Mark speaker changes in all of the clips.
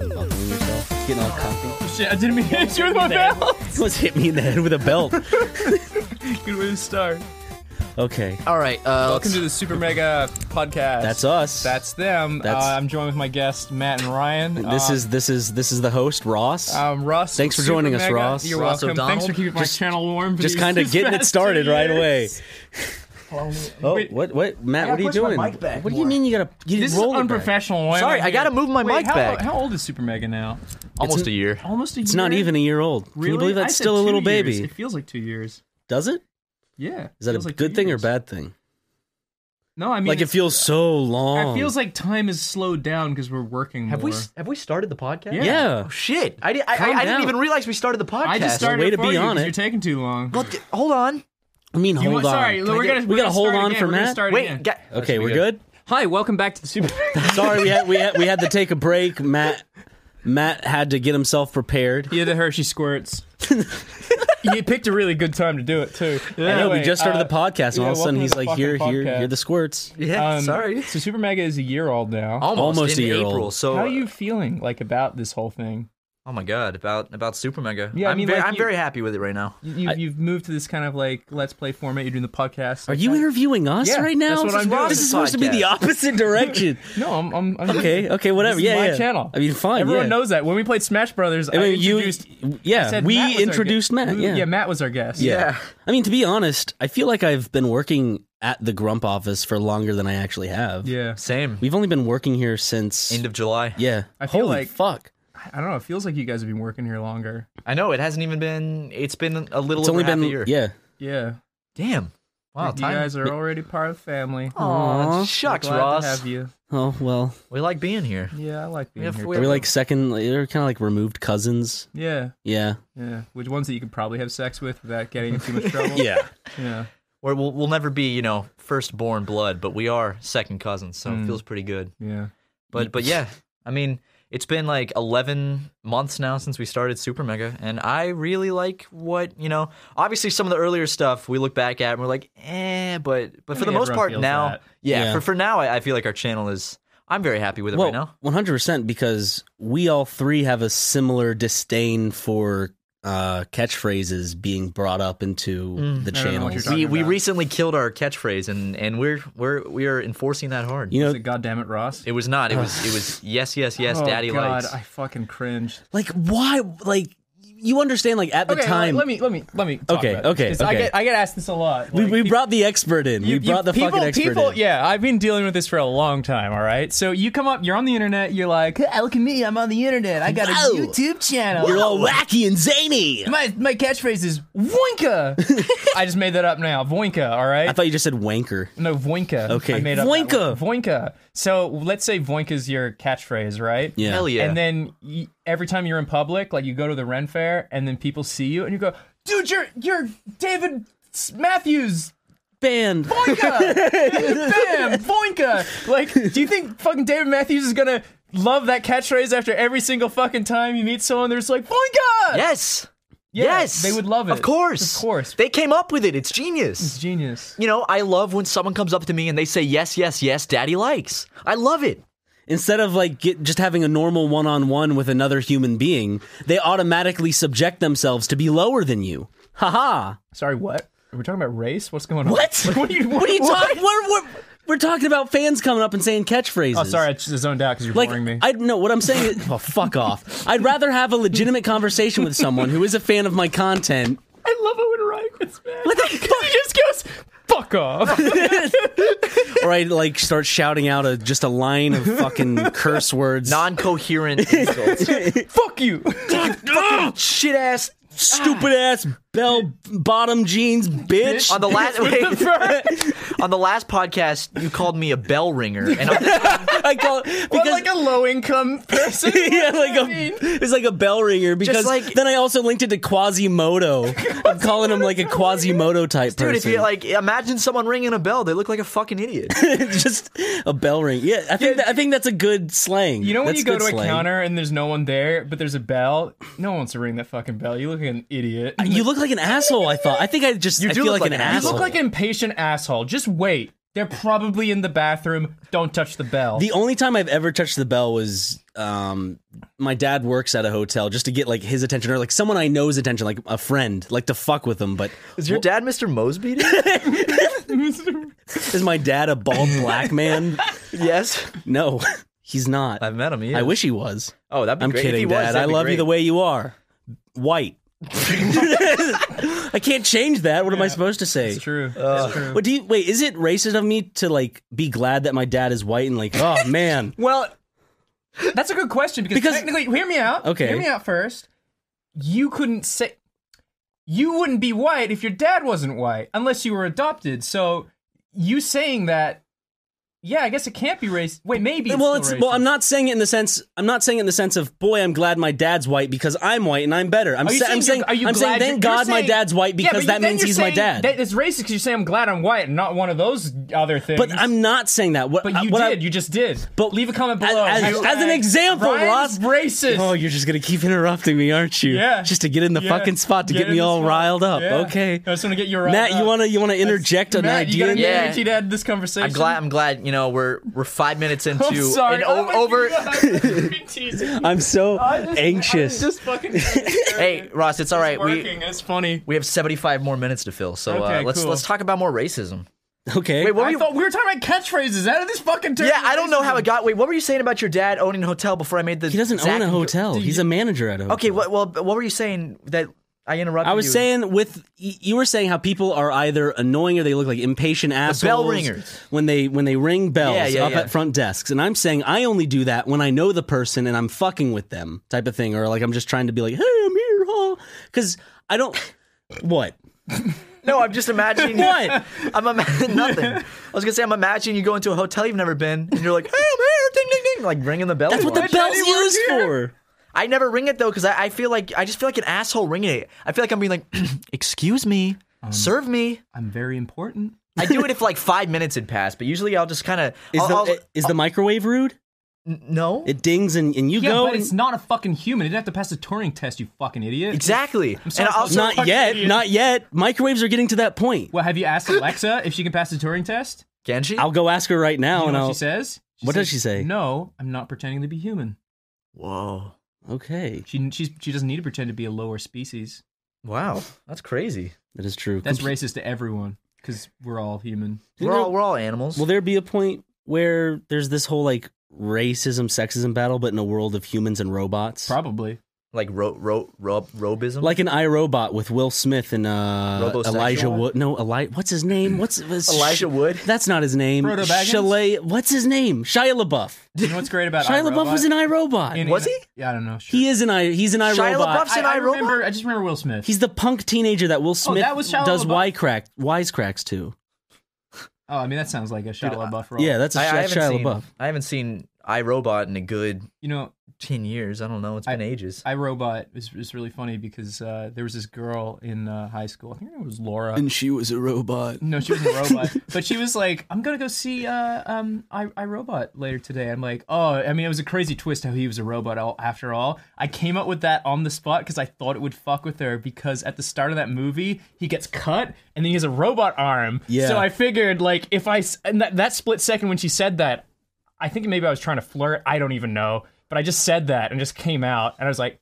Speaker 1: Bumping yourself, getting all cocky.
Speaker 2: Shit, I didn't mean to hit you with my bell.
Speaker 1: Someone's hit me in the head with a belt.
Speaker 2: Good way to start.
Speaker 1: Okay.
Speaker 3: All right. Uh,
Speaker 2: Welcome
Speaker 3: let's-
Speaker 2: to the Super Mega Podcast.
Speaker 1: That's us.
Speaker 2: That's them.
Speaker 1: That's-
Speaker 2: Uh, I'm joined with my guests, Matt and Ryan.
Speaker 1: This
Speaker 2: Uh,
Speaker 1: is this is this is the host Ross.
Speaker 2: um, Russ.
Speaker 1: Thanks for
Speaker 2: Super
Speaker 1: joining us,
Speaker 2: Mega.
Speaker 1: Ross.
Speaker 2: You're
Speaker 3: Ross
Speaker 2: welcome. Thanks
Speaker 3: O'Donnell.
Speaker 2: for keeping
Speaker 1: Just-
Speaker 2: my channel warm. For
Speaker 1: Just
Speaker 2: kind of
Speaker 1: getting it started right away. Oh,
Speaker 2: Wait.
Speaker 1: what what Matt? What are you
Speaker 4: push my
Speaker 1: doing?
Speaker 4: mic back
Speaker 1: what do you
Speaker 4: more.
Speaker 1: mean you gotta? You
Speaker 2: This is
Speaker 1: roll it back?
Speaker 2: unprofessional. Why am
Speaker 3: Sorry, I
Speaker 2: here?
Speaker 3: gotta move my
Speaker 2: Wait,
Speaker 3: mic
Speaker 2: how,
Speaker 3: back.
Speaker 2: How old is Super Mega now?
Speaker 3: almost a year.
Speaker 2: Almost a year.
Speaker 1: It's not even a year old.
Speaker 2: Really?
Speaker 1: Can you believe
Speaker 2: I
Speaker 1: that's
Speaker 2: said
Speaker 1: still a
Speaker 2: two
Speaker 1: little
Speaker 2: years.
Speaker 1: baby?
Speaker 2: It feels like two years.
Speaker 1: Does it?
Speaker 2: Yeah.
Speaker 1: Is that a
Speaker 2: feels like two
Speaker 1: good thing or
Speaker 2: years.
Speaker 1: bad thing?
Speaker 2: No, I mean
Speaker 1: like it
Speaker 2: it's-
Speaker 1: feels so long.
Speaker 2: It feels like time is slowed down because we're working
Speaker 4: Have
Speaker 2: more.
Speaker 4: we have we started the podcast?
Speaker 2: Yeah.
Speaker 1: yeah.
Speaker 3: Oh, shit. I, di- I,
Speaker 1: Calm
Speaker 3: I,
Speaker 1: down.
Speaker 3: I didn't even realize we started the podcast.
Speaker 2: I just started
Speaker 1: way
Speaker 2: it
Speaker 1: to
Speaker 2: for
Speaker 1: be
Speaker 2: you
Speaker 1: on
Speaker 2: 'cause
Speaker 1: it.
Speaker 2: You're taking too long.
Speaker 3: Well, d- hold on.
Speaker 1: I mean,
Speaker 2: You
Speaker 1: hold
Speaker 2: want-
Speaker 1: on.
Speaker 2: Sorry,
Speaker 1: Can I
Speaker 2: look, we're
Speaker 1: get-
Speaker 2: gonna
Speaker 1: we
Speaker 2: we're
Speaker 1: gotta
Speaker 2: gonna
Speaker 1: hold
Speaker 2: start
Speaker 1: on
Speaker 2: again.
Speaker 1: for
Speaker 2: we're Gonna
Speaker 1: Matt?
Speaker 2: start
Speaker 3: Wait.
Speaker 2: again.
Speaker 3: Ga-
Speaker 1: okay, we're good.
Speaker 4: Hi, welcome back to the Super.
Speaker 1: Sorry, we had we had we had to take a break. Matt Matt had to get himself prepared.
Speaker 2: Yeah, the Hershey squirts. you picked a really good time to do it too.
Speaker 1: I know we
Speaker 2: Anyway,
Speaker 1: just started
Speaker 2: uh,
Speaker 1: the podcast, and
Speaker 2: yeah,
Speaker 1: all of a sudden
Speaker 2: welcome
Speaker 1: he's
Speaker 2: to the
Speaker 1: like, "Here,
Speaker 2: fucking
Speaker 1: here,
Speaker 2: podcast.
Speaker 1: here, the squirts."
Speaker 3: Yeah,
Speaker 2: Um,
Speaker 3: sorry.
Speaker 2: So Super Mega is a year old now.
Speaker 3: Almost,
Speaker 1: almost
Speaker 3: in
Speaker 1: a year
Speaker 3: April.
Speaker 1: old.
Speaker 3: So,
Speaker 2: How are you feeling like about this whole thing?
Speaker 3: oh my god, about about Super Mega.
Speaker 2: Yeah, I
Speaker 3: I'm,
Speaker 2: mean,
Speaker 3: very,
Speaker 2: like,
Speaker 3: I'm
Speaker 2: you-
Speaker 3: very happy with it right now.
Speaker 2: You, you've moved to this kind of like let's play format. You're doing the podcast.
Speaker 1: Are you interviewing us
Speaker 2: Yeah,
Speaker 1: right now?
Speaker 2: that's what
Speaker 1: this is
Speaker 2: I'm doing.
Speaker 1: This is supposed to be
Speaker 3: Podcast.
Speaker 1: the opposite direction.
Speaker 2: No, I'm. I'm, I'm
Speaker 1: okay, okay, whatever.
Speaker 2: This is
Speaker 1: Oh, yeah,
Speaker 2: my
Speaker 1: yeah.
Speaker 2: channel.
Speaker 1: I mean, fine.
Speaker 2: Everyone
Speaker 1: yeah.
Speaker 2: knows that. When we played Smash Brothers, I,
Speaker 1: I mean, you.
Speaker 2: introduced.
Speaker 1: yeah,
Speaker 2: said
Speaker 1: we
Speaker 2: Matt was our
Speaker 1: introduced
Speaker 2: guest.
Speaker 1: Matt.
Speaker 2: Who-
Speaker 1: Yeah.
Speaker 2: yeah, Matt was our guest.
Speaker 1: Yeah. I mean, to be honest, I feel like I've been working at the Grump office for longer than I actually have.
Speaker 2: yeah.
Speaker 3: Same.
Speaker 1: We've only been working here since.
Speaker 3: End of July.
Speaker 1: yeah.
Speaker 2: I feel
Speaker 1: Holy
Speaker 2: like-
Speaker 1: fuck.
Speaker 2: I don't know. It feels like you guys have been working here longer.
Speaker 3: I know it hasn't even been. It's been a little
Speaker 1: It's
Speaker 3: over
Speaker 1: only
Speaker 3: half
Speaker 1: been
Speaker 3: a year.
Speaker 1: yeah.
Speaker 2: Yeah.
Speaker 3: Damn. Wow.
Speaker 2: you
Speaker 3: Oh, Time.
Speaker 2: guys are already part of the family.
Speaker 3: Aw,
Speaker 1: Aw.
Speaker 2: We're
Speaker 3: shucks,
Speaker 2: glad
Speaker 3: Ross.
Speaker 2: to have you.
Speaker 1: Oh well.
Speaker 3: We like being here.
Speaker 2: Yeah, I like being
Speaker 3: Yeah,
Speaker 2: here.
Speaker 3: we-
Speaker 1: Are we like second? They're kind of like removed cousins.
Speaker 2: yeah,
Speaker 1: Yeah.
Speaker 2: yeah. Which ones that you could probably have sex with without getting in too much trouble?
Speaker 1: Yeah.
Speaker 2: yeah.
Speaker 3: We're, we'll, we'll never be, you know, firstborn blood, but we are second cousins, so
Speaker 2: Hmm.
Speaker 3: it feels pretty good.
Speaker 2: Yeah.
Speaker 3: But but yeah, I mean, it's been like 11 months now since we started Super Mega, and I really like what you know. Obviously, some of the earlier stuff we look back at and we're like, eh, but but for the
Speaker 2: think
Speaker 3: most
Speaker 2: everyone
Speaker 3: part
Speaker 2: feels
Speaker 3: now,
Speaker 2: that.
Speaker 3: yeah,
Speaker 1: Yeah.
Speaker 3: for for now, I, I feel like our channel is. I'm very happy with it right now.
Speaker 4: one hundred percent.
Speaker 1: because we all three have a similar disdain for uh, catchphrases being brought up into the
Speaker 2: Mm, I don't know
Speaker 1: channel.
Speaker 2: what you're
Speaker 3: We
Speaker 2: talking
Speaker 3: we
Speaker 2: about.
Speaker 3: recently killed our catchphrase, and and we're we're we are enforcing that hard.
Speaker 1: You know,
Speaker 2: Is it goddamn it, Ross?
Speaker 3: It was not. It was it was yes yes yes.
Speaker 2: oh,
Speaker 3: Daddy
Speaker 2: God,
Speaker 3: likes.
Speaker 2: I fucking cringed.
Speaker 1: like why? Like you understand? Like at the
Speaker 2: okay,
Speaker 1: time,
Speaker 2: Let me let me let me. Talk
Speaker 1: Okay,
Speaker 2: about this,
Speaker 1: okay,
Speaker 2: 'cause I
Speaker 1: okay.
Speaker 2: get I get asked this a lot.
Speaker 1: we,
Speaker 2: like,
Speaker 1: we
Speaker 2: people-
Speaker 1: brought the expert in. we
Speaker 2: you-
Speaker 1: brought the
Speaker 2: people,
Speaker 1: fucking expert
Speaker 2: people,
Speaker 1: in.
Speaker 2: Yeah, I've been dealing with this for a long time. All right, so you come up, you're on the internet, you're like, "Hey, look at me, I'm on the internet, I got
Speaker 1: Whoa.
Speaker 2: a YouTube channel. Oh,
Speaker 1: You're all wacky and zany.
Speaker 2: My my catchphrase is Voinka. I just made that up now. Voinka. All right.
Speaker 1: I thought you just said wanker.
Speaker 2: no, Voinka.
Speaker 1: Okay.
Speaker 2: I made up that one.
Speaker 1: Voinka.
Speaker 2: Voinka. So let's say Voinka's your catchphrase, right?
Speaker 1: Yeah.
Speaker 3: Hell yeah!
Speaker 2: And then y every time you're in public, like you go to the Ren Fair, and then people see you, and you go, "Dude, you're you're David S- Matthews."
Speaker 1: Band.
Speaker 2: Voinka! Bam! Voinka! Like, do you think fucking David Matthews is gonna love that catchphrase after every single fucking time he meets someone? They're just like, Voinka!
Speaker 3: yes,
Speaker 2: Yeah,
Speaker 3: yes,
Speaker 2: they would love it.
Speaker 3: Of course,
Speaker 2: Of course.
Speaker 3: They came up with it. It's
Speaker 2: It's
Speaker 3: genius.
Speaker 2: genius.
Speaker 3: You know, I love when someone comes up to me and they say yes, yes, yes. Daddy likes. I love it.
Speaker 1: Instead of like get, just having a normal one on one with another human being, they automatically subject themselves to be lower than you. Haha.
Speaker 2: Sorry, what? Are we talking about race? What's going on?
Speaker 1: What?
Speaker 2: Like, what are you?
Speaker 1: What are you talking? We're, we're, we're talking about fans coming up and saying catchphrases.
Speaker 2: Oh, sorry, I just zoned out because you're
Speaker 1: Like
Speaker 2: boring me.
Speaker 1: I know what I'm saying. Is, oh, fuck off! I'd rather have a legitimate conversation with someone who is a fan of my content.
Speaker 2: I love Owen Ryan gets mad.
Speaker 1: What the fuck?
Speaker 2: He just goes, "Fuck off."
Speaker 1: or I like start shouting out a just a line of fucking curse words.
Speaker 3: Non-coherent insults. Ah!
Speaker 2: fuck you.
Speaker 3: Shit ass.
Speaker 1: stupid ass bell bottom jeans, bitch.
Speaker 3: On the last wait, on the last podcast, you called me a bell ringer, and I'm,
Speaker 1: I call it because
Speaker 2: But like a low income person.
Speaker 1: yeah, like
Speaker 2: I mean?
Speaker 1: a it's like a bell ringer because
Speaker 3: like-
Speaker 1: then I also linked it to Quasimodo. I'm calling him like a Quasimodo type
Speaker 3: dude, if
Speaker 1: person.
Speaker 3: you like, imagine someone ringing a bell, they look like a fucking idiot.
Speaker 1: just a bell ring. Yeah, I think that, I think that's a good slang.
Speaker 2: You know when
Speaker 1: That's
Speaker 2: you go
Speaker 1: good
Speaker 2: to a
Speaker 1: slang.
Speaker 2: counter and there's no one there, but there's a bell. No one wants to ring that fucking bell. You look like an idiot.
Speaker 1: You look like an asshole. I thought. I think I just.
Speaker 3: You
Speaker 1: I
Speaker 3: do
Speaker 1: feel
Speaker 3: look
Speaker 1: like an
Speaker 3: like an
Speaker 2: You
Speaker 1: asshole.
Speaker 2: look like an impatient asshole. Just wait. They're probably in the bathroom. Don't touch the bell.
Speaker 1: The only time I've ever touched the bell was um, my dad works at a hotel just to get like his attention or like someone I know's attention, like a friend, like to fuck with them. But
Speaker 3: Is your dad Mr. Mosby?
Speaker 1: is my dad a bald black man?
Speaker 3: yes,
Speaker 1: No, he's not.
Speaker 3: I've met him. he
Speaker 1: I
Speaker 3: is.
Speaker 1: wish he was.
Speaker 3: Oh, that'd be
Speaker 1: I'm
Speaker 3: great. if he
Speaker 1: kidding,
Speaker 3: was,
Speaker 1: Dad.
Speaker 3: that'd
Speaker 1: I
Speaker 3: be
Speaker 1: love you
Speaker 3: great.
Speaker 1: the way you are. White. I can't change that. What am I supposed to say?
Speaker 2: it's true.
Speaker 1: Uh.
Speaker 2: it's true.
Speaker 1: What do you wait? Is it racist of me to like be glad that my dad is white and like, oh man,
Speaker 2: Well, that's a good question because,
Speaker 1: Because-
Speaker 2: technically, hear me out.
Speaker 1: Okay.
Speaker 2: Hear me out first. You couldn't say. You wouldn't be white if your dad wasn't white unless you were adopted. So you saying that. Yeah, I guess it can't be racist. Wait, maybe. It's
Speaker 1: well,
Speaker 2: still
Speaker 1: it's well.
Speaker 2: racist.
Speaker 1: I'm not saying it in the sense. I'm not saying it in the sense of boy. I'm glad my dad's white because I'm white and I'm better. I'm,
Speaker 2: Are you
Speaker 1: sa-
Speaker 2: saying
Speaker 1: I'm
Speaker 2: you're-
Speaker 1: saying.
Speaker 2: are you
Speaker 1: I'm saying.
Speaker 2: glad
Speaker 1: Thank
Speaker 2: you're-
Speaker 1: God
Speaker 2: you're
Speaker 1: my
Speaker 2: saying-
Speaker 1: dad's white
Speaker 2: Yeah, but
Speaker 1: because
Speaker 2: you-
Speaker 1: that
Speaker 2: then
Speaker 1: means
Speaker 2: you're
Speaker 1: he's my
Speaker 2: saying
Speaker 1: dad.
Speaker 2: That it's racist because you're saying I'm glad I'm white and not one of those other things.
Speaker 1: but I'm not saying that. What,
Speaker 2: But you
Speaker 1: what I-
Speaker 2: did. you just did.
Speaker 1: But-
Speaker 2: leave a comment below.
Speaker 1: as-
Speaker 2: You-
Speaker 1: as an example,
Speaker 2: Ryan's
Speaker 1: Ross-
Speaker 2: racist.
Speaker 1: Oh, you're just gonna keep interrupting me, aren't you?
Speaker 2: Yeah.
Speaker 1: Just to get in the
Speaker 2: Yeah.
Speaker 1: fucking spot to get,
Speaker 2: in
Speaker 1: me
Speaker 2: the
Speaker 1: all
Speaker 2: spot.
Speaker 1: riled up.
Speaker 2: Yeah.
Speaker 1: Okay.
Speaker 2: I just want to get you riled
Speaker 1: Matt, you
Speaker 2: up.
Speaker 1: wanna you wanna interject an
Speaker 2: Matt, You
Speaker 1: idea?
Speaker 2: got any
Speaker 3: Yeah.
Speaker 2: energy to add to this conversation?
Speaker 3: I'm glad. I'm glad. You know, we're we're five minutes into
Speaker 2: I'm sorry.
Speaker 3: an
Speaker 2: oh
Speaker 3: o-
Speaker 2: my
Speaker 3: over.
Speaker 2: God, I'm teasing you.
Speaker 1: I'm so
Speaker 2: I just-
Speaker 1: anxious.
Speaker 2: I'm just fucking.
Speaker 3: Hey, Ross, it's all right.
Speaker 2: working.
Speaker 3: We
Speaker 2: It's funny.
Speaker 3: we have 75 more minutes to fill, so
Speaker 2: Okay,
Speaker 3: uh, let's
Speaker 2: cool.
Speaker 3: let's talk about more racism.
Speaker 1: okay.
Speaker 3: Wait, what were
Speaker 2: I
Speaker 3: you?
Speaker 2: thought we were talking about catchphrases. How did this fucking turn?
Speaker 3: yeah,
Speaker 2: into
Speaker 3: I don't know how
Speaker 2: racism?
Speaker 3: it got. Wait, what were you saying about your dad owning a hotel before I made the?
Speaker 1: he doesn't own
Speaker 3: Zach-
Speaker 1: a hotel. He's a manager at a hotel.
Speaker 3: Okay, what? Well, what were you saying that I interrupted?
Speaker 1: I was
Speaker 3: you?
Speaker 1: saying with y- you were saying how people are either annoying or they look like impatient assholes
Speaker 3: bell ringers.
Speaker 1: when they when they ring bells
Speaker 3: Yeah, yeah,
Speaker 1: up
Speaker 3: yeah.
Speaker 1: at front desks and I'm saying I only do that when I know the person and I'm fucking with them type of thing or like I'm just trying to be like hey I'm here huh? cuz I don't what
Speaker 3: No, I'm just imagining.
Speaker 1: What?
Speaker 3: I'm imagining nothing. I was gonna say I'm imagining you go into a hotel you've never been, and you're like, "Hey, I'm here!" Ding, ding, ding! Like ringing the bell.
Speaker 1: that's
Speaker 3: you
Speaker 1: what the
Speaker 3: want.
Speaker 1: bell's used for
Speaker 3: I never ring it though, because I, I feel like I just feel like an asshole ringing it. I feel like I'm being like, "Excuse me,
Speaker 1: Um.
Speaker 3: serve me."
Speaker 2: I'm very important.
Speaker 3: I do it if like five minutes had passed, but usually I'll just kind of.
Speaker 1: is the is the microwave rude
Speaker 3: no?
Speaker 1: it dings and, and you
Speaker 2: Yeah,
Speaker 1: go
Speaker 2: but
Speaker 1: and-
Speaker 2: it's not a fucking human. It didn't have to pass the Turing test. You fucking idiot.
Speaker 3: exactly.
Speaker 2: sorry,
Speaker 3: and I'll also,
Speaker 1: not
Speaker 2: fucking
Speaker 1: yet
Speaker 2: idiot.
Speaker 1: not yet microwaves are getting to that point
Speaker 2: Well, have you asked Alexa if she can pass the Turing test?
Speaker 3: can she?
Speaker 1: I'll go ask her right now
Speaker 2: You
Speaker 1: and
Speaker 2: know
Speaker 1: I'll
Speaker 2: what she says?
Speaker 1: What does
Speaker 2: says,
Speaker 1: she say?
Speaker 2: No, I'm not pretending to be human.
Speaker 3: Whoa!
Speaker 1: okay
Speaker 2: She she's, she doesn't need to pretend to be a lower species.
Speaker 3: Wow, that's crazy.
Speaker 1: that is true
Speaker 2: That's
Speaker 1: Compu-
Speaker 2: racist to everyone because we're all human.
Speaker 3: We're all we're all animals.
Speaker 1: Will there be a point where there's this whole like racism, sexism battle, but in a world of humans and robots?
Speaker 2: Probably.
Speaker 3: like ro ro ro robism.
Speaker 1: Like an iRobot with Will Smith and uh,
Speaker 3: Robosexual?
Speaker 1: Elijah Wood. No, Eli- what's his name? What's was
Speaker 3: Elijah Wood.
Speaker 1: That's not his name.
Speaker 2: Frodo Baggins?
Speaker 1: Shailene- What's his name? Shia LaBeouf.
Speaker 2: You know what's great about
Speaker 1: Shia
Speaker 2: iRobot?
Speaker 1: LaBeouf was in iRobot.
Speaker 2: In-
Speaker 3: Was
Speaker 2: in-
Speaker 3: he?
Speaker 2: Yeah, I don't know. Sure.
Speaker 1: he is an I. He's an
Speaker 3: Shia
Speaker 1: iRobot.
Speaker 3: LaBeouf's in
Speaker 2: I, I
Speaker 3: iRobot?
Speaker 2: remember. I just remember Will Smith.
Speaker 1: He's the punk teenager that Will Smith
Speaker 2: Oh, that was Shia
Speaker 1: does
Speaker 2: LaBeouf?
Speaker 1: wisecrack wisecracks to.
Speaker 2: oh, I mean that sounds like a Shia LaBeouf role.
Speaker 1: Yeah, that's a
Speaker 3: I, I
Speaker 1: Shia
Speaker 3: haven't
Speaker 1: Shia
Speaker 3: seen.
Speaker 1: LaBeouf.
Speaker 3: I haven't seen iRobot in a good
Speaker 2: You know,
Speaker 3: ten years. I don't know. It's
Speaker 2: I-
Speaker 3: been ages.
Speaker 2: iRobot is, is really funny because uh, there was this girl in uh, high school. I think her name was Laura.
Speaker 5: And she was a robot.
Speaker 2: No, she was a robot. but she was like, I'm gonna go see uh um I, I Robot later today. I'm like, oh, I mean, it was a crazy twist how he was a robot all, after all. I came up with that on the spot because I thought it would fuck with her because at the start of that movie he gets cut and then he has a robot arm.
Speaker 1: Yeah.
Speaker 2: So I figured like if I s- and that, that split second when she said that, I think maybe I was trying to flirt. I don't even know, but I just said that and just came out and I was like.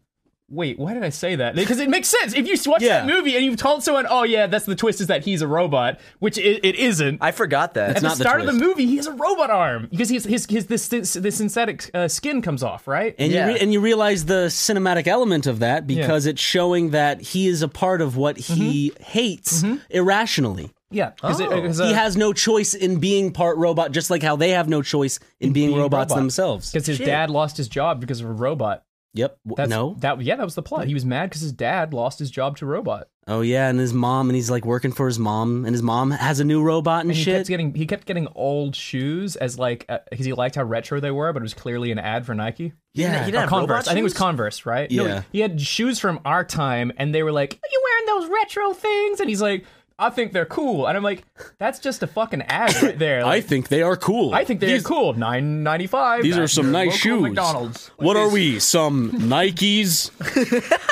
Speaker 2: Wait, why did I say that? Because it makes sense. If you s- watch
Speaker 1: Yeah.
Speaker 2: that movie and you've told someone, "Oh yeah, that's the twist is that he's a robot," which it, it isn't.
Speaker 3: I forgot that.
Speaker 2: At the
Speaker 1: not the
Speaker 2: start of
Speaker 1: twist.
Speaker 2: the movie, he has a robot arm because he's, his his this this, this synthetic uh, skin comes off, right?
Speaker 1: And
Speaker 3: Yeah.
Speaker 1: you re- and you realize the cinematic element of that because it's showing that he is a part of what he hates irrationally.
Speaker 2: yeah, because uh,
Speaker 3: Oh.
Speaker 1: he has no choice in being part robot, just like how they have no choice in, being,
Speaker 2: being
Speaker 1: robots
Speaker 2: robot.
Speaker 1: themselves.
Speaker 2: his dad lost his job because of a robot.
Speaker 1: Yep. W-
Speaker 2: That's,
Speaker 1: no.
Speaker 2: that yeah, that was the plot. He was mad because his dad lost his job to a robot,
Speaker 1: Oh yeah, and his mom, and he's like working for his mom, and his mom has a new robot and,
Speaker 2: and he
Speaker 1: shit.
Speaker 2: kept getting he kept getting old shoes as like because he liked how retro they were, but it was clearly an ad for Nike.
Speaker 1: yeah.
Speaker 3: he didn't
Speaker 2: Or
Speaker 3: have
Speaker 2: Converse.
Speaker 3: robot
Speaker 2: I think it was
Speaker 3: shoes?
Speaker 2: Converse, right?
Speaker 1: Yeah.
Speaker 2: he had shoes from our time, and they were like, "Are you wearing those retro things?" And he's like, "I think they're cool," and I'm like, "That's just a fucking ad right there." Like,
Speaker 1: think they are cool.
Speaker 2: I think they're
Speaker 1: These-
Speaker 2: cool. Nine ninety five.
Speaker 5: These are some nice shoes.
Speaker 2: McDonald's.
Speaker 5: What are we? Some Nikes?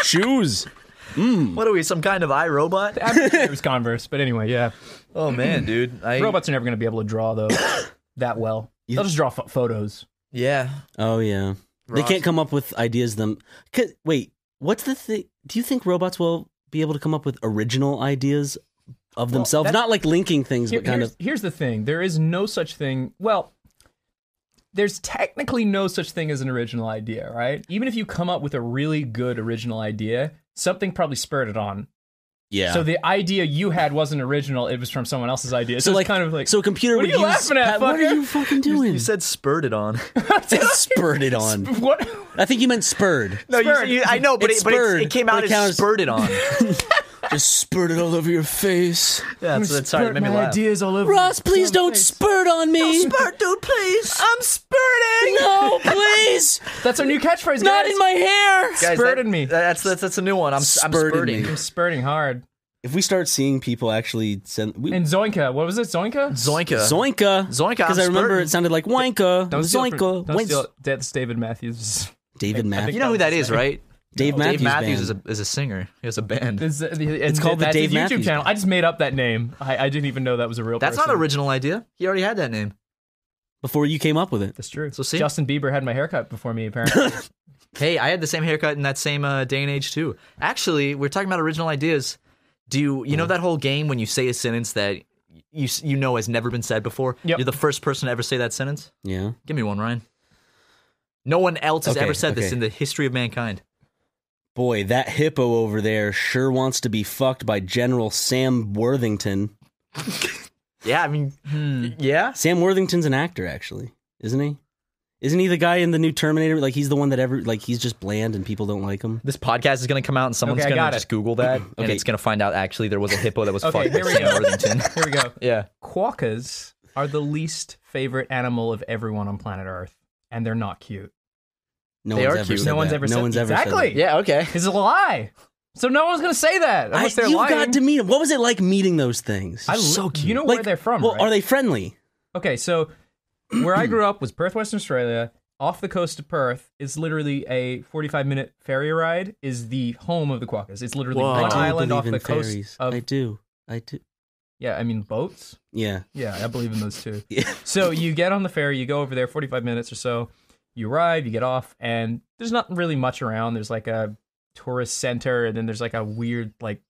Speaker 5: Shoes?
Speaker 3: what are we? Some kind of iRobot?
Speaker 2: I'm pretty sure it was Converse, but anyway, yeah.
Speaker 3: Oh man, dude. I,
Speaker 2: Robots are never going to be able to draw though that well. They'll just draw pho- photos.
Speaker 3: Yeah.
Speaker 1: Oh yeah. They can't come up with ideas. Them. 'cause- Wait. What's the thing? Do you think robots will be able to come up with original ideas of themselves?
Speaker 2: that-
Speaker 1: Not like linking things,
Speaker 2: Here-
Speaker 1: but kind
Speaker 2: here's,
Speaker 1: of.
Speaker 2: here's the thing: there is no such thing. Well, there's technically no such thing as an original idea, right? Even if you come up with a really good original idea, something probably spurred it on.
Speaker 1: Yeah.
Speaker 2: So the idea you had wasn't original; it was from someone else's idea. So,
Speaker 1: So
Speaker 2: it's
Speaker 1: like,
Speaker 2: kind of like
Speaker 1: so a computer
Speaker 2: What are
Speaker 1: would
Speaker 2: you
Speaker 1: use.
Speaker 2: laughing at,
Speaker 1: what
Speaker 2: fucker?
Speaker 1: are you fucking doing?
Speaker 3: You said spurred it on.
Speaker 1: spurted on.
Speaker 2: what?
Speaker 1: I think you meant spurred.
Speaker 3: No, you,
Speaker 2: Spurred.
Speaker 3: you, I know, but
Speaker 1: It's
Speaker 3: it, but it's,
Speaker 1: spurred,
Speaker 3: it came
Speaker 1: but
Speaker 3: out
Speaker 1: it
Speaker 3: as
Speaker 1: counts-
Speaker 3: spurted on.
Speaker 5: Just spurted all over your face.
Speaker 3: Yeah, that's, that's sorry, it made me laugh.
Speaker 2: ideas all over.
Speaker 1: Ross, please don't spurt on me.
Speaker 3: dude, please.
Speaker 1: I'm spurting. No, please.
Speaker 2: That's our new catchphrase.
Speaker 1: Not
Speaker 2: guys.
Speaker 1: in my hair.
Speaker 2: Spurted me.
Speaker 3: That's, that's that's a new one. I'm I'm
Speaker 1: Spurted
Speaker 3: spurting.
Speaker 1: me.
Speaker 2: I'm spurting hard.
Speaker 1: If we start seeing people actually send we,
Speaker 2: And Zoinka, what was it? Zoinka.
Speaker 3: Zoinka.
Speaker 1: Zoinka,
Speaker 3: Zoinka,
Speaker 1: because
Speaker 3: I'm
Speaker 1: I remember
Speaker 3: spurting.
Speaker 1: it sounded like Wanka,
Speaker 2: Don't steal it from-
Speaker 1: Zoinka,
Speaker 2: Don't
Speaker 1: Wins-
Speaker 2: steal it. That's David Matthews.
Speaker 1: David Matthews.
Speaker 3: You know who that is, right?
Speaker 1: Dave Matthews.
Speaker 3: Dave Matthews
Speaker 1: Band.
Speaker 3: is a is a singer. He has a band.
Speaker 2: It's, it's
Speaker 1: called the
Speaker 2: that's
Speaker 1: Dave
Speaker 2: his YouTube
Speaker 1: Matthews
Speaker 2: channel.
Speaker 1: Band.
Speaker 2: I just made up that name. I, I didn't even know that was a real.
Speaker 3: That's not
Speaker 2: person.
Speaker 3: an original idea. He already had that name.
Speaker 1: before you came up with it.
Speaker 2: That's true.
Speaker 3: So see?
Speaker 2: Justin Bieber had my haircut before me. Apparently,
Speaker 3: Hey, I had the same haircut in that same uh, day and age too. Actually, we're talking about original ideas. Do you, you know
Speaker 1: Mm.
Speaker 3: that whole game when you say a sentence that you s- you know has never been said before?
Speaker 2: Yep.
Speaker 3: You're the first person to ever say that sentence.
Speaker 1: Yeah.
Speaker 3: Give me one, Ryan. No one else has
Speaker 1: Okay,
Speaker 3: ever said this
Speaker 1: okay.
Speaker 3: in the history of mankind.
Speaker 1: Boy, that hippo over there sure wants to be fucked by General Sam Worthington.
Speaker 3: Yeah, I mean,
Speaker 1: Hmm.
Speaker 3: yeah.
Speaker 1: Sam Worthington's an actor, actually, isn't he? Isn't he the guy in the new Terminator? Like he's the one that ever like he's just bland and people don't like him.
Speaker 3: This podcast is going to come out and someone's
Speaker 2: Okay, I
Speaker 3: going
Speaker 2: got
Speaker 3: to just
Speaker 2: it.
Speaker 3: Google that and
Speaker 1: Okay.
Speaker 3: it's going to find out actually there was a hippo that was
Speaker 2: Okay,
Speaker 3: fucked
Speaker 2: here
Speaker 3: with
Speaker 2: we
Speaker 3: Sam
Speaker 2: go.
Speaker 3: Worthington.
Speaker 2: here we go.
Speaker 3: Yeah.
Speaker 2: Quokkas are the least favorite animal of everyone on planet Earth, and they're not cute.
Speaker 1: No
Speaker 3: They
Speaker 1: one's
Speaker 3: are
Speaker 1: ever
Speaker 3: cute.
Speaker 1: said
Speaker 2: No one's
Speaker 1: that.
Speaker 2: ever
Speaker 1: no
Speaker 2: said
Speaker 1: one's ever said
Speaker 2: exactly.
Speaker 1: that.
Speaker 3: Yeah, okay.
Speaker 2: It's a lie. So no one's gonna say that
Speaker 1: I,
Speaker 2: unless they're
Speaker 1: you've
Speaker 2: lying.
Speaker 1: got to meet him. What was it like meeting those things?
Speaker 2: I li- You know where
Speaker 1: Like,
Speaker 2: they're from,
Speaker 1: Well,
Speaker 2: right?
Speaker 1: are they friendly?
Speaker 2: Okay, so where I grew up was Perth, Western Australia. Off the coast of Perth is literally a 45 minute ferry ride, is the home of the Quokkas. It's literally
Speaker 3: Whoa.
Speaker 2: one
Speaker 3: I do
Speaker 2: island off the coast
Speaker 1: fairies.
Speaker 2: of.
Speaker 1: I do. I do.
Speaker 2: yeah, I mean, boats?
Speaker 1: Yeah.
Speaker 2: Yeah, I believe in those too.
Speaker 1: Yeah.
Speaker 2: So you get on the ferry, you go over there, 45 minutes or so, you arrive, you get off, and there's not really much around. There's like a tourist center, and then there's like a weird, like,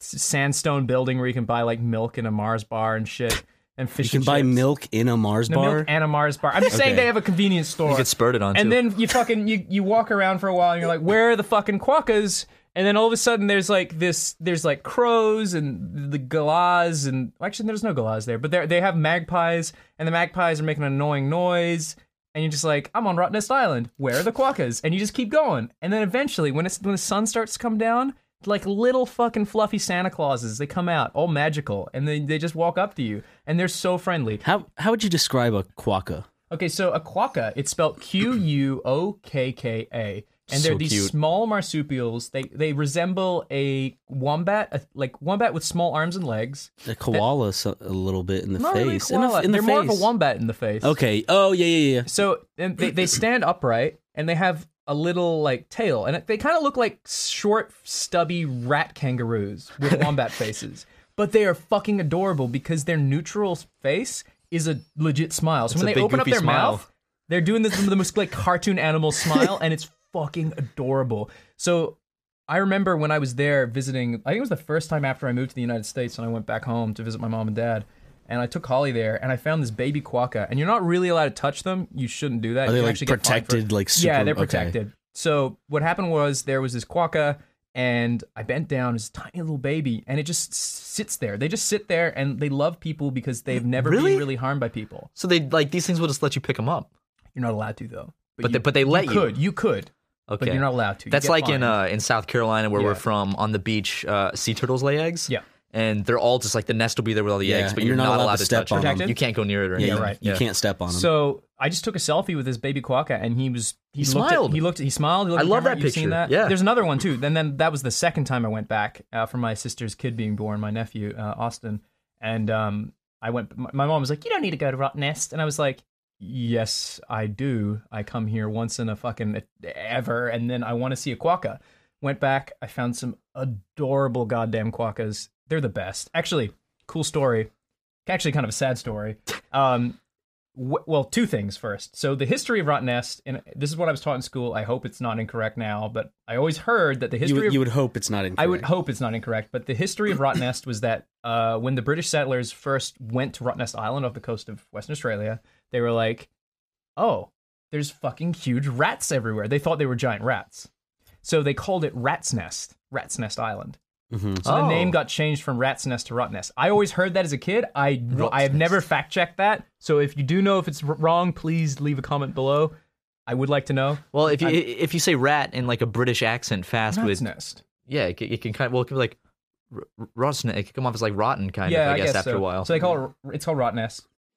Speaker 2: s- sandstone building where you can buy like milk and a Mars bar and shit. And fish
Speaker 1: You can
Speaker 2: and
Speaker 1: buy
Speaker 2: chips.
Speaker 1: milk in a Mars
Speaker 2: No,
Speaker 1: bar.
Speaker 2: milk and a Mars bar. I'm just saying
Speaker 1: Okay.
Speaker 2: they have a convenience store.
Speaker 3: You could spurt it on
Speaker 2: and
Speaker 3: too.
Speaker 2: then you fucking you, you walk around for a while and you're like, where are the fucking quokkas? And then all of a sudden there's like this there's like crows and the galahs and actually there's no galahs there, but they they have magpies and the magpies are making an annoying noise. And you're just like, I'm on Rottnest Island. Where are the quokkas? And you just keep going. And then eventually, when it's when the sun starts to come down, like little fucking fluffy Santa Clauses, they come out all magical, and they they just walk up to you, and they're so friendly.
Speaker 1: how how would you describe a quokka?
Speaker 2: Okay, so a quokka, it's spelled Q U O K K A. And
Speaker 5: So
Speaker 2: they're these
Speaker 5: cute.
Speaker 2: small marsupials. They they resemble a wombat, a, like wombat with small arms and legs.
Speaker 1: A koala, so, a little bit in the
Speaker 2: Not really a
Speaker 1: face. In the-
Speaker 2: koala.
Speaker 1: in the
Speaker 2: they're more of a
Speaker 1: face.
Speaker 2: wombat in the face.
Speaker 1: Okay. Oh yeah, yeah, yeah.
Speaker 2: So and they, they stand upright and they have a little like tail and they kind of look like short stubby rat kangaroos with wombat faces. But they are fucking adorable because their neutral face is a legit smile. So
Speaker 3: It's a
Speaker 2: when they
Speaker 3: big
Speaker 2: open up
Speaker 3: goofy
Speaker 2: their
Speaker 3: smile.
Speaker 2: mouth, they're doing this the most like cartoon animal smile and it's fucking adorable. So I remember when I was there visiting, I think it was the first time after I moved to the United States and I went back home to visit my mom and dad. And I took Holly there and I found this baby quokka. And you're not really allowed to touch them. You shouldn't do that.
Speaker 1: Are they
Speaker 2: You
Speaker 1: like
Speaker 2: actually get fined for it.
Speaker 1: protected? Like super,
Speaker 2: yeah, they're
Speaker 1: okay.
Speaker 2: protected. So what happened was there was this quokka and I bent down, it's a tiny little baby, and it just s- sits there. They just sit there and they love people because they've never
Speaker 1: Really?
Speaker 2: been really harmed by people.
Speaker 3: So they like these things will just let you pick them up.
Speaker 2: You're not allowed to though.
Speaker 3: But they- but they let you.
Speaker 2: could. You could. But
Speaker 3: Okay.
Speaker 2: you're not allowed to. You
Speaker 3: That's
Speaker 2: get
Speaker 3: like in
Speaker 2: fined.
Speaker 3: uh in South Carolina where
Speaker 2: Yeah.
Speaker 3: we're from on the beach uh, sea turtles lay eggs.
Speaker 2: Yeah.
Speaker 3: And they're all just like the nest will be there with all the
Speaker 1: Yeah,
Speaker 3: eggs, but
Speaker 1: and
Speaker 3: you're, not, allowed, to,
Speaker 1: step
Speaker 3: touch
Speaker 1: on
Speaker 3: them.
Speaker 2: them.
Speaker 3: You can't go near it
Speaker 1: Yeah,
Speaker 3: or anything.
Speaker 1: you-
Speaker 2: right.
Speaker 1: You
Speaker 3: Yeah.
Speaker 1: can't step on them.
Speaker 2: So I just took a selfie with this baby quokka, and he was he,
Speaker 3: He
Speaker 2: looked at-
Speaker 3: smiled.
Speaker 2: he looked. He smiled. He looked
Speaker 3: I
Speaker 2: at the
Speaker 3: love
Speaker 2: camera.
Speaker 3: that
Speaker 2: You've seen
Speaker 3: picture.
Speaker 2: that?
Speaker 3: Yeah.
Speaker 2: There's another one too. And then that was the second time I went back uh, for my sister's kid being born, my nephew uh, Austin, and um, I went. My, my mom was like, "You don't need to go to Rotten Nest," and I was like. Yes, I do. I come here once in a fucking e-, ever, and then I want to see a quokka. Went back, I found some adorable goddamn quokkas. They're the best. Actually, cool story. Actually, kind of a sad story. Um, w- well, two things first. So the history of Rotten Nest, and this is what I was taught in school. I hope it's not incorrect now, but I always heard that the
Speaker 1: you,
Speaker 2: history
Speaker 1: would,
Speaker 2: of
Speaker 1: you would hope it's not incorrect.
Speaker 2: I would hope it's not incorrect, but the history of Rotten Nest was that uh, when the British settlers first went to Rotten Nest Island off the coast of Western Australia, they were like, oh, there's fucking huge rats everywhere. They thought they were giant rats. So they called it Rat's Nest, Rat's Nest Island.
Speaker 1: Mhm.
Speaker 2: So the
Speaker 3: Oh.
Speaker 2: name got changed from Rat's Nest to Rotten Nest. I always heard that as a kid. I, I have
Speaker 3: Nest.
Speaker 2: never fact checked that. So if you do know if it's r- wrong, please leave a comment below. I would like to know.
Speaker 3: Well, if you if you say rat in like a British accent fast
Speaker 2: Rat's
Speaker 3: with
Speaker 2: Nest.
Speaker 3: yeah, it, can- it can kind of well it can be like r- rotten. It can come off as like rotten kind
Speaker 2: yeah,
Speaker 3: of. I guess, after
Speaker 2: so.
Speaker 3: a while.
Speaker 2: So they call it, it's called Rotten Nest.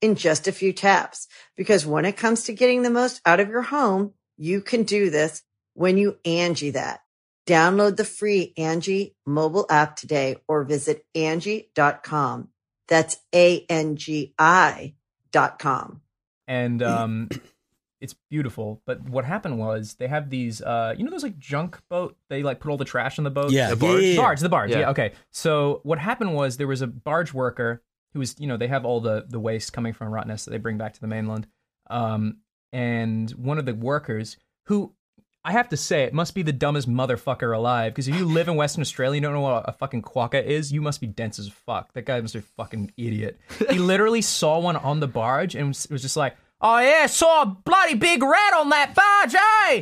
Speaker 6: in just a few taps. Because when it comes to getting the most out of your home, you can do this when you Angie that. Download the free Angie mobile app today or visit Angie.com. That's A-N-G-I dot com.
Speaker 2: and um, it's beautiful. But what happened was they have these, uh, you know, those like junk boat. They like put all the trash on the boat.
Speaker 1: Yeah,
Speaker 3: The barge?
Speaker 1: yeah, yeah, yeah.
Speaker 2: barge, the barge. Yeah.
Speaker 3: Yeah.
Speaker 2: okay. So what happened was there was a barge worker who was, you know, they have all the the waste coming from Rottnest that they bring back to the mainland. Um, and one of the workers who I have to say, it must be the dumbest motherfucker alive. Because if you live in Western Australia, and you don't know what a fucking quokka is. You must be dense as fuck. That guy must be a fucking idiot. He literally saw one on the barge and was was just like, "Oh yeah, saw a bloody big rat on that barge,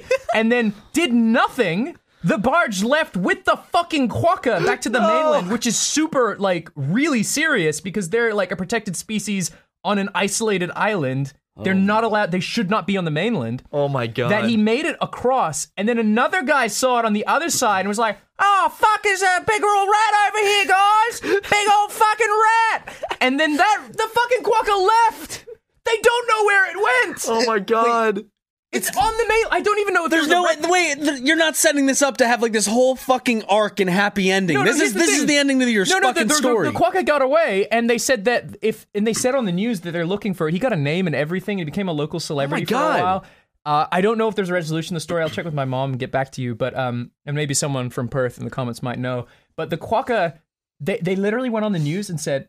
Speaker 2: eh?" And then did nothing. The barge left with the fucking quokka back to the mainland, which is super like really serious because they're like a protected species on an isolated island. They're not allowed. They should not be on the mainland
Speaker 3: oh my god.
Speaker 2: that he made it across, and then another guy saw it on the other side and was like, "Oh fuck, is a big old rat over here, guys! Big old fucking rat!" And then that the fucking quokka left. They don't know where it went.
Speaker 3: oh my god.
Speaker 2: it's, on the mail. I don't even know if
Speaker 1: There's
Speaker 2: there's
Speaker 1: no
Speaker 2: a
Speaker 1: way.
Speaker 2: rat-
Speaker 1: Wait, th- you're not setting this up to have like this whole fucking arc and happy ending.
Speaker 2: No, no,
Speaker 1: this
Speaker 2: here's
Speaker 1: is this
Speaker 2: thing.
Speaker 1: is the ending to your
Speaker 2: no, no, the,
Speaker 1: fucking
Speaker 2: the,
Speaker 1: story.
Speaker 2: The, the quokka got away, and they said
Speaker 1: Oh
Speaker 2: that if and they said on the news that they're looking for it. He got a name and everything. He became a local celebrity for a
Speaker 3: God.
Speaker 2: while. Uh, I don't know if there's a resolution to the story. I'll check with my mom and get back to you. But um, and maybe someone from Perth in the comments might know. But the quokka, they they literally went on the news and said,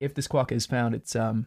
Speaker 2: if this quokka is found, it's um,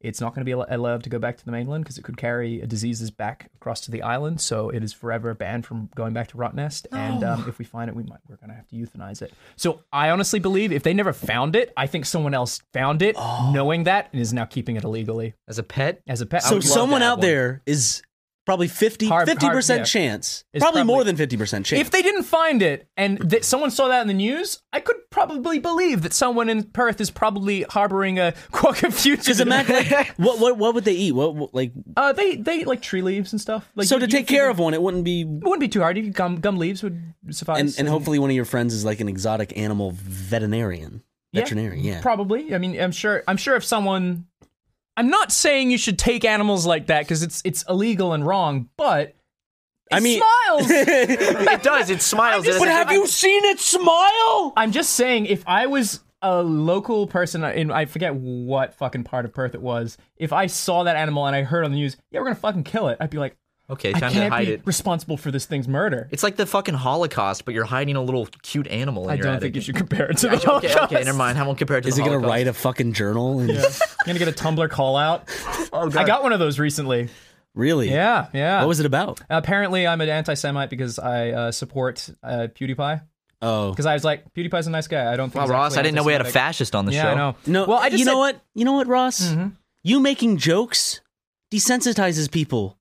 Speaker 2: it's not going to be al- allowed to go back to the mainland because it could carry diseases back across to the island. So it is forever banned from going back to Rottnest. And um, if we find it, we might we're going to have to euthanize it. So I honestly believe if they never found it, I think someone else found it, knowing that, and is now keeping it illegally
Speaker 3: As a pet,
Speaker 2: as a pet. I
Speaker 1: Oh. So
Speaker 2: would love
Speaker 1: someone
Speaker 2: to have
Speaker 1: out
Speaker 2: one.
Speaker 1: there is probably 50
Speaker 2: Hard-
Speaker 1: 50%
Speaker 2: hard- yeah.
Speaker 1: chance.
Speaker 2: It's
Speaker 1: Probably, more
Speaker 2: probably-
Speaker 1: than 50% chance.
Speaker 2: If they didn't find it and that someone saw that in the news, I could probably believe that someone in Perth is probably harboring a quack of future.
Speaker 1: Because imagine, like, what, what what would they eat? What, what like
Speaker 2: uh, they they eat, like tree leaves and stuff. Like
Speaker 1: so
Speaker 2: you-
Speaker 1: to
Speaker 2: you
Speaker 1: take
Speaker 2: figure-
Speaker 1: care of one, it wouldn't be.
Speaker 2: it wouldn't be too hard. You could gum gum leaves would suffice.
Speaker 1: And, and hopefully, one of your friends is like an exotic animal veterinarian.
Speaker 2: Yeah.
Speaker 1: Veterinarian, yeah.
Speaker 2: probably. I mean, I'm sure. I'm sure if someone, I'm not saying you should take animals like that because it's it's illegal and wrong, but.
Speaker 1: I
Speaker 2: it
Speaker 1: mean-
Speaker 2: smiles.
Speaker 3: it does. It smiles.
Speaker 2: just-
Speaker 3: It doesn't-
Speaker 1: you seen it smile?
Speaker 2: I'm just saying, if I was a local person in I forget what fucking part of Perth it was, if I saw that animal and I heard on the news, yeah, we're gonna fucking kill it, I'd be like,
Speaker 3: okay,
Speaker 2: I
Speaker 3: time to
Speaker 2: can't
Speaker 3: hide
Speaker 2: be
Speaker 3: it.
Speaker 2: responsible for this thing's murder.
Speaker 3: It's like the fucking Holocaust, but you're hiding a little cute animal. In
Speaker 2: I
Speaker 3: your
Speaker 2: don't
Speaker 3: attic.
Speaker 2: think you should compare it to the
Speaker 3: Okay,
Speaker 2: Holocaust.
Speaker 3: okay, never mind. I won't compare it to
Speaker 1: Is
Speaker 3: the
Speaker 1: it going to write
Speaker 3: Holocaust.
Speaker 1: a fucking journal? And,
Speaker 2: I'm gonna get a Tumblr call out.
Speaker 3: Oh,
Speaker 2: I got one of those recently.
Speaker 1: Really?
Speaker 2: Yeah, yeah.
Speaker 1: What was it about?
Speaker 2: Apparently, I'm an anti-Semite because I uh, support uh, PewDiePie.
Speaker 1: Oh.
Speaker 2: Because I was like, PewDiePie's a nice guy. I don't think.
Speaker 3: Wow,
Speaker 2: he's
Speaker 3: Ross,
Speaker 2: actually
Speaker 3: I didn't know we had a
Speaker 2: anti-Semitic.
Speaker 3: fascist on the
Speaker 2: Yeah,
Speaker 3: show.
Speaker 2: I know.
Speaker 1: No,
Speaker 2: well, I just
Speaker 1: you know
Speaker 2: said- Mm-hmm.
Speaker 1: what? You know what, Ross? You making jokes desensitizes people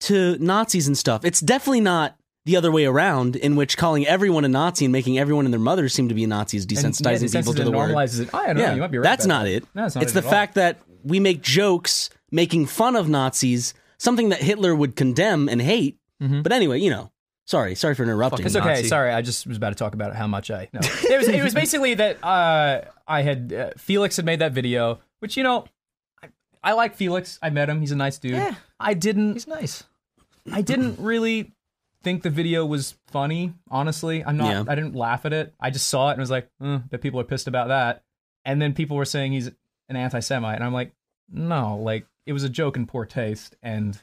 Speaker 1: to Nazis and stuff. It's definitely not the other way around, in which calling everyone a Nazi and making everyone and their mother seem to be a Nazi is
Speaker 2: And,
Speaker 1: desensitizing
Speaker 2: yeah,
Speaker 1: people
Speaker 2: desensitizes
Speaker 1: to
Speaker 2: it
Speaker 1: the word.
Speaker 2: normalizes it. Oh, I don't know. You might be right.
Speaker 1: That's
Speaker 2: about
Speaker 1: not
Speaker 2: that.
Speaker 1: it.
Speaker 2: No, that's not
Speaker 1: it's
Speaker 2: it
Speaker 1: the
Speaker 2: at all.
Speaker 1: fact that we make jokes making fun of Nazis, something that Hitler would condemn and hate. But anyway, you know, sorry, sorry for interrupting.
Speaker 2: Mm-hmm. It's
Speaker 3: Fucking
Speaker 2: okay.
Speaker 3: Nazi.
Speaker 2: Sorry, I just was about to talk about how much I. No, it was it was basically that uh, I had uh, Felix had made that video, which you know, I, I like Felix. I met him. He's a nice dude.
Speaker 3: Yeah.
Speaker 2: I didn't.
Speaker 3: He's nice.
Speaker 2: I didn't really think the video was funny. Honestly, I'm not.
Speaker 1: Yeah.
Speaker 2: I didn't laugh at it. I just saw it and was like, eh, "That people are pissed about that." And then people were saying he's an anti-Semite, and I'm like, "No, like it was a joke in poor taste." And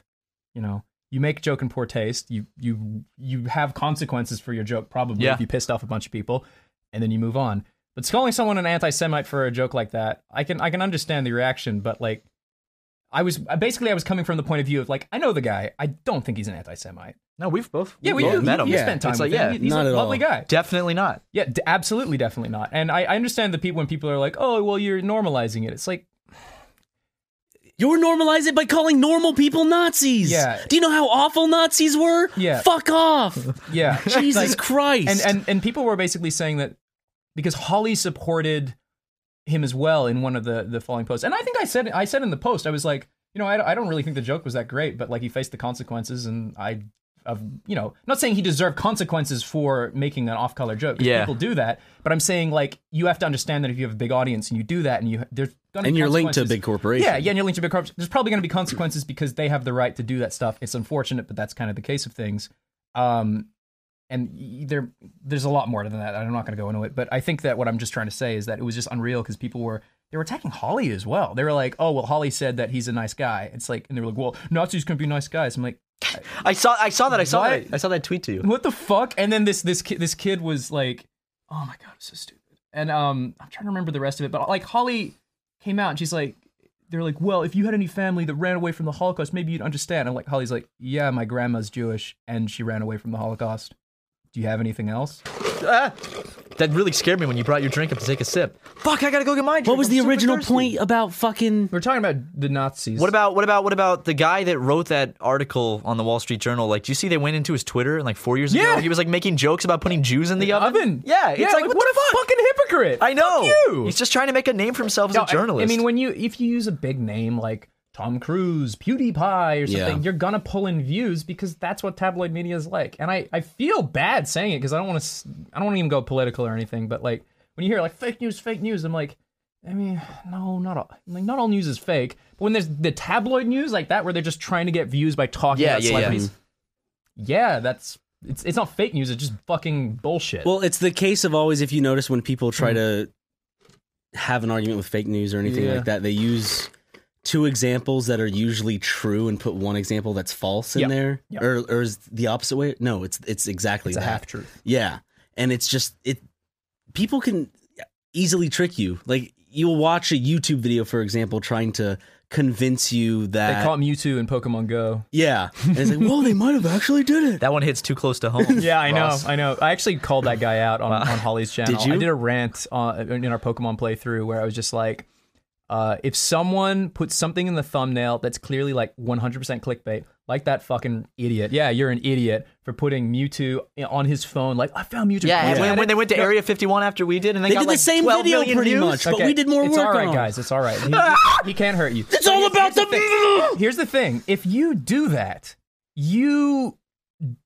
Speaker 2: you know, you make joke in poor taste. You you you have consequences for your joke probably
Speaker 3: Yeah.
Speaker 2: if you pissed off a bunch of people, and then you move on. But calling someone an anti-Semite for a joke like that, I can I can understand the reaction, but like. I was basically I was coming from the point of view of like I know the guy I don't think he's an anti-Semite
Speaker 3: No, we've both
Speaker 2: yeah, we
Speaker 3: both
Speaker 2: you,
Speaker 3: met
Speaker 2: you
Speaker 3: him.
Speaker 2: spent time
Speaker 3: It's
Speaker 2: with
Speaker 3: like,
Speaker 2: him.
Speaker 3: yeah,
Speaker 2: He- He's
Speaker 1: not
Speaker 2: a
Speaker 1: at
Speaker 2: lovely
Speaker 1: all.
Speaker 2: guy.
Speaker 3: Definitely not.
Speaker 2: Yeah, d- absolutely, definitely not. And I, I understand the people when people are like, "Oh, well, you're normalizing it." It's like,
Speaker 1: You're normalizing it by calling normal people Nazis.
Speaker 2: Yeah.
Speaker 1: Do you know how awful Nazis were?
Speaker 2: Yeah.
Speaker 1: Fuck off.
Speaker 2: yeah,
Speaker 1: Jesus
Speaker 2: Like,
Speaker 1: Christ.
Speaker 2: and and and people were basically saying that because Holly supported him as well in one of the the following posts, and I think I said I said in the post I was like, you know, I, don't- I don't really think the joke was that great, but like he faced the consequences, and I. Of you know, not saying he deserved consequences for making an off-color joke. 'cause
Speaker 3: Yeah.
Speaker 2: people do that. But I'm saying like you have to understand that if you have a big audience and you do that, and you there's gonna
Speaker 1: And
Speaker 2: be
Speaker 1: you're linked to a
Speaker 2: consequences.
Speaker 1: big corporation.
Speaker 2: Yeah, yeah, and you're linked to big corporations. There's probably going to be consequences because they have the right to do that stuff. It's unfortunate, but that's kind of the case of things. Um, and y- there, there's a lot more than that. I'm not going to go into it, but I think that what I'm just trying to say is that it was just unreal because people were they were attacking Holly as well. They were like, "Oh, well, Holly said that he's a nice guy." It's like, and they were like, "Well, Nazis can be nice guys." I'm like,
Speaker 3: I saw. I saw that. I saw
Speaker 2: Why-
Speaker 3: that. I saw that tweet to you.
Speaker 2: what the fuck? And then this this kid this kid was like, oh my god, it's so stupid. And um, I'm trying to remember the rest of it, but like Holly came out and she's like, they're like, well, if you had any family that ran away from the Holocaust, maybe you'd understand. I'm like, Holly's like, yeah, my grandma's Jewish and she ran away from the Holocaust. Do you have anything else?
Speaker 3: Ah! that really scared me when you brought your drink up to take a sip. Fuck! I gotta go get my drink.
Speaker 1: what was
Speaker 3: I'm
Speaker 1: the
Speaker 3: super
Speaker 1: original
Speaker 3: thirsty.
Speaker 1: point about fucking.
Speaker 2: We're talking about the Nazis.
Speaker 3: What about what about what about the guy that wrote that article on the Wall Street Journal? Like, do you see they went into his Twitter and like four years
Speaker 2: Yeah.
Speaker 3: ago he was like making jokes about putting Jews in the oven.
Speaker 2: oven?
Speaker 3: Yeah, it's like, what,
Speaker 2: what
Speaker 3: the
Speaker 2: a
Speaker 3: fuck?
Speaker 2: fucking hypocrite.
Speaker 3: I know.
Speaker 2: you.
Speaker 3: He's just trying to make a name for himself as
Speaker 2: No,
Speaker 3: a
Speaker 2: I-
Speaker 3: journalist.
Speaker 2: I, mean, when you if you use a big name like Tom Cruise, PewDiePie, or something,
Speaker 1: Yeah.
Speaker 2: you're gonna pull in views because that's what tabloid media is like. And I, I feel bad saying it because I don't want to I don't want to even go political or anything. But like when you hear like fake news, fake news, I'm like, I mean, no, not all. Like not all news is fake. But when there's the tabloid news like that where they're just trying to get views by talking
Speaker 3: yeah,
Speaker 2: about
Speaker 3: yeah, yeah.
Speaker 2: celebrities, yeah, that's it's it's not fake news. It's just fucking bullshit.
Speaker 1: Well, it's the case of always if you notice
Speaker 2: Mm.
Speaker 1: when people try to have an argument with fake news or anything
Speaker 2: Yeah.
Speaker 1: like that, they use two examples that are usually true and put one example that's false in
Speaker 2: Yep.
Speaker 1: there,
Speaker 2: Yep.
Speaker 1: or or is the opposite way? No, it's it's exactly
Speaker 2: It's a
Speaker 1: that.
Speaker 2: half truth.
Speaker 1: Yeah. And it's just it people can easily trick you. Like you'll watch a YouTube video for example trying to convince you
Speaker 2: They
Speaker 1: that
Speaker 2: caught Mewtwo in Pokemon Go.
Speaker 1: yeah. And it's like, "Whoa, they might have actually did it."
Speaker 3: That one hits too close to home.
Speaker 2: Yeah, I know.
Speaker 3: Ross.
Speaker 2: I know. I actually called that guy out on, on Holly's channel.
Speaker 1: Did you?
Speaker 2: I did a rant on, in our Pokemon playthrough where I was just like, uh, if someone puts something in the thumbnail that's clearly like 100% clickbait, like that fucking idiot. Yeah, you're an idiot for putting Mewtwo on his phone. Like, I found Mewtwo.
Speaker 3: Yeah,
Speaker 2: Point
Speaker 3: and
Speaker 2: at
Speaker 3: when, when
Speaker 2: it.
Speaker 3: they went to Area 51 after we did, and they,
Speaker 1: They
Speaker 3: got
Speaker 1: did the
Speaker 3: like
Speaker 1: same
Speaker 3: 12
Speaker 1: video
Speaker 3: million
Speaker 1: pretty
Speaker 3: views.
Speaker 1: much. but we did more
Speaker 2: it's
Speaker 1: work
Speaker 2: all right,
Speaker 1: on it.
Speaker 2: guys. It's all right. He, he- he can't hurt you.
Speaker 1: It's all
Speaker 2: here's-
Speaker 1: about
Speaker 2: here's
Speaker 1: the-
Speaker 2: thing. Here's the thing: if you do that, you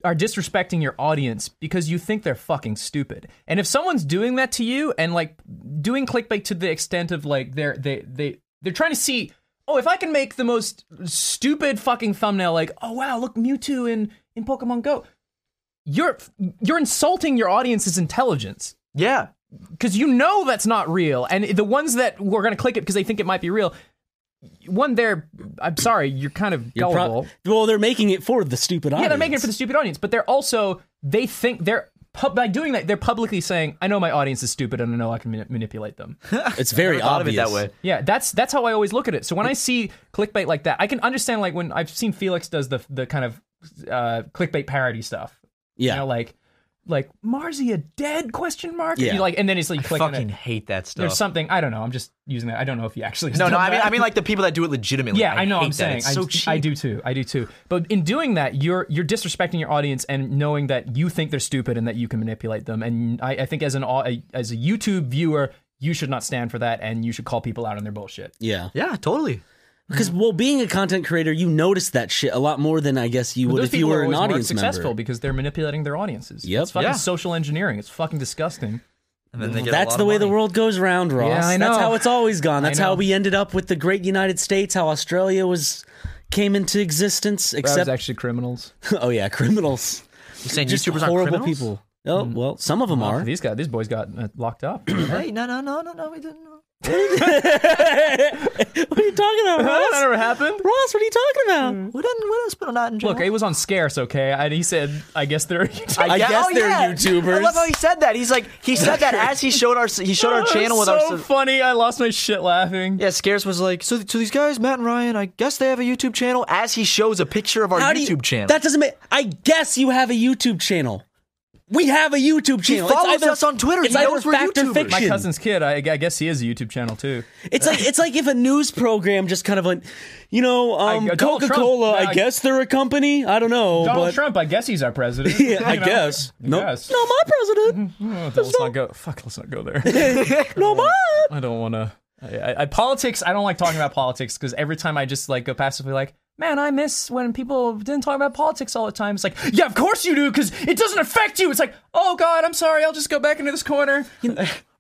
Speaker 2: are disrespecting your audience because you think they're fucking stupid. And if someone's doing that to you and like doing clickbait to the extent of like they're they they they're trying to see, oh, if I can make the most stupid fucking thumbnail, like, oh wow, look Mewtwo in in Pokemon Go. You're you're insulting your audience's intelligence
Speaker 3: Yeah.
Speaker 2: because you know that's not real. And the ones that were going to click it because they think it might be real, one there, I'm sorry, you're kind of
Speaker 1: You're pro-
Speaker 2: gullible.
Speaker 1: well, they're making it for the stupid audience.
Speaker 2: yeah, they're making it for the stupid audience, but they're also they think they're pub- by doing that they're publicly saying, "I know my audience is stupid, and I know I can mani- manipulate them."
Speaker 1: It's very
Speaker 3: I thought of it
Speaker 1: obvious.
Speaker 3: that way.
Speaker 2: yeah, that's that's how I always look at it. So when I see clickbait like that, I can understand like when I've seen Felix does the the kind of uh, clickbait parody stuff.
Speaker 1: Yeah.
Speaker 2: you know, like like Marzia dead question mark.
Speaker 1: Yeah.
Speaker 2: You like, and then it's like clicking
Speaker 3: Fucking
Speaker 2: it.
Speaker 3: hate that stuff.
Speaker 2: There's something I don't know. I'm just using that. I don't know if he actually. has
Speaker 3: no, no,
Speaker 2: done
Speaker 3: I mean,
Speaker 2: that.
Speaker 3: I mean, like the people that do it legitimately.
Speaker 2: yeah, I, know.
Speaker 3: hate
Speaker 2: I'm
Speaker 3: that.
Speaker 2: saying
Speaker 3: it's so
Speaker 2: I,
Speaker 3: cheap.
Speaker 2: I do too. I do too. But in doing that, you're you're disrespecting your audience and knowing that you think they're stupid and that you can manipulate them. And I, I think as an au- as a YouTube viewer, you should not stand for that, and you should call people out on their bullshit.
Speaker 1: Yeah.
Speaker 3: Yeah, totally.
Speaker 1: Because well, being a content creator, you notice that shit a lot more than I guess you
Speaker 2: But
Speaker 1: would
Speaker 2: those
Speaker 1: if you
Speaker 2: people
Speaker 1: were
Speaker 2: are
Speaker 1: an
Speaker 2: always more
Speaker 1: audience
Speaker 2: successful
Speaker 1: member.
Speaker 2: because they're manipulating their audiences.
Speaker 1: Yep.
Speaker 2: it's fucking
Speaker 3: Yeah.
Speaker 2: social engineering. It's fucking disgusting.
Speaker 3: And then they get a
Speaker 1: That's
Speaker 3: lot
Speaker 1: the
Speaker 3: of
Speaker 1: way the
Speaker 3: money.
Speaker 1: world goes round, Ross.
Speaker 2: Yeah, I
Speaker 1: That's
Speaker 2: know.
Speaker 1: how it's always gone.
Speaker 2: I
Speaker 1: That's how
Speaker 2: know.
Speaker 1: we ended up with the great United States, how Australia was came into existence, except
Speaker 2: actually criminals.
Speaker 1: oh yeah, criminals.
Speaker 3: You're saying
Speaker 1: Just
Speaker 3: YouTubers aren't
Speaker 1: horrible
Speaker 3: criminals?
Speaker 1: people. Oh, well, some of them
Speaker 2: Oh,
Speaker 1: are.
Speaker 2: these guys, these boys got uh, locked up.
Speaker 3: Hey, no, no, no, no, no, we didn't. know.
Speaker 1: what are you talking about,
Speaker 2: that
Speaker 1: Ross?
Speaker 2: never happened.
Speaker 1: Ross, what are you talking about?
Speaker 3: We didn't. We didn't spend a night in jail.
Speaker 2: Look, it was on Scarce, okay? And he said, I guess there are.
Speaker 1: I guess they're
Speaker 3: oh, I love how
Speaker 1: YouTubers.
Speaker 3: he said that. He's like, he said that as he showed our he showed our channel with
Speaker 2: so
Speaker 3: our.
Speaker 2: funny. I lost my shit laughing.
Speaker 3: Yeah, Scares was like, so, so these guys, Matt and Ryan, I guess they have a YouTube channel. As he shows a picture of our
Speaker 1: How do
Speaker 3: YouTube
Speaker 1: you,
Speaker 3: channel,
Speaker 1: That doesn't make. I guess you have a YouTube channel. We have a YouTube
Speaker 3: he
Speaker 1: channel. It's
Speaker 3: follows
Speaker 1: either-
Speaker 3: us on Twitter.
Speaker 1: It's
Speaker 3: he
Speaker 1: either
Speaker 3: knows we're
Speaker 1: fact or
Speaker 3: YouTubers.
Speaker 1: fiction.
Speaker 2: My cousin's kid. I, I guess he has a YouTube channel too.
Speaker 1: It's like it's like if a news program just kind of like, you know, um,
Speaker 2: I- Donald
Speaker 1: Coca
Speaker 2: Trump,
Speaker 1: Cola. I,
Speaker 2: I-
Speaker 1: guess they're a company. I don't know,
Speaker 2: Donald
Speaker 1: but
Speaker 2: Trump. I guess he's our president.
Speaker 1: Yeah, I
Speaker 2: You know?
Speaker 1: guess. No,
Speaker 2: Yes.
Speaker 1: no, my president.
Speaker 2: Oh, let's not go. Fuck. Let's not go there.
Speaker 1: no, my.
Speaker 2: I don't want to. I, I, I politics. I don't like talking about politics because every time I just like go passively like. Man, I miss when people didn't talk about politics all the time. It's like, yeah, of course you do, because it doesn't affect you. It's like, oh God, I'm sorry, I'll just go back into this corner.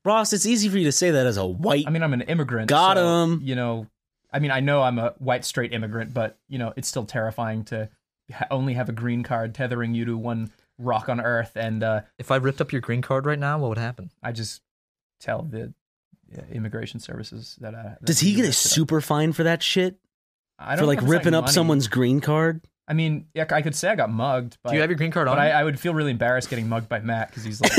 Speaker 1: Ross, it's easy for you to say that as a white.
Speaker 2: I mean, I'm an immigrant.
Speaker 1: Got
Speaker 2: so,
Speaker 1: 'em.
Speaker 2: You know, I mean, I know I'm a white straight immigrant, but you know, it's still terrifying to ha- only have a green card tethering you to one rock on Earth, and uh,
Speaker 3: If I ripped up your green card right now, what would happen?
Speaker 2: I just tell the uh, immigration services that. Uh, that
Speaker 1: Does he
Speaker 2: you
Speaker 1: get a
Speaker 2: messed it up.
Speaker 1: super fine for that shit?
Speaker 2: I
Speaker 1: For
Speaker 2: don't
Speaker 1: like
Speaker 2: know if it's,
Speaker 1: ripping up
Speaker 2: money.
Speaker 1: someone's green card?
Speaker 2: I mean, yeah, I could say I got mugged. But,
Speaker 3: Do you have your green card on?
Speaker 2: But I, I would feel really embarrassed getting mugged by Matt because he's like.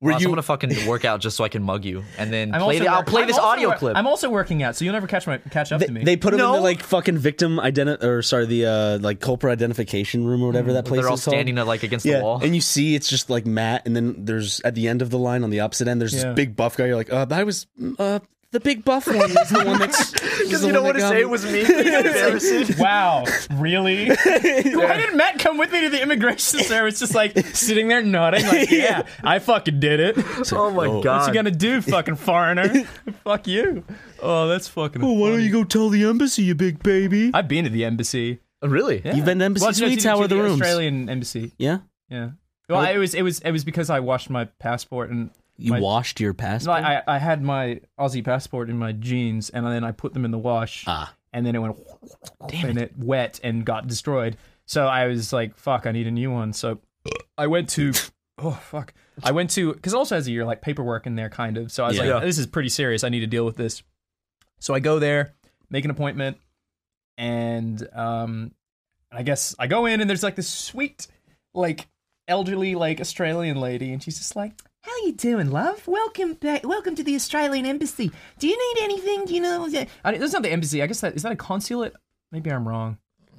Speaker 1: Were
Speaker 3: Ross,
Speaker 1: you?
Speaker 3: I'm gonna fucking work out just so I can mug you, and then
Speaker 2: I'm
Speaker 3: play.
Speaker 2: also
Speaker 3: The, I'll
Speaker 2: work-
Speaker 3: play
Speaker 2: I'm
Speaker 3: this
Speaker 2: also
Speaker 3: audio
Speaker 2: wor-
Speaker 3: clip.
Speaker 2: I'm also working out, so you'll never catch my catch up
Speaker 1: They,
Speaker 2: to me.
Speaker 1: they put him in
Speaker 3: No.
Speaker 1: the like fucking victim identi- or sorry the uh like culprit identification room or whatever
Speaker 2: Mm,
Speaker 1: that place
Speaker 3: They're all
Speaker 1: is called.
Speaker 3: standing uh, like against
Speaker 1: yeah,
Speaker 3: the wall.
Speaker 1: and you see it's just like Matt, and then there's at the end of the line on the opposite end, there's
Speaker 2: Yeah.
Speaker 1: this big buff guy. You're like, uh, I was uh the big buff one is the one that's because
Speaker 3: was me. Embarrassing.
Speaker 2: Wow, really? Why did Matt come with me to the immigration service? Just like sitting there nodding, like, yeah, I fucking did it. What
Speaker 3: Oh my
Speaker 2: you
Speaker 3: god!
Speaker 2: gonna do, fucking foreigner? Fuck you. Oh, that's fucking.
Speaker 1: Oh, why don't
Speaker 2: funny.
Speaker 1: you go tell the embassy, you big baby?
Speaker 2: I've been to the embassy.
Speaker 3: Oh, really?
Speaker 2: Yeah.
Speaker 1: You've been to embassy
Speaker 2: Well, no,
Speaker 1: suites?
Speaker 2: to-
Speaker 1: How
Speaker 2: to
Speaker 1: are the rooms? Oh.
Speaker 2: Australian embassy.
Speaker 1: yeah,
Speaker 2: Yeah. Well, I, it was it was it was because I washed my passport and
Speaker 1: you
Speaker 2: My-
Speaker 1: washed your
Speaker 2: no,
Speaker 1: passport.
Speaker 2: I I- I had my Aussie passport in my jeans and then I put them in the wash.
Speaker 1: ah,
Speaker 2: and then it went and it. wet and got destroyed. So I was like, fuck, I need a new one. So I went to oh fuck. I went to because it also has your like paperwork in there kind of. So I was
Speaker 1: Yeah.
Speaker 2: like, this is pretty serious. I need to deal with this. So I go there. make an appointment, and um, I guess I go in and there's like this sweet, like elderly, like Australian lady, and she's just like, "How you doing, love? Welcome back. Welcome to the Australian embassy. Do you need anything? Do you know?" I mean, that's not the embassy. I guess that is that a consulate. Maybe I'm wrong.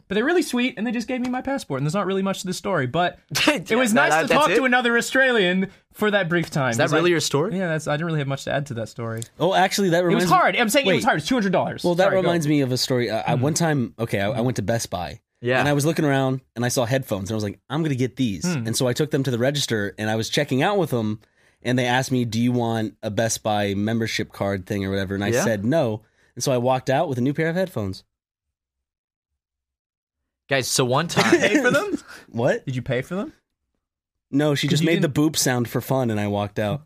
Speaker 2: But they're really sweet, and they just gave me my passport. And there's not really much to the story, but it was
Speaker 3: Yeah,
Speaker 2: nice
Speaker 3: that-
Speaker 2: to
Speaker 3: that's
Speaker 2: talk
Speaker 3: it?
Speaker 2: to another Australian for that brief time.
Speaker 3: Is that
Speaker 2: It's like-
Speaker 3: really your story?
Speaker 2: yeah, that's. I didn't really have much to add to that story.
Speaker 1: Oh, actually, that
Speaker 2: It
Speaker 1: reminds
Speaker 2: was hard. I'm saying it
Speaker 1: wait.
Speaker 2: was hard. It's two hundred dollars.
Speaker 1: Well, that reminds me of a story. Uh,
Speaker 2: Hmm.
Speaker 1: I, one time, okay, I, I went to Best Buy.
Speaker 3: Yeah.
Speaker 1: And I was looking around and I saw headphones and I was like, I'm going to get these.
Speaker 2: Hmm.
Speaker 1: And so I took them to the register and I was checking out with them and they asked me, Do you want a Best Buy membership card thing or whatever? And I
Speaker 3: Yeah.
Speaker 1: said no. And so I walked out with a new pair of headphones.
Speaker 3: Guys, so one time,
Speaker 2: Pay for them?
Speaker 1: What?
Speaker 2: Did you pay for them?
Speaker 1: No, she just
Speaker 2: you
Speaker 1: made the boop sound for fun and I walked out.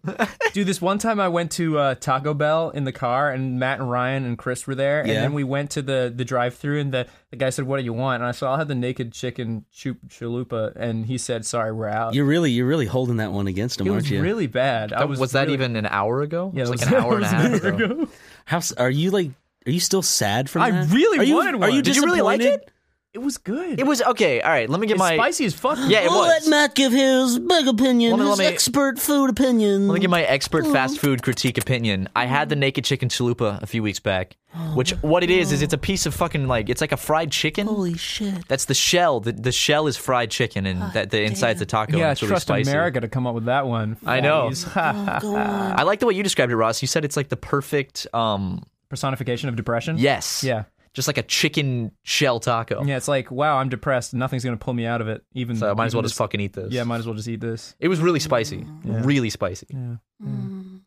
Speaker 2: Dude, this one time I went to uh, Taco Bell in the car, and Matt and Ryan and Chris were there, and
Speaker 1: Yeah.
Speaker 2: then we went to the the drive through, and the, the guy said, "What do you want?" And I said, "I'll have the naked chicken chup- chalupa," and he said, "Sorry, we're out."
Speaker 1: You're really, you're really holding that one against him,
Speaker 2: it
Speaker 1: aren't
Speaker 2: was
Speaker 1: you?
Speaker 2: really bad. I
Speaker 3: that-
Speaker 2: was
Speaker 3: uh, was, that
Speaker 2: really-
Speaker 3: even an hour ago?
Speaker 2: Yeah,
Speaker 3: it was
Speaker 2: it
Speaker 3: like an
Speaker 2: was-
Speaker 3: hour and a
Speaker 2: it was
Speaker 3: half
Speaker 2: an hour
Speaker 3: ago.
Speaker 2: ago.
Speaker 1: How s- are you like? Are you still sad from
Speaker 2: I
Speaker 1: that?
Speaker 2: really
Speaker 1: are you,
Speaker 2: wanted
Speaker 1: Are
Speaker 2: one.
Speaker 1: you
Speaker 2: Did you
Speaker 3: really like
Speaker 1: disappointed?
Speaker 2: It was good.
Speaker 3: It was okay. All right, let me get
Speaker 2: It's
Speaker 3: my
Speaker 2: spicy as fuck.
Speaker 3: Yeah, it was.
Speaker 1: Matt give his big opinion,
Speaker 3: Let me- let me-
Speaker 1: expert food opinion.
Speaker 3: Let me give my expert fast food critique opinion. I had the naked chicken chalupa a few weeks back, which what it is is it's a piece of fucking like it's like a fried chicken.
Speaker 1: Holy shit!
Speaker 3: That's the shell. The, the shell is fried chicken, and that the inside's a taco.
Speaker 2: Yeah,
Speaker 3: and it's really
Speaker 2: trust
Speaker 3: spicy.
Speaker 2: America to come up with that one.
Speaker 3: I know.
Speaker 2: Please.
Speaker 3: I like the way you described it, Ross. You said it's like the perfect, um,
Speaker 2: Personification of depression.
Speaker 3: yes,
Speaker 2: Yeah.
Speaker 3: just like a chicken shell taco.
Speaker 2: Yeah, it's like, wow, I'm depressed. Nothing's gonna pull me out of it. Even
Speaker 3: So I might as
Speaker 2: even
Speaker 3: well
Speaker 2: this-
Speaker 3: just fucking eat this.
Speaker 2: Yeah, might as well just eat this.
Speaker 3: It was really spicy, really spicy.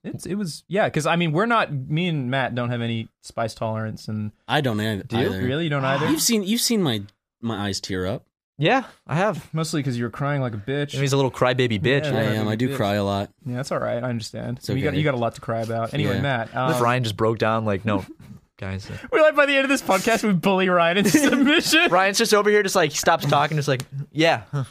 Speaker 2: It's, it was yeah, because I mean, we're not. Me and Matt don't have any spice tolerance, and
Speaker 1: I don't e-
Speaker 2: do you
Speaker 1: either.
Speaker 2: really you don't either?
Speaker 1: You've seen, you've seen my my eyes tear up.
Speaker 3: Yeah, I have.
Speaker 2: Mostly because you were crying like a bitch.
Speaker 3: He's a little crybaby bitch.
Speaker 2: Yeah.
Speaker 1: I am. I do
Speaker 2: bitch.
Speaker 1: cry a lot.
Speaker 2: yeah, that's all right. I understand.
Speaker 1: It's
Speaker 2: You got
Speaker 1: okay.
Speaker 2: you got a lot to cry about. Anyway,
Speaker 1: Yeah.
Speaker 2: Matt.
Speaker 3: What if
Speaker 2: Um,
Speaker 3: Ryan just broke down? Like, no, guys. uh,
Speaker 2: We're like by the end of this podcast, we bully Ryan into submission.
Speaker 3: Ryan's just over here, just like stops talking, just like, yeah. huh.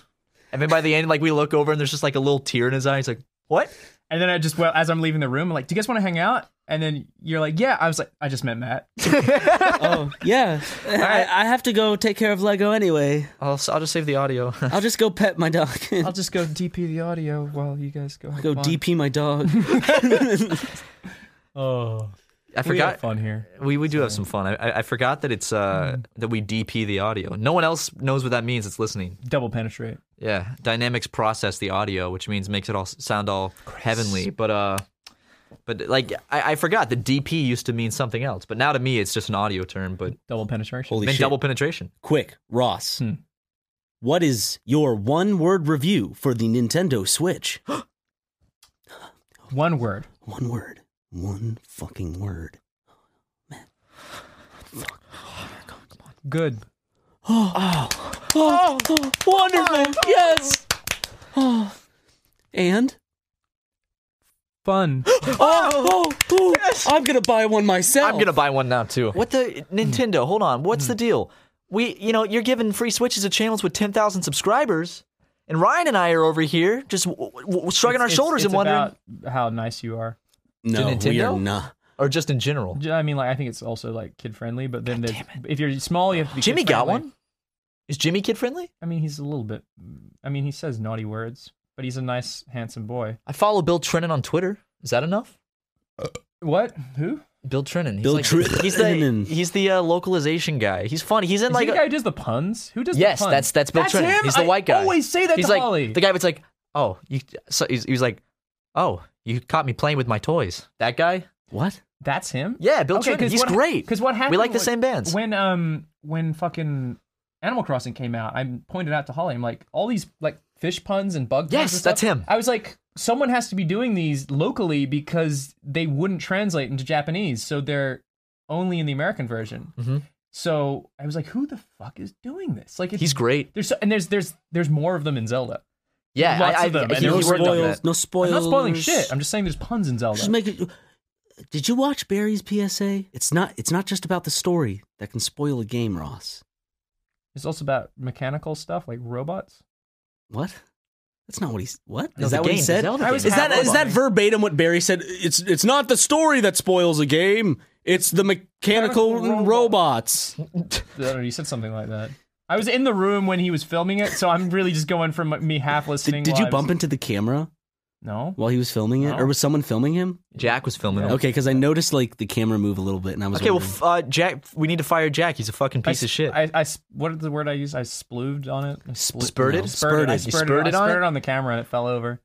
Speaker 3: And then by the end, like we look over and there's just like a little tear in his eye. He's like, what?
Speaker 2: and then I just well, as I'm leaving the room, I'm like, "Do you guys want to hang out?" And then you're like, "Yeah." I was like, "I just met Matt."
Speaker 1: Oh yeah, I, I have to go take care of Lego anyway.
Speaker 3: I'll, I'll just save the audio.
Speaker 1: I'll just go pet my dog.
Speaker 2: I'll just go DP the audio while you guys go. have
Speaker 1: go
Speaker 2: fun.
Speaker 1: DP my dog.
Speaker 2: Oh,
Speaker 3: I
Speaker 2: we had
Speaker 3: forgot.
Speaker 2: fun here.
Speaker 3: We, we do have some fun. I, I, I forgot that it's uh that we DP the audio. No one else knows what that means. It's listening.
Speaker 2: Double penetrate.
Speaker 3: Yeah, dynamics process the audio, which means makes it all s- sound all heavenly. But uh, but like I, I forgot the DP used to mean something else, but now to me it's just an audio term. But
Speaker 2: Double penetration.
Speaker 1: Holy
Speaker 3: then
Speaker 1: shit!
Speaker 3: double penetration.
Speaker 1: Quick, Ross.
Speaker 2: Hmm.
Speaker 1: What is your one-word review for the Nintendo Switch?
Speaker 2: One word.
Speaker 1: One word. One fucking word.
Speaker 2: Good.
Speaker 1: Oh, wonderful. Yes. Oh. And
Speaker 2: Fun.
Speaker 1: oh, oh, oh, I'm gonna buy one myself.
Speaker 3: I'm gonna buy one now too. What the Nintendo? Hold on, what's the deal? We, you know, you're giving free switches to channels with ten thousand subscribers, and Ryan and I are over here just w- w- w- shrugging our
Speaker 2: It's-
Speaker 3: shoulders
Speaker 2: it's
Speaker 3: and wondering,
Speaker 2: about how nice you are.
Speaker 1: No,
Speaker 3: to
Speaker 1: we are
Speaker 3: Nintendo?
Speaker 1: not.
Speaker 3: or just in general.
Speaker 2: J- I mean, like I think it's also like kid friendly, but then there's if you're small, you have to be.
Speaker 3: Jimmy got
Speaker 2: kid-friendly.
Speaker 3: one. Is Jimmy kid friendly?
Speaker 2: I mean, he's a little bit. I mean, he says naughty words, but he's a nice, handsome boy.
Speaker 3: I follow Bill Trennan on Twitter. Is that enough?
Speaker 2: What? Who?
Speaker 3: Bill Trennan. He's
Speaker 1: Bill
Speaker 3: like,
Speaker 1: Trennan.
Speaker 3: He's the he's the uh, localization guy. He's funny. He's in
Speaker 2: Is
Speaker 3: like
Speaker 2: he the
Speaker 3: a-
Speaker 2: guy who does the puns? Who does
Speaker 3: yes,
Speaker 2: the puns?
Speaker 3: that's that's Bill
Speaker 2: that's
Speaker 3: Trennan.
Speaker 2: Him?
Speaker 3: He's the
Speaker 2: I
Speaker 3: white guy.
Speaker 2: always say that
Speaker 3: he's
Speaker 2: to
Speaker 3: like
Speaker 2: Holly.
Speaker 3: the guy that's like, oh, you. So he's, he was like, oh, you caught me playing with my toys. That guy.
Speaker 1: What?
Speaker 2: That's him.
Speaker 3: Yeah, Bill
Speaker 2: okay,
Speaker 3: Trennan. He's great.
Speaker 2: Because what happened?
Speaker 3: We like the
Speaker 2: was-
Speaker 3: same bands.
Speaker 2: When um when fucking Animal Crossing came out, I pointed out to Holly, I'm like, all these like fish puns and bug puns.
Speaker 3: Yes,
Speaker 2: and stuff,
Speaker 3: that's him.
Speaker 2: I was like, someone has to be doing these locally because they wouldn't translate into Japanese, so they're only in the American version.
Speaker 3: Mhm.
Speaker 2: So I was like, who the fuck is doing this? Like, it's,
Speaker 3: He's great.
Speaker 2: There's so, and there's there's there's more of them in Zelda.
Speaker 3: Yeah,
Speaker 2: Lots
Speaker 3: I, I,
Speaker 2: of them,
Speaker 3: I,
Speaker 2: and
Speaker 3: he
Speaker 2: they're
Speaker 3: worked on
Speaker 1: spoils.
Speaker 3: that.
Speaker 1: No
Speaker 2: I'm
Speaker 1: spoils.
Speaker 2: not spoiling shit. I'm just saying there's puns in Zelda.
Speaker 1: just making. Did you watch Barry's PSA? It's not. It's not just about the story that can spoil a game, Ross.
Speaker 2: it's also about mechanical stuff like robots.
Speaker 1: What? That's not what he's. What is
Speaker 3: No, the
Speaker 1: that? What he
Speaker 3: game, the
Speaker 1: said?
Speaker 3: Zelda
Speaker 2: I was
Speaker 3: game.
Speaker 1: Is that
Speaker 2: Have
Speaker 1: is that
Speaker 2: robots.
Speaker 1: verbatim what Barry said? It's it's not the story that spoils a game.
Speaker 5: It's the mechanical
Speaker 2: Mechanical
Speaker 5: robots.
Speaker 2: I don't know, you said something like that. I was in the room when he was filming it, so I'm really just going from me half listening.
Speaker 1: Did, did
Speaker 2: while
Speaker 1: you
Speaker 2: I was-
Speaker 1: bump into the camera
Speaker 2: No.
Speaker 1: while he was filming it,
Speaker 2: No.
Speaker 1: or was someone filming him?
Speaker 3: Jack was filming. it.
Speaker 1: Okay, because I noticed like the camera move a little bit, and I was
Speaker 3: Okay, well,
Speaker 1: wondering.
Speaker 3: f- uh, Jack, we need to fire Jack. He's a fucking piece
Speaker 2: I,
Speaker 3: of shit.
Speaker 2: I, I s- what is the word I used? I splooved on it. I splo-
Speaker 3: spurted?
Speaker 2: No, spurted. I
Speaker 1: Spurted.
Speaker 2: spurted,
Speaker 3: You spurted
Speaker 2: I
Speaker 3: on it?
Speaker 2: spurted on the camera and it fell over.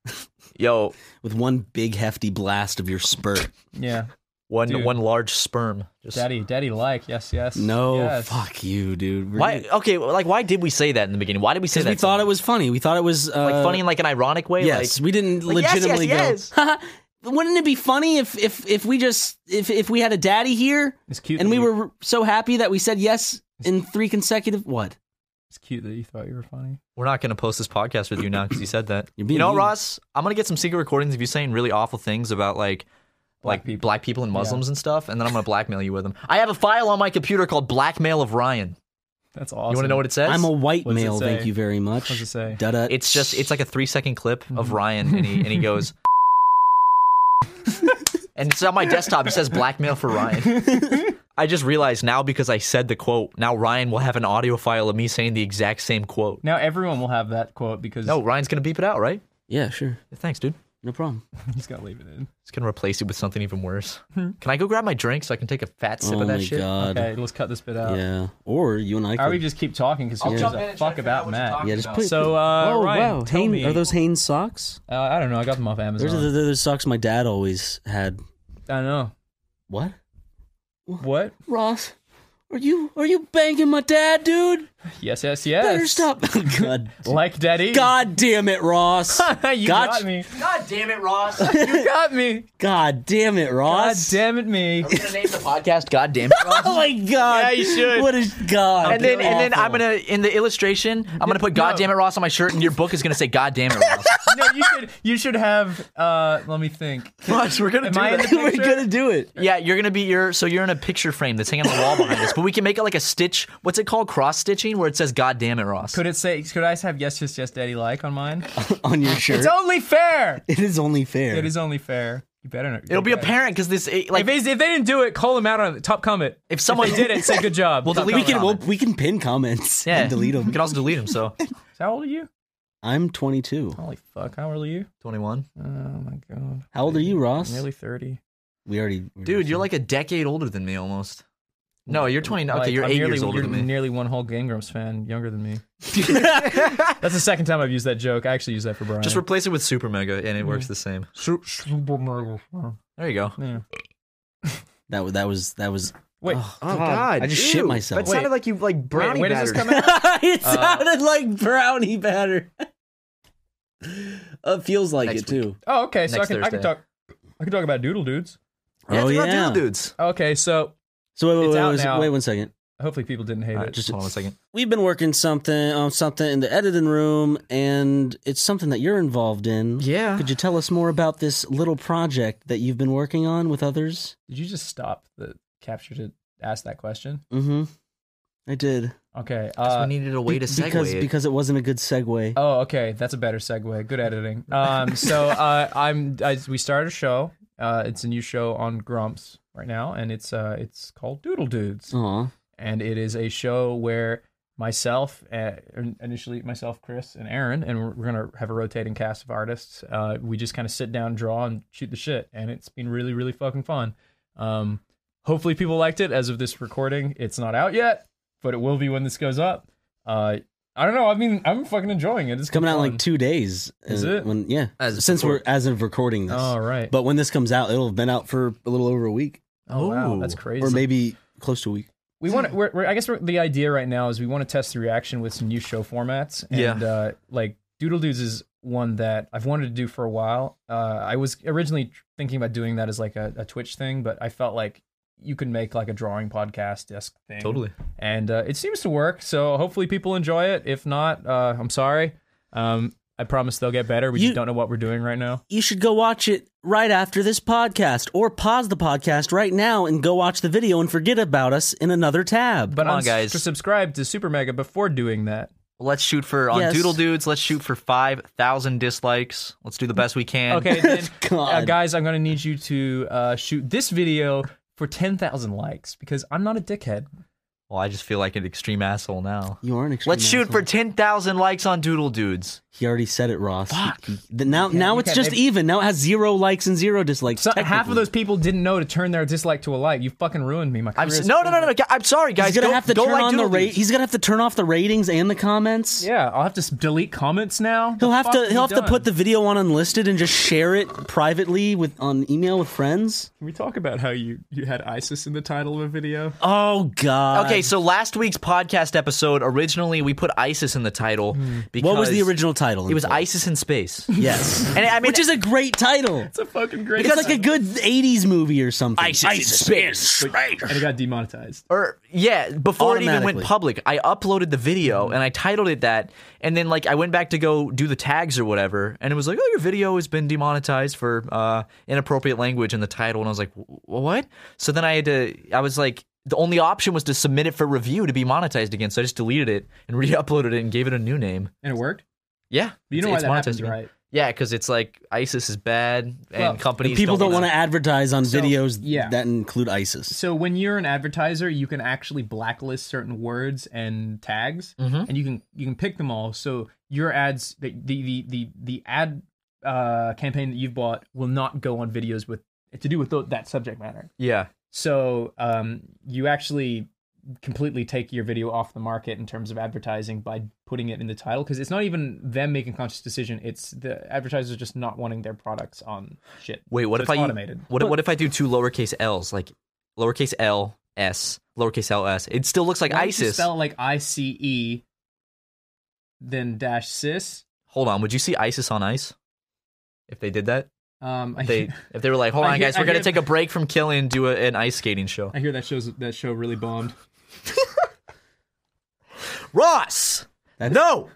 Speaker 3: Yo,
Speaker 1: with one big hefty blast of your spurt.
Speaker 2: Yeah,
Speaker 3: one
Speaker 2: Dude.
Speaker 3: one large sperm. Just
Speaker 2: daddy, daddy, like yes, yes.
Speaker 1: No,
Speaker 2: yes.
Speaker 1: fuck you, dude. We're
Speaker 3: why?
Speaker 1: gonna-
Speaker 3: Okay, well, like why did we say that in the beginning? Why did we say
Speaker 1: 'cause
Speaker 3: that?
Speaker 1: we thought it was funny. We thought it was uh,
Speaker 3: like funny in like an ironic way.
Speaker 1: Yes,
Speaker 3: like,
Speaker 1: we didn't
Speaker 3: Like, yes, yes,
Speaker 1: legitimately
Speaker 3: yes.
Speaker 1: go. "Haha." Wouldn't it be funny if if if we just if if we had a daddy here
Speaker 2: It's cute.
Speaker 1: and
Speaker 2: that
Speaker 1: we
Speaker 2: you-
Speaker 1: were so happy that we said yes in three consecutive what?
Speaker 2: It's cute that you thought you were funny.
Speaker 3: we're not gonna post this podcast with you now because you said that.
Speaker 1: You're
Speaker 3: you
Speaker 1: being
Speaker 3: know,
Speaker 1: mean.
Speaker 3: Ross, I'm gonna get some secret recordings of you saying really awful things about like.
Speaker 2: Black
Speaker 3: like
Speaker 2: people.
Speaker 3: black people and Muslims and stuff, and then I'm gonna blackmail you with them. I have a file on my computer called "Blackmail of Ryan."
Speaker 2: That's awesome.
Speaker 3: You want to know what it says?
Speaker 1: I'm a white
Speaker 2: What's it
Speaker 1: male, thank
Speaker 2: say?
Speaker 1: you very much.
Speaker 2: What's it say?
Speaker 1: Da-da.
Speaker 3: it's just it's like a three second clip of Ryan, and he and he goes, and it's on my desktop. It says "Blackmail for Ryan." I just realized now because I said the quote. Now Ryan will have an audio file of me saying the exact same quote.
Speaker 2: Now everyone will have that quote because
Speaker 3: No, Ryan's gonna beep it out, right?
Speaker 1: yeah, sure,
Speaker 3: Thanks, dude.
Speaker 1: no problem.
Speaker 2: he's got to leave it in.
Speaker 3: It's gonna replace it with something even worse. Can I go grab my drink so I can take a fat sip
Speaker 1: oh
Speaker 3: of that
Speaker 1: my
Speaker 3: shit?
Speaker 1: god,
Speaker 2: Okay, let's cut this bit out.
Speaker 1: yeah. Or you and I.
Speaker 2: Or
Speaker 1: Could,
Speaker 2: we just keep talking because who gives
Speaker 3: jump in
Speaker 2: a
Speaker 3: and try
Speaker 2: fuck
Speaker 3: to figure out
Speaker 2: about
Speaker 3: what you're
Speaker 2: Matt?
Speaker 3: talking
Speaker 1: yeah, just put.
Speaker 2: So, uh,
Speaker 1: oh
Speaker 2: Ryan,
Speaker 1: wow,
Speaker 2: tell
Speaker 1: Hanes-
Speaker 2: me-
Speaker 1: are those Hanes socks?
Speaker 2: Uh, I don't know. I got them off Amazon.
Speaker 1: Those are the, the, the socks my dad always had.
Speaker 2: I know.
Speaker 1: What?
Speaker 2: What?
Speaker 1: Ross, are you are you banging my dad, dude?
Speaker 2: Yes, yes, yes.
Speaker 1: Better stop. God,
Speaker 2: Like daddy.
Speaker 1: God damn it, Ross. Got
Speaker 2: you got
Speaker 1: you.
Speaker 2: me.
Speaker 3: God damn it, Ross! I'm
Speaker 2: You got me.
Speaker 1: God damn it,
Speaker 2: God
Speaker 1: Ross.
Speaker 2: damn it, me.
Speaker 3: gonna name the podcast. God damn it, Ross.
Speaker 1: Oh my god.
Speaker 2: Yeah, you should.
Speaker 1: What is God?
Speaker 3: And then, and then
Speaker 1: Awful.
Speaker 3: I'm gonna in the illustration, I'm gonna put
Speaker 2: No.
Speaker 3: "God damn it, Ross" on my shirt, and your book is gonna say "God damn it, Ross."
Speaker 2: no, you should. You should have. Uh, let me think.
Speaker 3: Ross, we're gonna
Speaker 2: Am
Speaker 3: do
Speaker 2: I in
Speaker 3: that.
Speaker 2: the
Speaker 1: We're
Speaker 2: picture?
Speaker 1: gonna do it.
Speaker 3: Yeah, you're gonna be your so you're in a picture frame that's hanging on the wall behind us, but we can make it like a stitch. What's it called? Cross stitching, where it says "God damn it, Ross."
Speaker 2: Could it say? Could I have yes, yes, yes, daddy like on mine?
Speaker 1: On your shirt.
Speaker 2: It's only fair.
Speaker 1: It is only fair.
Speaker 2: It is only fair. You better not.
Speaker 3: It'll be
Speaker 2: okay.
Speaker 3: apparent because this it-
Speaker 2: If,
Speaker 3: like
Speaker 2: they- if they didn't do it, call him out on it. Top comment.
Speaker 3: if someone
Speaker 2: Did it? Say good job.
Speaker 3: We'll
Speaker 2: Top
Speaker 3: delete
Speaker 1: we
Speaker 2: comment.
Speaker 1: can we'll, we can pin comments
Speaker 3: yeah,
Speaker 1: and delete
Speaker 3: We
Speaker 1: them.
Speaker 3: can also delete them. So
Speaker 2: How old are you?
Speaker 1: I'm 22.
Speaker 2: Holy fuck! How old are you?
Speaker 3: 21,
Speaker 2: Oh my god.
Speaker 1: How old are you, Ross?
Speaker 2: Nearly thirty.
Speaker 1: We already we
Speaker 3: dude,
Speaker 1: already-
Speaker 3: you're like a decade older than me almost. No, you're 20. Okay,
Speaker 2: Like,
Speaker 3: you're
Speaker 2: I'm
Speaker 3: eight
Speaker 2: nearly,
Speaker 3: years older
Speaker 2: you're
Speaker 3: than me.
Speaker 2: Nearly one whole Game Grumps fan, younger than me. That's the second time I've used that joke. I actually used that for Brian.
Speaker 3: Just replace it with Super Mega, and it works the same. There you go.
Speaker 2: Yeah.
Speaker 1: that. wa- That was that was.
Speaker 2: Wait.
Speaker 1: Oh, I just shit myself.
Speaker 3: That sounded like you like brownie
Speaker 2: when does this
Speaker 3: battered.
Speaker 2: come out?
Speaker 1: it sounded like brownie batter. it feels like
Speaker 3: Next
Speaker 1: it too.
Speaker 2: Oh, okay. So I
Speaker 3: Next
Speaker 2: can, I can
Speaker 3: Thursday.
Speaker 2: talk. I can talk about Doodle Dudes.
Speaker 3: Yeah,
Speaker 1: oh
Speaker 3: it's about
Speaker 1: yeah,
Speaker 3: Doodle dudes.
Speaker 2: Okay, so
Speaker 1: So wait, wait,
Speaker 2: It's
Speaker 1: wait,
Speaker 2: out
Speaker 1: wait,
Speaker 2: now.
Speaker 1: wait one second.
Speaker 2: hopefully people didn't hate
Speaker 3: Alright,
Speaker 2: it.
Speaker 3: just hold on a second.
Speaker 1: We've been working something on something in the editing room, and it's something that you're involved in.
Speaker 3: Yeah.
Speaker 1: Could you tell us more about this little project that you've been working on with others?
Speaker 2: Did you just stop the capture to ask that question?
Speaker 1: Mm-hmm. I did.
Speaker 2: Okay.
Speaker 3: we
Speaker 2: Uh,
Speaker 3: needed a way
Speaker 1: Be-
Speaker 3: to segue
Speaker 1: because
Speaker 3: it.
Speaker 1: because it wasn't a good segue.
Speaker 2: oh, okay. That's a better segue. Good editing. Um, so uh, I'm. I, we started a show. Uh, it's a new show on Grumps right now, and it's uh, it's called Doodle Dudes.
Speaker 1: Aw.
Speaker 2: and it is a show where myself uh, initially myself chris and aaron and we're, we're gonna have a rotating cast of artists uh, we just kind of sit down draw and shoot the shit and it's been really really fucking fun um, hopefully people liked it as of this recording it's not out yet but it will be when this goes up uh, i don't know i mean i'm fucking enjoying it it's
Speaker 1: It's coming out in
Speaker 2: fun.
Speaker 1: like two days.
Speaker 2: Is
Speaker 1: uh,
Speaker 2: it?
Speaker 1: When yeah,
Speaker 3: As of
Speaker 1: since
Speaker 3: record-
Speaker 1: we're as of recording this.
Speaker 2: oh right
Speaker 1: But when this comes out, it'll have been out for a little over a week,
Speaker 2: oh wow
Speaker 3: Ooh.
Speaker 2: that's crazy
Speaker 1: or maybe close to a week.
Speaker 2: we want to
Speaker 3: Hmm.
Speaker 2: we're, we're, i guess we're, the idea right now is we want to test the reaction with some new show formats and
Speaker 3: Yeah.
Speaker 2: uh, like doodle dudes is one that i've wanted to do for a while uh, i was originally thinking about doing that as like a, a twitch thing but i felt like you can make like a drawing podcast desk thing
Speaker 3: Totally.
Speaker 2: and uh, it seems to work so hopefully people enjoy it if not uh, i'm sorry um, i promise they'll get better we
Speaker 1: You-
Speaker 2: just don't know what we're doing right now
Speaker 1: you should go watch it right after this podcast or pause the podcast right now and go watch the video and forget about us in another tab.
Speaker 2: but
Speaker 3: Come on,
Speaker 2: i'm
Speaker 3: guys.
Speaker 2: to subscribe to super mega before doing that
Speaker 3: Let's shoot for on
Speaker 1: Yes.
Speaker 3: Doodle Dudes. Let's shoot for five thousand dislikes. Let's do the best we can.
Speaker 2: okay then
Speaker 1: God.
Speaker 2: Uh, guys, I'm gonna need you to uh, shoot this video for 10,000 likes because I'm not a dickhead.
Speaker 3: Well, I just feel like an extreme asshole now.
Speaker 1: You are an extreme
Speaker 3: Let's shoot for
Speaker 1: asshole.
Speaker 3: 10,000 likes on Doodle Dudes.
Speaker 1: He already said it, Ross.
Speaker 2: Fuck.
Speaker 1: He- he- th- now,
Speaker 2: Yeah,
Speaker 1: now
Speaker 2: you
Speaker 1: it's
Speaker 2: can't
Speaker 1: just
Speaker 2: make-
Speaker 1: even. Now it has zero likes and zero dislikes.
Speaker 2: So half of
Speaker 1: technically.
Speaker 2: those people didn't know to turn their dislike to a like. You fucking ruined me. My career
Speaker 3: I'm s-
Speaker 2: is
Speaker 3: no, no, no,
Speaker 2: over.
Speaker 3: no, no. I'm sorry, guys.
Speaker 1: He's gonna
Speaker 3: Go-
Speaker 1: have to
Speaker 3: go
Speaker 1: turn
Speaker 3: like
Speaker 1: on the
Speaker 3: Doodle
Speaker 1: rate.
Speaker 3: Dudes.
Speaker 1: He's gonna have to turn off the ratings and the comments.
Speaker 2: Yeah, I'll have to s- delete comments now. The
Speaker 1: He'll have
Speaker 2: fuck
Speaker 1: to. He'll have
Speaker 2: you
Speaker 1: to
Speaker 2: done?
Speaker 1: put the video on unlisted and just share it privately with on email with friends.
Speaker 2: Can we talk about how you you had ISIS in the title of a video?
Speaker 1: Oh God.
Speaker 3: Okay, so last week's podcast episode, originally we put ISIS in the title because
Speaker 1: Hmm. What was the original title?
Speaker 3: It was ISIS in space.
Speaker 1: Yes.
Speaker 3: And I mean,
Speaker 1: Which is a great title.
Speaker 2: It's a fucking great.
Speaker 1: It's like a good '80s movie or something.
Speaker 5: space.
Speaker 2: and it got demonetized.
Speaker 3: or yeah, before it even went
Speaker 1: Automatically.
Speaker 3: public, I uploaded the
Speaker 2: Mm-hmm.
Speaker 3: video and I titled it that. And then like I went back to go do the tags or whatever, and it was like, oh, your video has been demonetized for uh, inappropriate language in the title. And I was like, "Wh- what? So then I had to. I was like. The only option was to submit it for review to be monetized again, so I just deleted it and re-uploaded it and gave it a new name.
Speaker 2: And it worked.
Speaker 3: Yeah,
Speaker 2: But you know
Speaker 3: it's-
Speaker 2: why
Speaker 3: it's
Speaker 2: that happens,
Speaker 3: monetized again.
Speaker 2: right?
Speaker 3: Yeah, because it's like ISIS is bad and
Speaker 2: Well,
Speaker 3: companies
Speaker 1: People don't want
Speaker 3: wanna-
Speaker 1: to advertise on
Speaker 2: So,
Speaker 1: videos
Speaker 2: yeah.
Speaker 1: that include ISIS.
Speaker 2: So when you're an advertiser, you can actually blacklist certain words and tags,
Speaker 3: Mhm.
Speaker 2: and you can you can pick them all. So your ads, the the the the, the ad uh, campaign that you've bought will not go on videos with to do with tho- that subject matter.
Speaker 3: Yeah,
Speaker 2: So um, you actually completely take your video off the market in terms of advertising by putting it in the title because it's not even them making a conscious decision. It's the advertisers just not wanting their products on shit.
Speaker 3: Wait, what
Speaker 2: So
Speaker 3: if
Speaker 2: it's
Speaker 3: I
Speaker 2: automated?
Speaker 3: what what if I do two lowercase l's like lowercase l s lowercase l s? It still looks like
Speaker 2: Why don't you
Speaker 3: ISIS.
Speaker 2: spell it like I C E, then dash cis.
Speaker 3: Hold on, would you see ISIS on ice? If they did that,
Speaker 2: Um, I,
Speaker 3: if they if they were like, hold
Speaker 2: I
Speaker 3: on,
Speaker 2: hear-
Speaker 3: guys,
Speaker 2: I
Speaker 3: we're gonna
Speaker 2: hear-
Speaker 3: take a break from killing and do a, an ice skating show.
Speaker 2: I hear that shows that show really bombed.
Speaker 3: Ross,
Speaker 1: That's-
Speaker 3: no,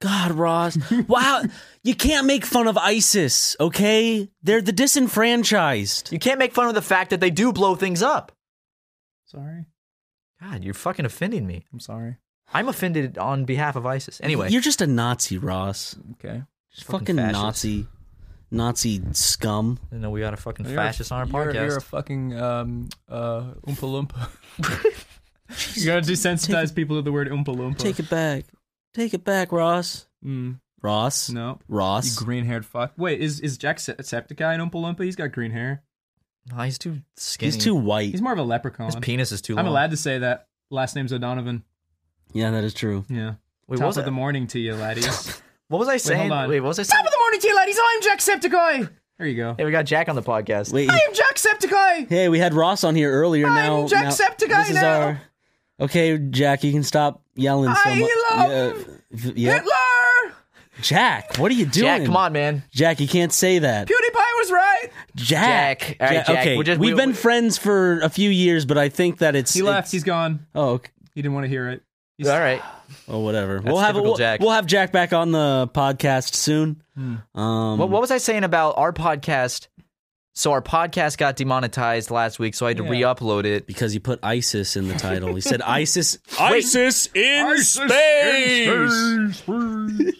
Speaker 1: God, Ross. Wow. you can't make fun of ISIS, okay? They're the disenfranchised.
Speaker 3: you can't make fun of the fact that they do blow things up.
Speaker 2: Sorry,
Speaker 3: God, you're fucking offending me.
Speaker 2: I'm sorry.
Speaker 3: I'm offended on behalf of ISIS. Anyway,
Speaker 1: You're just a Nazi, Ross.
Speaker 2: Okay,
Speaker 1: Just fucking
Speaker 3: Fucking fascist.
Speaker 1: Nazi. Nazi scum.
Speaker 3: you know we got a fucking fascist on our podcast.
Speaker 2: fucking um, uh, oompa loompa. You're gonna desensitize people to the word oompa loompa.
Speaker 1: Take it back. Take it back, Ross.
Speaker 2: Mm,
Speaker 1: Ross.
Speaker 2: no, you
Speaker 1: Ross.
Speaker 2: green haired fuck. Wait, is is Jack Se- Septicai an oompa loompa? He's got green hair.
Speaker 3: No, he's too skinny.
Speaker 1: He's too white.
Speaker 2: He's more of a leprechaun.
Speaker 3: His penis is too long.
Speaker 2: I'm allowed to say that. Last name's O'Donovan.
Speaker 1: yeah, that is true.
Speaker 2: Yeah.
Speaker 3: Wait,
Speaker 2: Top
Speaker 3: what was,
Speaker 2: of
Speaker 3: I,
Speaker 2: the morning to you, laddies.
Speaker 3: what was I saying?
Speaker 2: hold on.
Speaker 3: Wait, what was I saying?
Speaker 2: the morning to you, ladies. I'm Jacksepticeye. There you go.
Speaker 3: Hey, we got Jack on the podcast.
Speaker 1: Wait.
Speaker 2: am Jacksepticeye.
Speaker 1: Hey, we had Ross on here earlier.
Speaker 2: I'm
Speaker 1: now, now-
Speaker 2: Jacksepticeye
Speaker 1: this is
Speaker 2: now.
Speaker 1: our- okay, Jack, you can stop yelling so
Speaker 2: I
Speaker 1: much.
Speaker 2: love
Speaker 1: yeah, yeah.
Speaker 2: Hitler.
Speaker 1: Jack, what are you doing?
Speaker 3: Jack, come on, man.
Speaker 1: Jack, you can't say that.
Speaker 2: PewDiePie was right.
Speaker 1: Jack.
Speaker 3: Jack. All right, Jack,
Speaker 1: Okay,
Speaker 3: we're just-
Speaker 1: we've
Speaker 3: we-
Speaker 1: been
Speaker 3: we-
Speaker 1: friends for a few years, but I think that it's
Speaker 2: He left.
Speaker 1: it's-
Speaker 2: He's gone.
Speaker 1: oh, okay.
Speaker 2: He didn't want to hear it. He's,
Speaker 3: All right.
Speaker 1: oh, whatever. we'll have
Speaker 3: typical
Speaker 1: we'll,
Speaker 3: Jack.
Speaker 1: we'll have Jack back on the podcast soon.
Speaker 2: Hmm.
Speaker 1: Um,
Speaker 3: What, what was I saying about our podcast? So our podcast got demonetized last week, so I had to re-upload it.
Speaker 1: because you put ISIS in the title. He said ISIS.
Speaker 5: ISIS in space.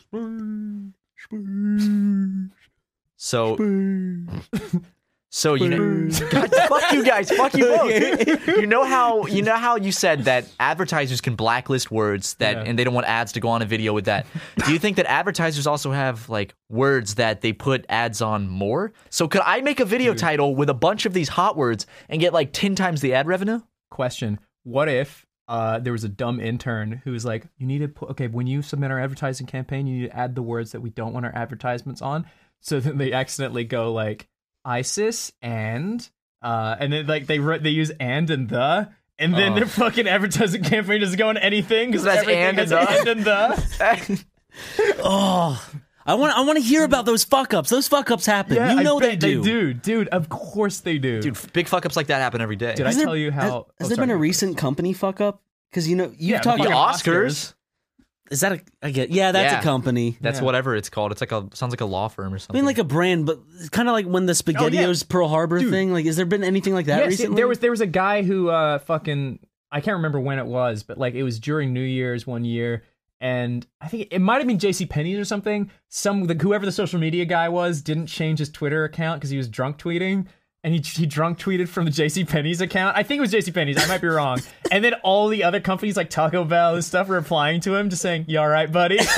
Speaker 3: So, so you know, God, fuck you guys, fuck you both. You know how you know how you said that advertisers can blacklist words that, and they don't want ads to go on a video with that. Do you think that advertisers also have like words that they put ads on more? So could I make a video title with a bunch of these hot words and get like ten times the ad revenue?
Speaker 2: Question: What if uh, there was a dumb intern who was like, "You need to put okay when you submit our advertising campaign, you need to add the words that we don't want our advertisements on." So then they accidentally go like ISIS and uh, and then like they write they use and and the. And then
Speaker 3: Oh.
Speaker 2: their fucking advertising campaign doesn't go on anything because
Speaker 3: That's
Speaker 2: everything
Speaker 3: and
Speaker 2: has
Speaker 3: and the.
Speaker 2: and and the.
Speaker 1: Oh, I want I want to hear about those fuck ups. Those fuck ups happen.
Speaker 2: Yeah,
Speaker 1: you
Speaker 2: I
Speaker 1: know
Speaker 2: bet
Speaker 1: they do.
Speaker 2: dude. Of course they do,
Speaker 3: Dude, big fuck ups like that happen every day.
Speaker 2: Did I
Speaker 1: Has there-
Speaker 2: tell you
Speaker 1: has-
Speaker 2: how? Oh,
Speaker 1: Has, there been a recent company fuck up? Because you know you've
Speaker 2: Yeah,
Speaker 1: talked.
Speaker 3: the
Speaker 2: fucking
Speaker 3: Oscars?
Speaker 1: Is that a? I get. Yeah, that's
Speaker 3: Yeah.
Speaker 1: a company.
Speaker 3: That's
Speaker 2: Yeah.
Speaker 3: whatever it's called. It's like a sounds like a law firm or
Speaker 1: I
Speaker 3: something.
Speaker 1: mean, like a brand, but kind of like when the SpaghettiOs Pearl Harbor
Speaker 2: Oh, Dude.
Speaker 1: thing. Like, has there been anything like that
Speaker 2: Yes,
Speaker 1: recently?
Speaker 2: there was there was a guy who uh fucking I can't remember when it was, but like it was during New Year's one year, and I think it might have been J.C. Penney's or something. Some the, whoever the social media guy was didn't change his Twitter account because he was drunk tweeting. and he, he drunk tweeted from the JC Penney's account. I think it was JC Penney's. I might be wrong. and then all the other companies like Taco Bell and stuff were replying to him, just saying, "You all right, buddy?"
Speaker 1: Wait,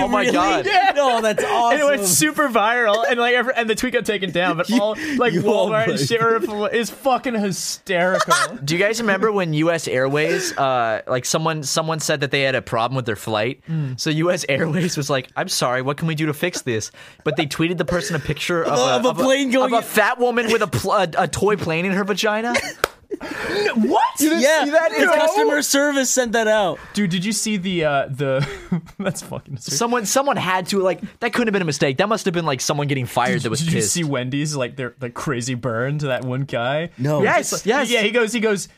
Speaker 3: Oh my
Speaker 1: really?
Speaker 3: God.
Speaker 2: Yeah.
Speaker 1: No, that's awesome.
Speaker 2: and it went super viral, and like every, and the tweet got taken down. But all like
Speaker 1: you all
Speaker 2: Walmart and
Speaker 1: right.
Speaker 2: shit were repl- is fucking hysterical.
Speaker 3: Do you guys remember when U.S. Airways, uh, like someone someone said that they had a problem with their flight?
Speaker 2: Mm.
Speaker 3: So U.S. Airways was like, "I'm sorry, what can we do to fix this?" But they tweeted the person a picture of,
Speaker 1: Of a plane going-
Speaker 3: of a fat woman with a, pl- a a toy plane in her vagina.
Speaker 2: what?
Speaker 1: yeah,
Speaker 2: see that?
Speaker 1: the
Speaker 2: No.
Speaker 1: customer service sent that out.
Speaker 2: Dude, did you see the uh the? that's fucking. hysterical.
Speaker 3: Someone someone had to like that couldn't have been a mistake. That must have been like someone getting fired that was
Speaker 2: Did you
Speaker 3: pissed.
Speaker 2: see Wendy's like their like crazy burn to that one guy?
Speaker 1: No.
Speaker 3: Yes,
Speaker 2: Just like-
Speaker 3: yes.
Speaker 2: Yeah, he goes. He goes.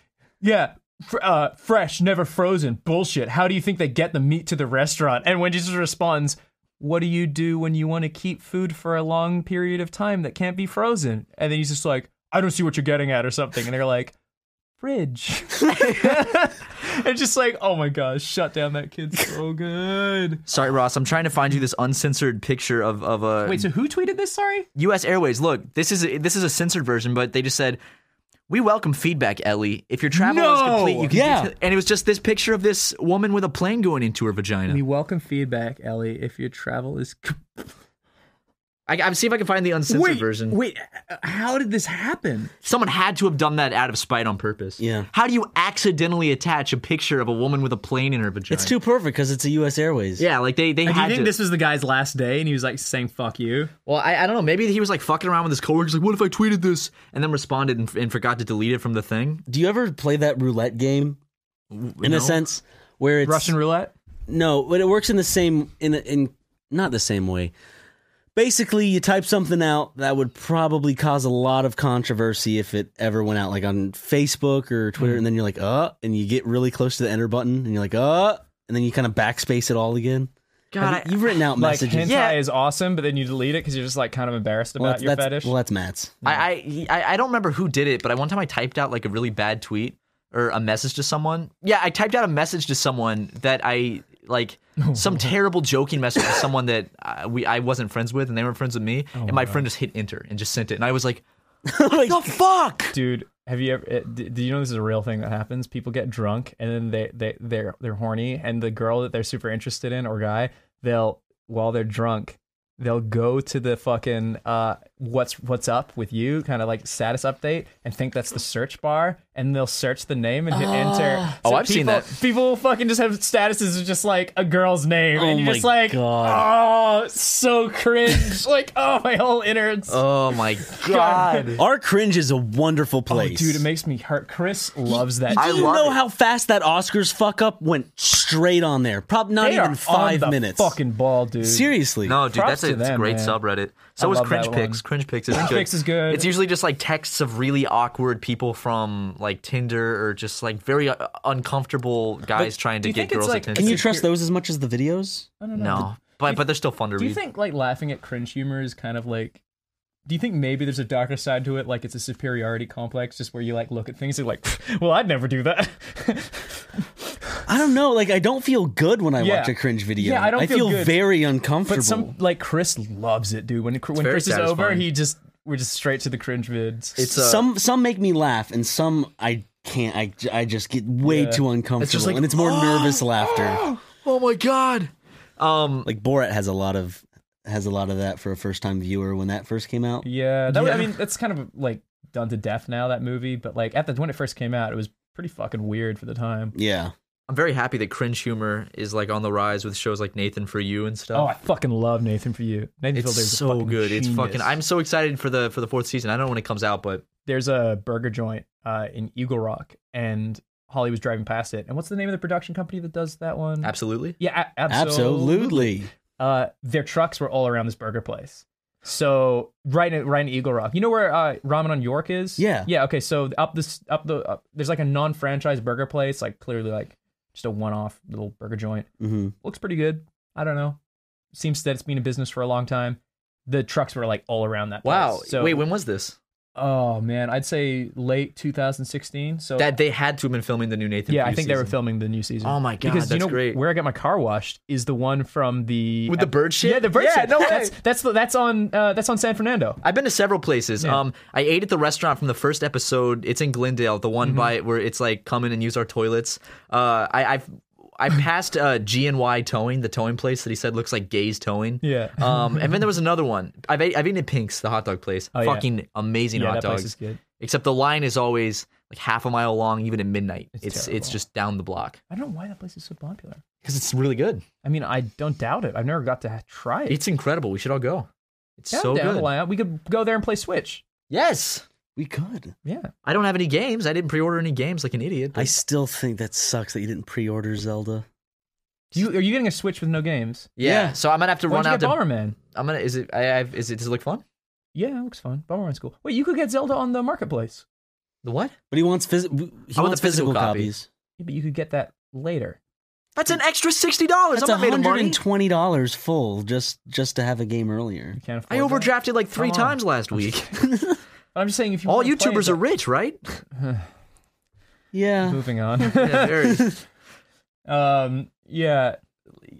Speaker 2: Yeah. fr- Uh, fresh, never frozen. Bullshit. How do you think they get the meat to the restaurant? And Wendy's just responds, "What do you do when you want to keep food for a long period of time that can't be frozen?" And then he's just like, "I don't see what you're getting at," or something. And they're like, "Fridge." and just like, "Oh my gosh, shut down that kid so good."
Speaker 3: Sorry, Ross. I'm trying to find you this uncensored picture of of a
Speaker 2: Wait, so who tweeted this? Sorry.
Speaker 3: U.S. Airways. Look, this is a, this is a censored version, but they just said. We welcome feedback, Ellie. If your travel is
Speaker 2: No!
Speaker 3: complete, you can
Speaker 1: Yeah.
Speaker 3: detail-" and it was just this picture of this woman with a plane going into her vagina.
Speaker 2: We welcome feedback, Ellie. If your travel is
Speaker 3: I, I'm see if I can find the uncensored version.
Speaker 2: Wait, uh, how did this happen?
Speaker 3: Someone had to have done that out of spite on purpose.
Speaker 1: Yeah.
Speaker 3: How do you accidentally attach a picture of a woman with a plane in her vagina?
Speaker 1: It's too perfect because it's a U.S. Airways.
Speaker 3: Yeah, like they they
Speaker 2: Do you
Speaker 3: had
Speaker 2: think
Speaker 3: to.
Speaker 2: this was the guy's last day and he was like saying "fuck you"?
Speaker 3: well, I, I don't know. Maybe he was like fucking around with his coworkers. Like, what if I tweeted this and then responded and, and forgot to delete it from the thing?
Speaker 1: Do you ever play that roulette game? In
Speaker 3: no.
Speaker 1: a sense, where it's
Speaker 2: Russian roulette.
Speaker 1: No, but it works in the same in in not the same way. Basically, you type something out that would probably cause a lot of controversy if it ever went out, like on Facebook or
Speaker 2: Mm-hmm.
Speaker 1: Twitter, and then you're like, uh, and you get really close to the enter button, and you're like, uh, and then you kind of backspace it all again.
Speaker 3: God,
Speaker 1: Have
Speaker 3: I-
Speaker 1: you, have written out
Speaker 2: Like
Speaker 1: messages.
Speaker 2: hentai
Speaker 3: Yeah.
Speaker 2: is awesome, but then you delete it because you're just like kind of embarrassed
Speaker 1: well,
Speaker 2: about
Speaker 1: that's,
Speaker 2: your
Speaker 1: that's-
Speaker 2: fetish.
Speaker 1: well, that's Matt's.
Speaker 3: I, I I- I don't remember who did it, but I one time I typed out like a really bad tweet or a message to someone. Yeah, I typed out a message to someone that I like some terrible joking message to someone that I, we I wasn't friends with, and they weren't friends with me. and my friend just hit enter and just sent it, and I was like, "What the fuck?"
Speaker 2: Dude, have you ever? It, d- do you know this is a real thing that happens? People get drunk and then they they they're they're horny, and the girl that they're super interested in or guy, they'll while they're drunk. They'll go to the fucking uh, what's what's up with you kind of like status update and think that's the search bar and they'll search the name and hit enter.
Speaker 3: Oh, I've seen
Speaker 2: people-
Speaker 3: that.
Speaker 2: People will fucking just have statuses of just like a girl's name
Speaker 1: Oh
Speaker 2: and you're
Speaker 1: my
Speaker 2: just like, oh, so cringe. like, oh, my whole innards.
Speaker 3: Oh my god!
Speaker 1: Our cringe is a wonderful
Speaker 2: Oh,
Speaker 1: place,
Speaker 2: dude, it makes me hurt. Chris loves that.
Speaker 3: I
Speaker 1: Do you
Speaker 3: love
Speaker 1: know
Speaker 3: it.
Speaker 1: how fast that Oscars fuck up went straight on there? Probably not
Speaker 2: They are
Speaker 1: even five
Speaker 2: on the
Speaker 1: minutes.
Speaker 2: Fucking ball, dude.
Speaker 1: Seriously,
Speaker 3: No, dude,
Speaker 2: Props
Speaker 3: that's a
Speaker 2: to them,
Speaker 3: great
Speaker 2: man.
Speaker 3: subreddit.
Speaker 2: I
Speaker 3: So is
Speaker 2: love that
Speaker 3: Cringe Pics. Cringe Pics is good.
Speaker 2: Pics is good.
Speaker 3: It's usually just like texts of really awkward people from like Tinder or just like very uh, uncomfortable guys trying
Speaker 2: do
Speaker 3: to
Speaker 2: you
Speaker 3: get
Speaker 2: think it's,
Speaker 3: girls'
Speaker 2: like-
Speaker 3: attention.
Speaker 1: Can you
Speaker 2: It's a
Speaker 1: trust
Speaker 2: pure-
Speaker 1: those as much as the videos?
Speaker 2: I don't know.
Speaker 3: No, but but they're still fun to
Speaker 2: Do you
Speaker 3: read.
Speaker 2: think like laughing at cringe humor is kind of like? Do you think maybe there's a darker side to it? Like it's a superiority complex, just where you like look at things and like, well, I'd never do that.
Speaker 1: I don't know. Like, I don't feel good when I
Speaker 2: Yeah.
Speaker 1: watch a cringe video.
Speaker 2: Yeah, I don't
Speaker 1: I
Speaker 2: feel
Speaker 1: feel
Speaker 2: good.
Speaker 1: very uncomfortable.
Speaker 2: but some like Chris loves it, dude. When when
Speaker 3: very
Speaker 2: Chris is over,
Speaker 3: satisfying.
Speaker 2: he just we're just straight to the cringe vids.
Speaker 3: it's uh, a,
Speaker 1: some some make me laugh, and some I can't. I, j- I just "Oh!" get way
Speaker 2: Yeah.
Speaker 1: too uncomfortable,
Speaker 3: like,
Speaker 1: and it's more
Speaker 2: "Oh!"
Speaker 1: nervous laughter.
Speaker 3: oh my god. Um,
Speaker 1: Like Borat has a lot of has a lot of that for a first time viewer when that first came out.
Speaker 2: yeah, that was- I
Speaker 3: Yeah.
Speaker 2: mean that's kind of like done to death now that movie, but like at the when it first came out, it was pretty fucking weird for the time.
Speaker 1: Yeah,
Speaker 3: I'm very happy that cringe humor is like on the rise with shows like Nathan for You and stuff.
Speaker 2: Oh, I fucking love Nathan for you. Nathan
Speaker 3: it's
Speaker 2: Fielder's a
Speaker 3: so
Speaker 2: fucking
Speaker 3: good. It's fucking.
Speaker 2: genius.
Speaker 3: I'm so excited for the for the fourth season. I don't know when it comes out, but
Speaker 2: there's a burger joint uh, in Eagle Rock, and Holly was driving past it. And what's the name of the production company that does that one?
Speaker 3: absolutely.
Speaker 2: Yeah, a- absolutely.
Speaker 1: absolutely.
Speaker 2: Uh, their trucks were all around this burger place. So right in right in Eagle Rock, you know where uh, Ramen on York is?
Speaker 1: Yeah.
Speaker 2: yeah. Okay, so up this up the up, there's like a non-franchise burger place, like clearly like just a one-off little burger joint.
Speaker 1: hmm
Speaker 2: Looks pretty good. I don't know. Seems that it's been in business for a long time. The trucks were like all around that.
Speaker 3: Wow.
Speaker 2: Place. So
Speaker 3: Wait, when was this?
Speaker 2: Oh man, I'd say late 2016. So
Speaker 3: That they had to have been filming the new Nathan.
Speaker 2: yeah,
Speaker 3: Fielder
Speaker 2: I think they were
Speaker 3: season.
Speaker 2: filming the new season.
Speaker 3: Oh my God,
Speaker 2: because you
Speaker 3: that's
Speaker 2: know
Speaker 3: great.
Speaker 2: where I got my car washed is the one from the
Speaker 3: With the bird shit?
Speaker 2: Yeah, the bird
Speaker 3: Yeah,
Speaker 2: shit.
Speaker 3: no way.
Speaker 2: That's that's the- that's on uh, that's on San Fernando.
Speaker 3: I've been to several places.
Speaker 2: Yeah.
Speaker 3: Um, I ate at the restaurant from the first episode. It's in Glendale, the
Speaker 2: Mm-hmm.
Speaker 3: one by where it's like come in and use our toilets. Uh, I, I've I passed uh, G and Y Towing, the towing place that he said looks like gays towing.
Speaker 2: Yeah.
Speaker 3: Um, and then there was another one. I've ate, I've eaten at Pink's, the hot dog place.
Speaker 2: Oh, yeah.
Speaker 3: Fucking amazing
Speaker 2: Yeah,
Speaker 3: hot
Speaker 2: that place
Speaker 3: dogs.
Speaker 2: is good.
Speaker 3: Except the line is always like half a mile long, even at midnight.
Speaker 2: It's
Speaker 3: It's it's,
Speaker 2: terrible.
Speaker 3: just down the block
Speaker 2: I don't know why that place is so popular.
Speaker 3: because it's really good.
Speaker 2: I mean, I don't doubt it. I've never got to ha- try it.
Speaker 3: It's incredible. We should all go. It's
Speaker 2: Yeah,
Speaker 3: so
Speaker 2: down the
Speaker 3: good.
Speaker 2: lineup. We could go there and play Switch.
Speaker 3: Yes.
Speaker 1: We could.
Speaker 2: Yeah.
Speaker 3: I don't have any games. I didn't pre-order any games like an idiot. but-
Speaker 1: I still think that sucks that you didn't pre-order Zelda.
Speaker 2: You are you getting a Switch with no games?
Speaker 3: Yeah,
Speaker 1: Yeah.
Speaker 3: so I'm gonna have to
Speaker 2: Why
Speaker 3: run
Speaker 2: don't you
Speaker 3: out
Speaker 2: get
Speaker 3: to.
Speaker 2: Bomberman?
Speaker 3: I'm gonna. Is it? I have. Is it? Does it look fun?
Speaker 2: Yeah, it looks fun. Bomberman's cool. Wait, you could get Zelda on the marketplace.
Speaker 3: The what?
Speaker 1: But he wants, phys- w- he
Speaker 3: I want
Speaker 1: wants
Speaker 3: the physical
Speaker 1: physical
Speaker 3: copy.
Speaker 1: copies.
Speaker 2: Yeah, but you could get that later.
Speaker 3: That's an extra sixty dollars. I'm
Speaker 1: That's
Speaker 3: not Oh, made of money.
Speaker 1: $120 full just just to have a game earlier.
Speaker 2: You can't afford.
Speaker 3: I
Speaker 2: that.
Speaker 3: overdrafted like three
Speaker 2: Come on.
Speaker 3: times last week.
Speaker 2: But I'm just saying, if you
Speaker 3: All
Speaker 2: wanna play it,
Speaker 3: YouTubers are rich, right?
Speaker 1: Yeah.
Speaker 2: moving on.
Speaker 3: Yeah, very.
Speaker 2: um, yeah,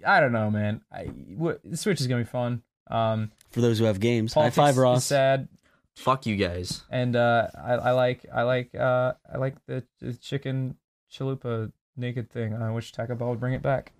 Speaker 2: I don't know, man. I w- the Switch is gonna be fun. Um,
Speaker 1: For those who have games.
Speaker 2: politics
Speaker 1: High five,
Speaker 2: is
Speaker 1: Ross.
Speaker 2: sad,
Speaker 3: Fuck you guys.
Speaker 2: and uh, I, I like, I like, uh, I like the, the chicken chalupa naked thing. I wish Taco Bell would bring it back.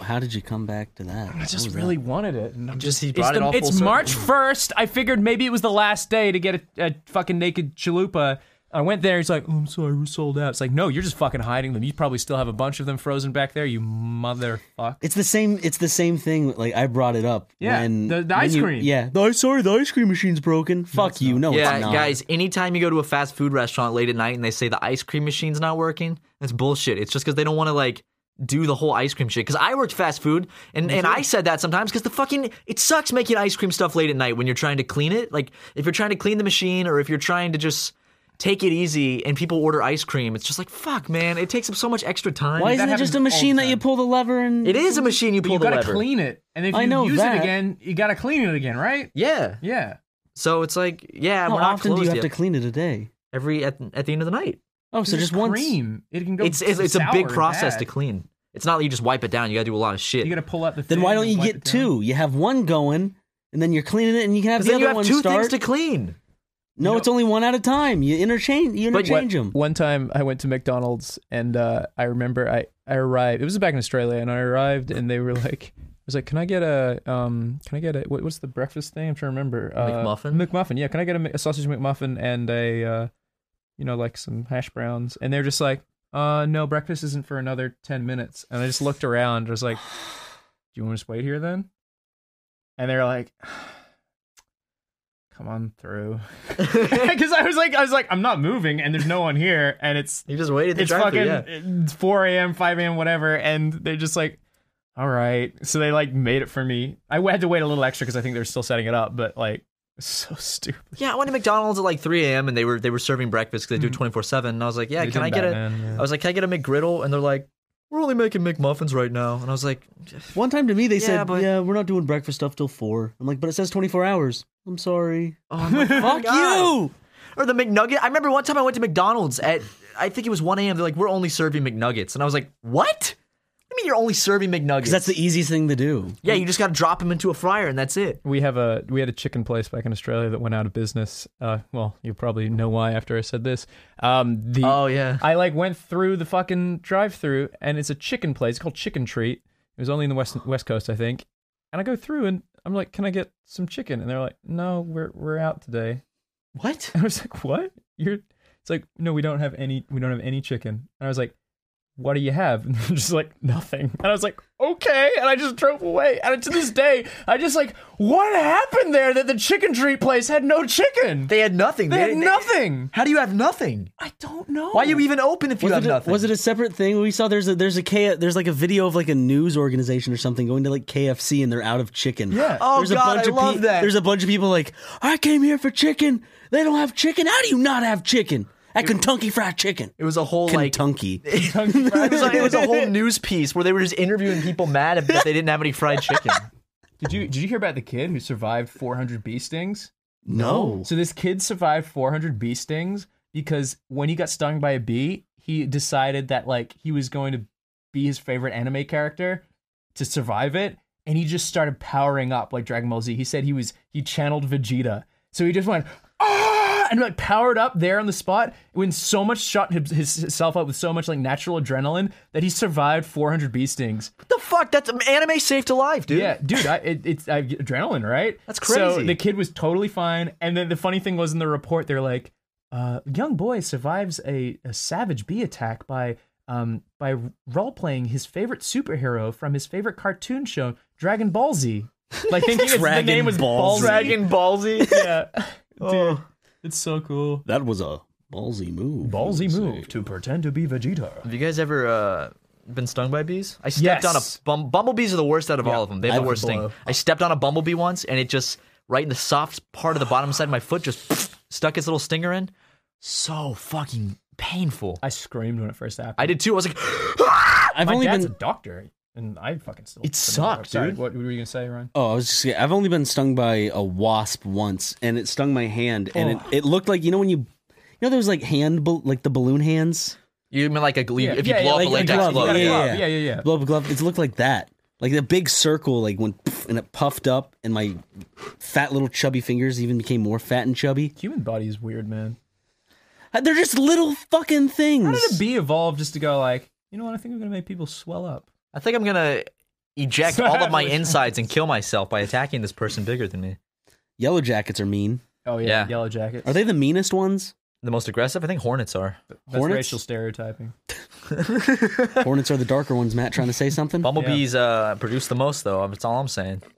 Speaker 1: How did you come back to that?
Speaker 2: I
Speaker 1: What
Speaker 2: just
Speaker 1: was
Speaker 2: really
Speaker 1: that?
Speaker 2: wanted it, and I'm just.
Speaker 3: Just he
Speaker 2: It's,
Speaker 3: brought it
Speaker 2: the-
Speaker 3: all.
Speaker 2: it's
Speaker 3: full circle.
Speaker 2: March 1st. I figured maybe it was the last day to get a, a fucking naked chalupa. I went there. He's like, oh, I'm sorry, we're sold out. It's like, no, you're just fucking hiding them. You probably still have a bunch of them frozen back there, you motherfucker.
Speaker 1: It's the same. It's the same thing. Like I brought it up.
Speaker 2: Yeah,
Speaker 1: when-
Speaker 2: the- the
Speaker 1: when
Speaker 2: ice
Speaker 1: you-
Speaker 2: cream.
Speaker 1: Yeah. The, i- sorry, the ice cream machine's broken. Fuck you. No,
Speaker 3: Yeah,
Speaker 1: Oh, it's not.
Speaker 3: guys. Anytime you go to a fast food restaurant late at night and they say the ice cream machine's not working, that's bullshit. It's just because they don't want to like do the whole ice cream shit. Because I worked fast food and, and I said that sometimes because the fucking it sucks making ice cream stuff late at night when you're trying to clean it. Like if you're trying to clean the machine or if you're trying to just take it easy and people order ice cream, it's just like fuck, man. It takes up so much extra time.
Speaker 1: Why isn't it
Speaker 2: happens
Speaker 1: just a
Speaker 2: all the
Speaker 1: machine that you
Speaker 2: time.
Speaker 1: pull the lever and?
Speaker 3: it is a machine you
Speaker 2: But
Speaker 3: pull
Speaker 2: you
Speaker 3: the
Speaker 2: gotta
Speaker 3: lever.
Speaker 2: clean it, and if
Speaker 1: I
Speaker 2: you
Speaker 1: know
Speaker 2: use
Speaker 1: that.
Speaker 2: it again, you gotta clean it again, right?
Speaker 3: Yeah.
Speaker 2: Yeah.
Speaker 3: So it's like yeah,
Speaker 1: How
Speaker 3: we're not
Speaker 1: often do you
Speaker 3: closed
Speaker 1: have
Speaker 3: yet.
Speaker 1: to clean it a day?
Speaker 3: Every at, at the end of the night.
Speaker 1: Oh, so
Speaker 2: It's
Speaker 1: just once.
Speaker 2: cream. It can go.
Speaker 3: It's it's, it's a
Speaker 2: sour
Speaker 3: big
Speaker 2: and
Speaker 3: process
Speaker 2: bad.
Speaker 3: to clean. It's not like you just wipe it down. You gotta do a lot of shit.
Speaker 2: You gotta pull out the.
Speaker 1: Then
Speaker 2: thing
Speaker 1: why don't
Speaker 2: and
Speaker 1: you
Speaker 2: wipe
Speaker 1: get
Speaker 2: it down.
Speaker 1: two? You have one going, and then you're cleaning it, and you can have
Speaker 3: But
Speaker 1: the
Speaker 3: then
Speaker 1: other
Speaker 3: you have
Speaker 1: one
Speaker 3: two
Speaker 1: start.
Speaker 3: things to clean.
Speaker 1: no, it's only one at a time. You interchange. You
Speaker 3: But what-
Speaker 1: interchange them.
Speaker 2: One time I went to McDonald's and uh, I remember I, I arrived. It was back in Australia and I arrived and they were like, I was like, can I get a um, can I get a what, what's the breakfast thing? I'm trying to remember. Uh,
Speaker 3: McMuffin?
Speaker 2: McMuffin. Yeah, can I get a, Mc- a sausage McMuffin and a uh, you know like some hash browns? And they're just like, uh, no, breakfast isn't for another ten minutes. And I just looked around. I was like, do you want to just wait here then? And they're like. Come on through, because I was like, I was like, I'm not moving, and there's no one here, and it's
Speaker 3: You just waited.
Speaker 2: it's fucking it's 4 a.m 5 a.m whatever and they're just like all right so they like made it for me i had to wait a little extra because i think they're still setting it up but like so stupid
Speaker 3: Yeah, I went to McDonald's at like 3 a.m. and they were they were serving breakfast because they do 24 seven. And I was like, yeah,
Speaker 2: They
Speaker 3: can
Speaker 2: did
Speaker 3: I get a? I
Speaker 2: Batman, yeah.
Speaker 3: was like, can I get a McGriddle? And they're like, we're only making McMuffins right now. And I was like,
Speaker 1: One time to me, they
Speaker 3: Yeah,
Speaker 1: said,
Speaker 3: but-
Speaker 1: "Yeah, we're not doing breakfast stuff till 4. I'm like, "But it says 24 hours." I'm sorry.
Speaker 3: oh, I'm like,
Speaker 1: Fuck you.
Speaker 3: Or the McNugget. I remember one time I went to McDonald's at I think it was 1 a.m. They're like, we're only serving McNuggets, and I was like, what? What do you mean you're only serving McNuggets?
Speaker 1: Because that's the easiest thing to do.
Speaker 3: yeah, you just gotta drop them into a fryer and that's it.
Speaker 2: we have a we had a chicken place back in australia that went out of business uh well you probably know why after i said this um the
Speaker 3: Oh yeah.
Speaker 2: I like went through the fucking drive-through, and it's a chicken place called Chicken Treat. It was only in the west West Coast, I think. And I go through, and I'm like, "Can I get some chicken?" And they're like, "No, we're we're out today."
Speaker 3: What?
Speaker 2: And I was like, "What? You're?" It's like, "No, we don't have any. We don't have any chicken." And I was like, "What do you have?" And they're just like, "Nothing." And I was like, "Okay." And I just drove away. And to this day, I just like, what happened there that the Chicken Treat place had no chicken? They,
Speaker 3: They had nothing. They,
Speaker 2: had
Speaker 3: didn't-
Speaker 2: nothing.
Speaker 3: How do you have nothing?
Speaker 2: I don't know.
Speaker 3: Why are you even open if you
Speaker 1: Was
Speaker 3: have
Speaker 1: it, a,
Speaker 3: nothing?
Speaker 1: was it a separate thing? We saw there's a there's a K, there's like a video of like a news organization or something going to like KFC and they're out of chicken.
Speaker 2: Yeah.
Speaker 3: Oh
Speaker 1: there's
Speaker 3: God, I
Speaker 1: of
Speaker 3: love
Speaker 1: pe-
Speaker 3: that.
Speaker 1: There's a bunch of people like I came here for chicken. They don't have chicken. How do you not have chicken at Kentucky Fried Chicken?
Speaker 3: it was a whole like
Speaker 1: Kentucky.
Speaker 3: It was, like, it was a whole news piece where they were just interviewing people mad that they didn't have any fried chicken.
Speaker 2: Did you did you hear about the kid who survived 400 bee stings?
Speaker 1: No.
Speaker 2: So this kid survived 400 bee stings because when he got stung by a bee, he decided that like he was going to be his favorite anime character to survive it, and he just started powering up like Dragon Ball Z. He said he was he channeled Vegeta, so he just went ah and like powered up there on the spot when so much shot his, his- himself up with so much like natural adrenaline that he survived 400 bee stings.
Speaker 3: What the fuck? That's anime saved alive, dude.
Speaker 2: Yeah, dude, I, it, it's I, adrenaline, right?
Speaker 3: That's
Speaker 2: So
Speaker 3: crazy.
Speaker 2: the kid was totally fine, and then the funny thing was in the report, they're like, uh, "Young boy survives a, a savage bee attack by um by role playing his favorite superhero from his favorite cartoon show, Dragon Ball Z." Like thinking it's, the
Speaker 1: Dragon
Speaker 2: name was
Speaker 1: Ball
Speaker 2: Ball Z.
Speaker 1: Z. Oh.
Speaker 3: Dragon Ball Z.
Speaker 2: Yeah, dude, it's so cool.
Speaker 5: That was a ballsy move.
Speaker 2: Ballsy
Speaker 5: I would
Speaker 2: move
Speaker 5: say.
Speaker 2: to pretend to be Vegeta.
Speaker 3: Have you guys ever uh, been stung by bees? I stepped on a
Speaker 2: Yes.
Speaker 3: bum- bumblebees are the worst out of all of them. They're the
Speaker 2: I-
Speaker 3: worst
Speaker 2: blow.
Speaker 3: thing. I stepped on a bumblebee once, and it just right in the soft part of the bottom side of my foot just stuck its little stinger in. So fucking painful.
Speaker 2: I screamed when it first happened.
Speaker 3: I did too. I was like,
Speaker 1: I've
Speaker 2: My
Speaker 1: only
Speaker 2: dad's
Speaker 1: been.
Speaker 2: a doctor, and I fucking still.
Speaker 1: It sucked,
Speaker 2: Sorry,
Speaker 1: dude.
Speaker 2: What were you gonna say, Ryan?
Speaker 1: Oh, I was just. I've only been stung by a wasp once, and it stung my hand, and
Speaker 2: Oh.
Speaker 1: it, it looked like you know when you, you know those like hand bal- like the balloon hands,
Speaker 3: you mean like a glee- if you
Speaker 2: yeah,
Speaker 3: blow
Speaker 2: yeah,
Speaker 3: up a
Speaker 1: like
Speaker 3: latex
Speaker 1: glove,
Speaker 3: glove?
Speaker 1: Oh, yeah, yeah,
Speaker 2: yeah, yeah, yeah.
Speaker 1: glove glove. It looked like that, like a big circle, like when and it puffed up, and my fat little chubby fingers even became more fat and chubby. Uh,
Speaker 2: Human body is weird, man.
Speaker 1: They're just little fucking things.
Speaker 2: How did a bee evolve just to go like, you know what? I think I'm gonna make people swell up.
Speaker 3: I think I'm gonna eject all of my
Speaker 2: Savage.
Speaker 3: insides and kill myself by attacking this person bigger than me.
Speaker 1: Yellow jackets are mean.
Speaker 2: Oh yeah,
Speaker 3: Yeah.
Speaker 2: yellow jackets.
Speaker 1: Are they the meanest ones?
Speaker 3: The most aggressive, I think hornets are.
Speaker 2: That's
Speaker 1: hornets?
Speaker 2: racial stereotyping.
Speaker 1: Hornets are the darker ones. Matt trying to say something?
Speaker 3: Bumblebees uh, produce the most, though. That's all I'm saying.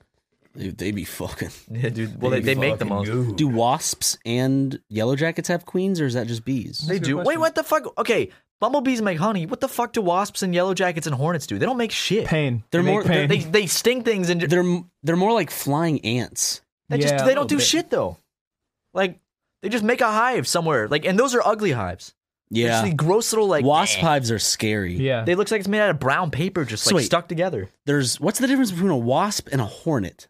Speaker 1: They, they be fucking.
Speaker 3: Yeah, dude. Well, they, they make the most.
Speaker 1: Do wasps and yellow jackets have queens, or is that just bees?
Speaker 3: They
Speaker 2: a good
Speaker 3: do. Wait,
Speaker 2: question.
Speaker 3: what the fuck? Okay, bumblebees make honey. What the fuck do wasps and yellow jackets and hornets do? They don't make shit.
Speaker 2: Pain.
Speaker 1: They're
Speaker 2: They make
Speaker 1: more-
Speaker 2: pain.
Speaker 3: They they sting things and ju-
Speaker 1: They're m- they're more like flying ants.
Speaker 3: they
Speaker 2: Yeah, Oh,
Speaker 3: just
Speaker 2: a
Speaker 3: they don't
Speaker 2: little
Speaker 3: do
Speaker 2: bit.
Speaker 3: shit though. Like they just make a hive somewhere. Like and those are ugly hives. They're just
Speaker 1: Yeah,
Speaker 3: these gross little like
Speaker 1: wasp
Speaker 3: eh.
Speaker 1: hives are scary.
Speaker 2: yeah.
Speaker 3: They looks like it's made out of brown paper, just like
Speaker 1: So wait.
Speaker 3: stuck together.
Speaker 1: There's what's the difference between a wasp and a hornet?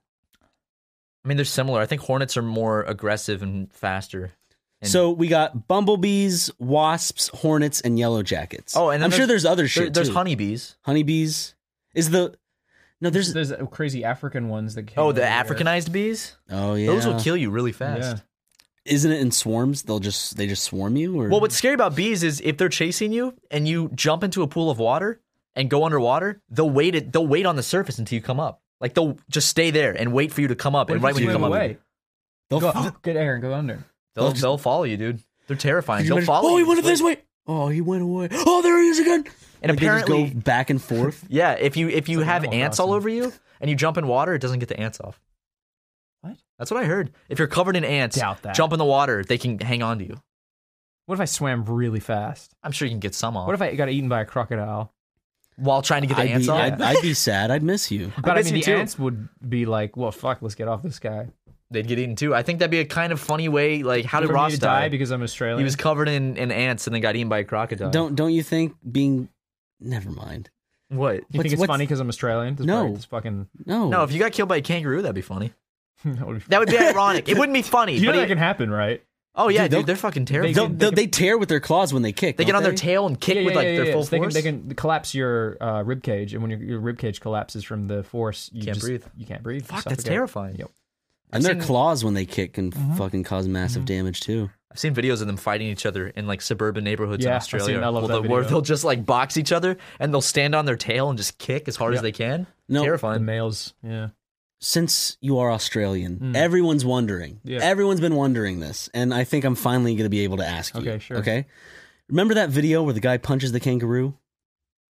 Speaker 3: I mean, they're similar. I think hornets are more aggressive and faster. And-
Speaker 1: so we got bumblebees, wasps, hornets, and yellow jackets.
Speaker 3: Oh, and then
Speaker 1: I'm sure there's other
Speaker 3: There-
Speaker 1: shit.
Speaker 3: there's
Speaker 1: too.
Speaker 3: honeybees.
Speaker 1: honeybees. Is the no? There's
Speaker 2: There's uh, crazy African ones that. Came
Speaker 3: Oh, the
Speaker 2: over here.
Speaker 3: Africanized bees.
Speaker 1: oh yeah.
Speaker 3: Those will kill you really fast.
Speaker 2: Yeah.
Speaker 1: Isn't it in swarms? They'll just they just swarm you. Or
Speaker 3: Well, what's scary about bees is if they're chasing you and you jump into a pool of water and go underwater, they'll wait. It, they'll wait on the surface until you come up. Like they'll just stay there and wait for you to come up.
Speaker 2: What
Speaker 3: and
Speaker 2: if
Speaker 3: right
Speaker 2: you
Speaker 3: when you
Speaker 2: swim
Speaker 3: come up,
Speaker 2: away?
Speaker 1: they'll
Speaker 2: Go,
Speaker 1: f-
Speaker 2: get Aaron. Go under.
Speaker 3: they'll they'll follow you, dude. They're terrifying.
Speaker 1: Could you
Speaker 3: They'll
Speaker 1: imagine-
Speaker 3: follow.
Speaker 1: Oh, he
Speaker 3: you.
Speaker 1: went this way. Oh, he went away. Oh, there he is again.
Speaker 3: And
Speaker 1: Like, they just
Speaker 3: apparently,
Speaker 1: go back and forth.
Speaker 3: yeah. If you if you
Speaker 2: like
Speaker 3: have
Speaker 2: Animal
Speaker 3: ants all
Speaker 2: Crossing.
Speaker 3: over you and you jump in water, it doesn't get the ants off.
Speaker 2: What?
Speaker 3: That's what I heard. If you're covered in ants,
Speaker 2: Doubt that.
Speaker 3: jump in the water. They can hang on to you.
Speaker 2: What if I swam really fast?
Speaker 3: I'm sure you can get some off.
Speaker 2: What if I got eaten by a crocodile?
Speaker 3: while trying to get the
Speaker 1: I'd
Speaker 3: ants
Speaker 1: be,
Speaker 3: off?
Speaker 1: I'd, I'd be sad. I'd miss you.
Speaker 2: But I,
Speaker 3: miss
Speaker 2: mean,
Speaker 3: you
Speaker 2: the
Speaker 3: too.
Speaker 2: ants would be like, "Well, fuck, let's get off this guy."
Speaker 3: They'd get eaten too. I think that'd be a kind of funny way. Like, how did
Speaker 2: For me
Speaker 3: Ross
Speaker 2: to
Speaker 3: die?
Speaker 2: die because I'm Australian?
Speaker 3: He was covered in, in ants and then got eaten by a crocodile.
Speaker 1: Don't don't you think being never mind.
Speaker 2: You
Speaker 3: what?
Speaker 1: what's-
Speaker 2: think it's
Speaker 1: what's-
Speaker 2: funny because I'm Australian? This
Speaker 1: No.
Speaker 2: probably- This fucking.
Speaker 1: No.
Speaker 3: No, if you got killed by a kangaroo, that'd be funny.
Speaker 2: that would be-
Speaker 3: That would be ironic. It wouldn't be funny.
Speaker 2: you know
Speaker 3: but
Speaker 2: that
Speaker 3: it-
Speaker 2: can happen, right?
Speaker 3: oh
Speaker 1: Dude,
Speaker 3: yeah, dude,
Speaker 1: they'll-
Speaker 3: they're fucking terrible.
Speaker 1: They'll- they'll- they, tear with their claws when they kick.
Speaker 3: they get
Speaker 1: don't
Speaker 3: on their
Speaker 1: they?
Speaker 3: tail and kick
Speaker 2: Yeah,
Speaker 3: with
Speaker 2: yeah,
Speaker 3: like
Speaker 2: yeah,
Speaker 3: their
Speaker 2: yeah.
Speaker 3: full
Speaker 2: So they can,
Speaker 3: force.
Speaker 2: they can collapse your uh, rib cage, and when your, your rib cage collapses from the force, you
Speaker 3: Can't
Speaker 2: just-
Speaker 3: breathe.
Speaker 2: You can't breathe. You
Speaker 3: Fuck, that's
Speaker 2: suffocate.
Speaker 3: terrifying.
Speaker 2: Yep.
Speaker 1: And their
Speaker 3: I've seen-
Speaker 1: claws when they kick can
Speaker 2: Mm-hmm.
Speaker 1: fucking cause massive damage too.
Speaker 3: I've seen videos of them fighting each other in like suburban neighborhoods in
Speaker 2: Yeah, I've seen-
Speaker 3: Australia.
Speaker 2: I love
Speaker 3: where
Speaker 2: that
Speaker 3: where
Speaker 2: video.
Speaker 3: they'll just like box each other and they'll stand on their tail and just kick as hard as
Speaker 2: Yep.
Speaker 3: they can.
Speaker 1: No.
Speaker 2: The
Speaker 3: Terrifying.
Speaker 2: males, yeah.
Speaker 1: Since you are Australian, everyone's wondering.
Speaker 2: Mm. Yeah.
Speaker 1: Everyone's been wondering this, and I think I'm finally going to be able to ask you.
Speaker 2: Okay, sure.
Speaker 1: Okay. Remember that video where the guy punches the kangaroo?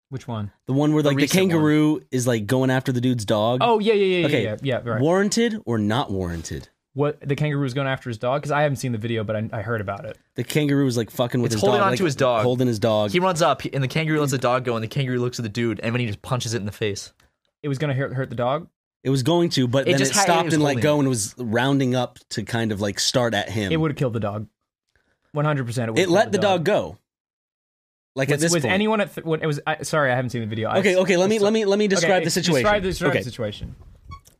Speaker 2: Which one?
Speaker 1: The one where like the,
Speaker 3: recent one.
Speaker 1: kangaroo is like going after the dude's dog.
Speaker 2: Oh yeah, yeah, yeah,
Speaker 1: Okay.
Speaker 2: yeah, yeah, yeah. Right. What?
Speaker 1: Warranted or not warranted?
Speaker 2: the kangaroo was going after his dog? Because I haven't seen the video, but I, I heard about it.
Speaker 1: The kangaroo is like fucking with
Speaker 3: It's
Speaker 1: his
Speaker 3: holding
Speaker 1: dog,
Speaker 3: onto
Speaker 1: like,
Speaker 3: his dog.
Speaker 1: holding his dog.
Speaker 3: He runs up and the kangaroo lets the dog go and the kangaroo looks at the dude and then he just punches it in the face.
Speaker 2: It was going to hurt, hurt the dog.
Speaker 1: It was going to, but
Speaker 3: It
Speaker 1: then
Speaker 3: just
Speaker 1: it
Speaker 3: hi- it
Speaker 1: stopped
Speaker 3: was
Speaker 1: and let
Speaker 3: holding
Speaker 1: go and was rounding up to kind of like start at him.
Speaker 2: It would have killed the dog. One hundred percent.
Speaker 1: It let the dog go. Like at
Speaker 2: Was,
Speaker 1: this
Speaker 2: was
Speaker 1: point.
Speaker 2: anyone at th- when it was? I, sorry, I haven't seen the video. I-
Speaker 1: okay, okay. Let me let me let me
Speaker 2: Okay,
Speaker 1: describe the situation.
Speaker 2: Describe, the- describe
Speaker 1: okay,
Speaker 2: the situation.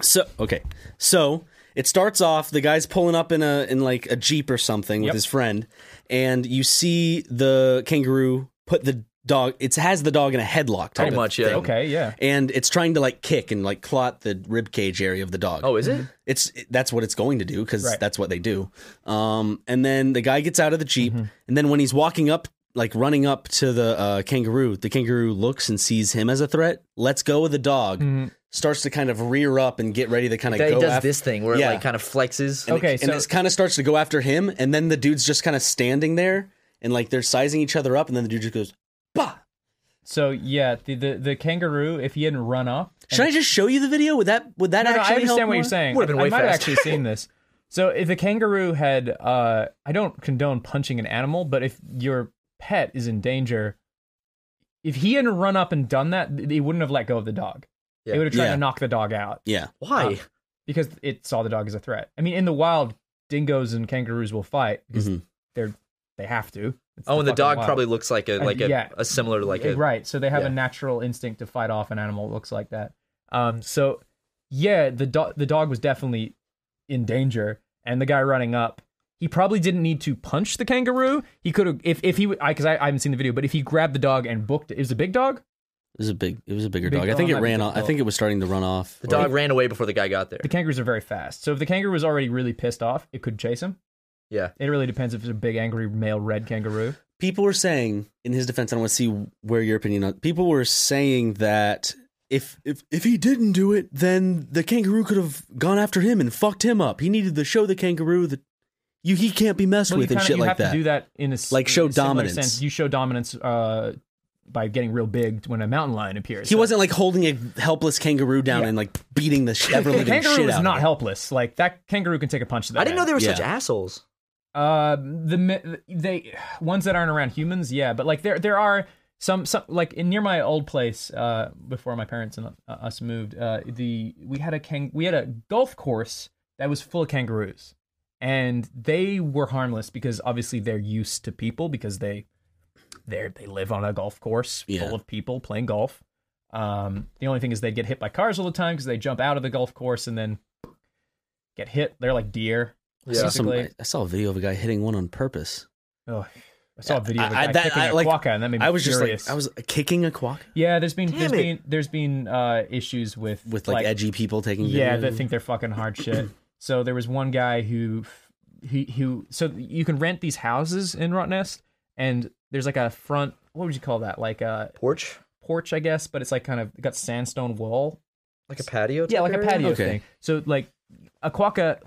Speaker 1: so okay, so It starts off the guy's pulling up in a in like a jeep or something with
Speaker 2: Yep.
Speaker 1: his friend, and you see the kangaroo put the dog. It has the dog in a headlock. Type
Speaker 3: Pretty
Speaker 1: of
Speaker 3: much, yeah.
Speaker 1: thing.
Speaker 2: Okay, yeah.
Speaker 1: And it's trying to like kick and like clot the rib cage area of the dog.
Speaker 3: Oh, is it?
Speaker 1: it's that's what it's going to do because
Speaker 2: Right.
Speaker 1: that's what they do. Um, and then the guy gets out of the jeep,
Speaker 2: Mm-hmm.
Speaker 1: and then when he's walking up, like running up to the uh, kangaroo, the kangaroo looks and sees him as a threat. Let's go with the dog.
Speaker 2: Mm-hmm.
Speaker 1: Starts to kind of rear up and get ready to kind of
Speaker 3: That-
Speaker 1: go.
Speaker 3: it does
Speaker 1: af-
Speaker 3: this thing where
Speaker 1: Yeah.
Speaker 3: it like kind of flexes.
Speaker 1: and
Speaker 2: Okay,
Speaker 1: it, and
Speaker 2: so-
Speaker 1: it kind of starts to go after him, and then the dude's just kind of standing there, and like they're sizing each other up, and then the dude just goes, "Bah."
Speaker 2: So yeah, the, the the kangaroo, if he hadn't run up,
Speaker 1: Should I just show you the video? Would that would that
Speaker 2: No, no,
Speaker 1: actually
Speaker 2: I understand
Speaker 1: help
Speaker 2: what
Speaker 1: more?
Speaker 2: you're saying.
Speaker 3: Would've been
Speaker 2: I, I
Speaker 3: way
Speaker 2: might have
Speaker 3: faster.
Speaker 2: actually seen this. So if the kangaroo had, uh, I don't condone punching an animal, but if your pet is in danger, if he hadn't run up and done that, th- they wouldn't have let go of the dog. They
Speaker 3: Yeah.
Speaker 2: would have tried
Speaker 1: Yeah.
Speaker 2: to knock the dog out
Speaker 1: Yeah,
Speaker 3: Why?
Speaker 2: because it saw the dog as a threat. I mean, in the wild, dingoes and kangaroos will fight because
Speaker 1: Mhm.
Speaker 2: they're they have to. It's
Speaker 3: Mm-hmm. Oh, and the
Speaker 2: fucking
Speaker 3: dog
Speaker 2: wild.
Speaker 3: probably looks like a
Speaker 2: Uh,
Speaker 3: like a,
Speaker 2: yeah.
Speaker 3: a similar to like a
Speaker 2: Uh, right. So they have
Speaker 3: yeah.
Speaker 2: a natural instinct to fight off an animal that looks like that. Um, so yeah, the dog the dog was definitely in danger, and the guy running up, he probably didn't need to punch the kangaroo. He could have if if he because I, 'cause I, I haven't seen the video, but if he grabbed the dog and booked it, it was a big dog.
Speaker 1: it was a big it was a bigger
Speaker 2: Big
Speaker 1: dog. I
Speaker 2: dog
Speaker 1: think it
Speaker 2: might be
Speaker 1: ran off. I
Speaker 2: difficult.
Speaker 1: think it was starting to run off.
Speaker 3: The dog ran away before the guy got there.
Speaker 2: The kangaroos are very fast, so if the kangaroo was already really pissed off, it could chase him.
Speaker 3: Yeah.
Speaker 2: It really depends if it's a big angry male red kangaroo.
Speaker 1: people were saying in his defense, I want to see where your opinion on. People were saying that if if if he didn't do it, then the kangaroo could have gone after him and fucked him up. He needed to show the kangaroo that you he can't be messed
Speaker 2: Well, you
Speaker 1: with and
Speaker 2: kinda-
Speaker 1: shit
Speaker 2: you
Speaker 1: like
Speaker 2: have
Speaker 1: that.
Speaker 2: to do that in a s-
Speaker 1: Like, show
Speaker 2: in a similar
Speaker 1: dominance.
Speaker 2: Sense. You show dominance uh, by getting real big when a mountain lion appears.
Speaker 1: He
Speaker 2: So-
Speaker 1: wasn't like holding a helpless kangaroo down
Speaker 2: Yeah.
Speaker 1: and like beating the sh- ever
Speaker 2: The
Speaker 1: living
Speaker 2: kangaroo
Speaker 1: shit
Speaker 2: is
Speaker 1: out.
Speaker 2: not
Speaker 1: of him.
Speaker 2: helpless. Like that kangaroo can take a punch to the
Speaker 3: I didn't know
Speaker 2: head.
Speaker 3: they were such
Speaker 1: Yeah.
Speaker 3: assholes.
Speaker 2: Uh, the mi- they ones that aren't around humans, yeah. But like there there are some some like in near my old place uh, before my parents and uh, us moved. Uh, the we had a kang- we had a golf course that was full of kangaroos, and they were harmless because obviously they're used to people because they they they live on a golf course
Speaker 1: Yeah.
Speaker 2: full of people playing golf. Um, the only thing is they get hit by cars all the time because they jump out of the golf course and then get hit. They're like deer.
Speaker 1: I saw, some,
Speaker 2: basically.
Speaker 1: I I saw a video of a guy hitting one on purpose.
Speaker 2: Oh, I saw a video of a
Speaker 1: I- I-
Speaker 2: guy
Speaker 1: that-
Speaker 2: kicking
Speaker 1: I,
Speaker 2: a
Speaker 1: like-
Speaker 2: quokka, and that made me
Speaker 1: I was just
Speaker 2: furious.
Speaker 1: like, I was kicking a quack
Speaker 2: yeah. There's been there's
Speaker 3: Damn it.
Speaker 2: been there's been uh, issues with
Speaker 1: with like, edgy people taking.
Speaker 2: yeah
Speaker 1: video.
Speaker 2: that think they're fucking hard shit. So there was one guy who he who so you can rent these houses in Rottnest, and there's like a front what would you call that like a
Speaker 3: Porch?
Speaker 2: porch I guess, but it's like kind of it got sandstone wall.
Speaker 3: Like a patio?
Speaker 2: Yeah, like a
Speaker 3: type area?
Speaker 2: patio
Speaker 1: Okay.
Speaker 2: thing. So like a quokka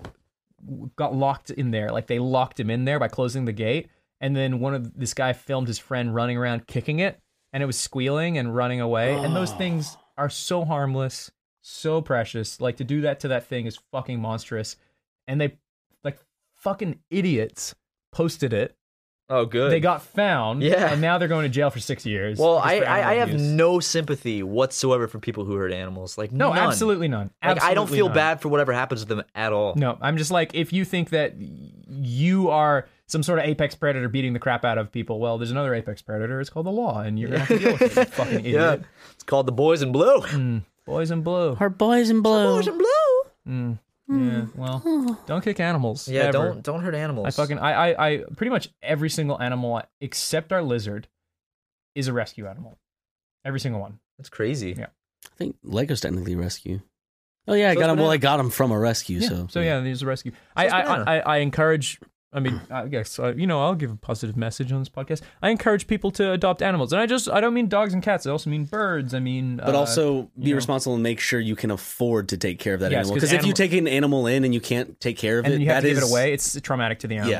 Speaker 2: got locked in there. Like they locked him in there by closing the gate. And then one of this guy filmed his friend running around kicking it, and it was squealing and running away. And those things are so harmless, so precious. Like to do that to that thing is fucking monstrous. And they like fucking idiots posted it.
Speaker 3: Oh, good.
Speaker 2: They got found.
Speaker 3: Yeah.
Speaker 2: And now they're going to jail for six years.
Speaker 3: well,
Speaker 2: just
Speaker 3: I,
Speaker 2: for
Speaker 3: I, I
Speaker 2: animal
Speaker 3: have
Speaker 2: abuse.
Speaker 3: no sympathy whatsoever for people who hurt animals. Like,
Speaker 2: No,
Speaker 3: none.
Speaker 2: absolutely none.
Speaker 3: Like, I don't
Speaker 2: Absolutely
Speaker 3: feel
Speaker 2: none.
Speaker 3: bad for whatever happens to them at all.
Speaker 2: No, I'm just like if you think that you are some sort of apex predator beating the crap out of people, well, there's another apex predator. It's called the law, and you're gonna have to deal with it. you fucking
Speaker 3: Yeah.
Speaker 2: idiot. Mm.
Speaker 3: It's called the boys in blue.
Speaker 2: Boys in blue. Mm.
Speaker 1: Our boys in blue.
Speaker 3: blue.
Speaker 2: Yeah. Well, don't kick animals.
Speaker 3: Yeah,
Speaker 2: ever.
Speaker 3: don't don't hurt animals.
Speaker 2: I fucking I, I I pretty much every single animal except our lizard is a rescue animal. Every single one.
Speaker 3: That's crazy.
Speaker 2: Yeah.
Speaker 1: I think Lego's technically rescue. Oh yeah, I
Speaker 3: So
Speaker 1: got
Speaker 3: it's
Speaker 1: him. Well,
Speaker 3: banana.
Speaker 1: I got him from a rescue. So
Speaker 2: So yeah, there's a rescue. I,
Speaker 3: it's
Speaker 2: I,
Speaker 3: banana.
Speaker 2: I I I encourage. I mean, I guess uh, you know I'll give a positive message on this podcast. I encourage people to adopt animals, and I just I don't mean dogs and cats. I also mean birds. I mean,
Speaker 1: But
Speaker 2: uh,
Speaker 1: also be
Speaker 2: you know.
Speaker 1: responsible and make sure you can afford to take care of that
Speaker 2: Yes,
Speaker 1: animal.
Speaker 2: 'cause
Speaker 1: Because if you
Speaker 2: animal-
Speaker 1: take an animal in and you can't take care of
Speaker 2: and
Speaker 1: it,
Speaker 2: you have
Speaker 1: that
Speaker 2: to give it
Speaker 1: is-
Speaker 2: away. It's traumatic to the animal.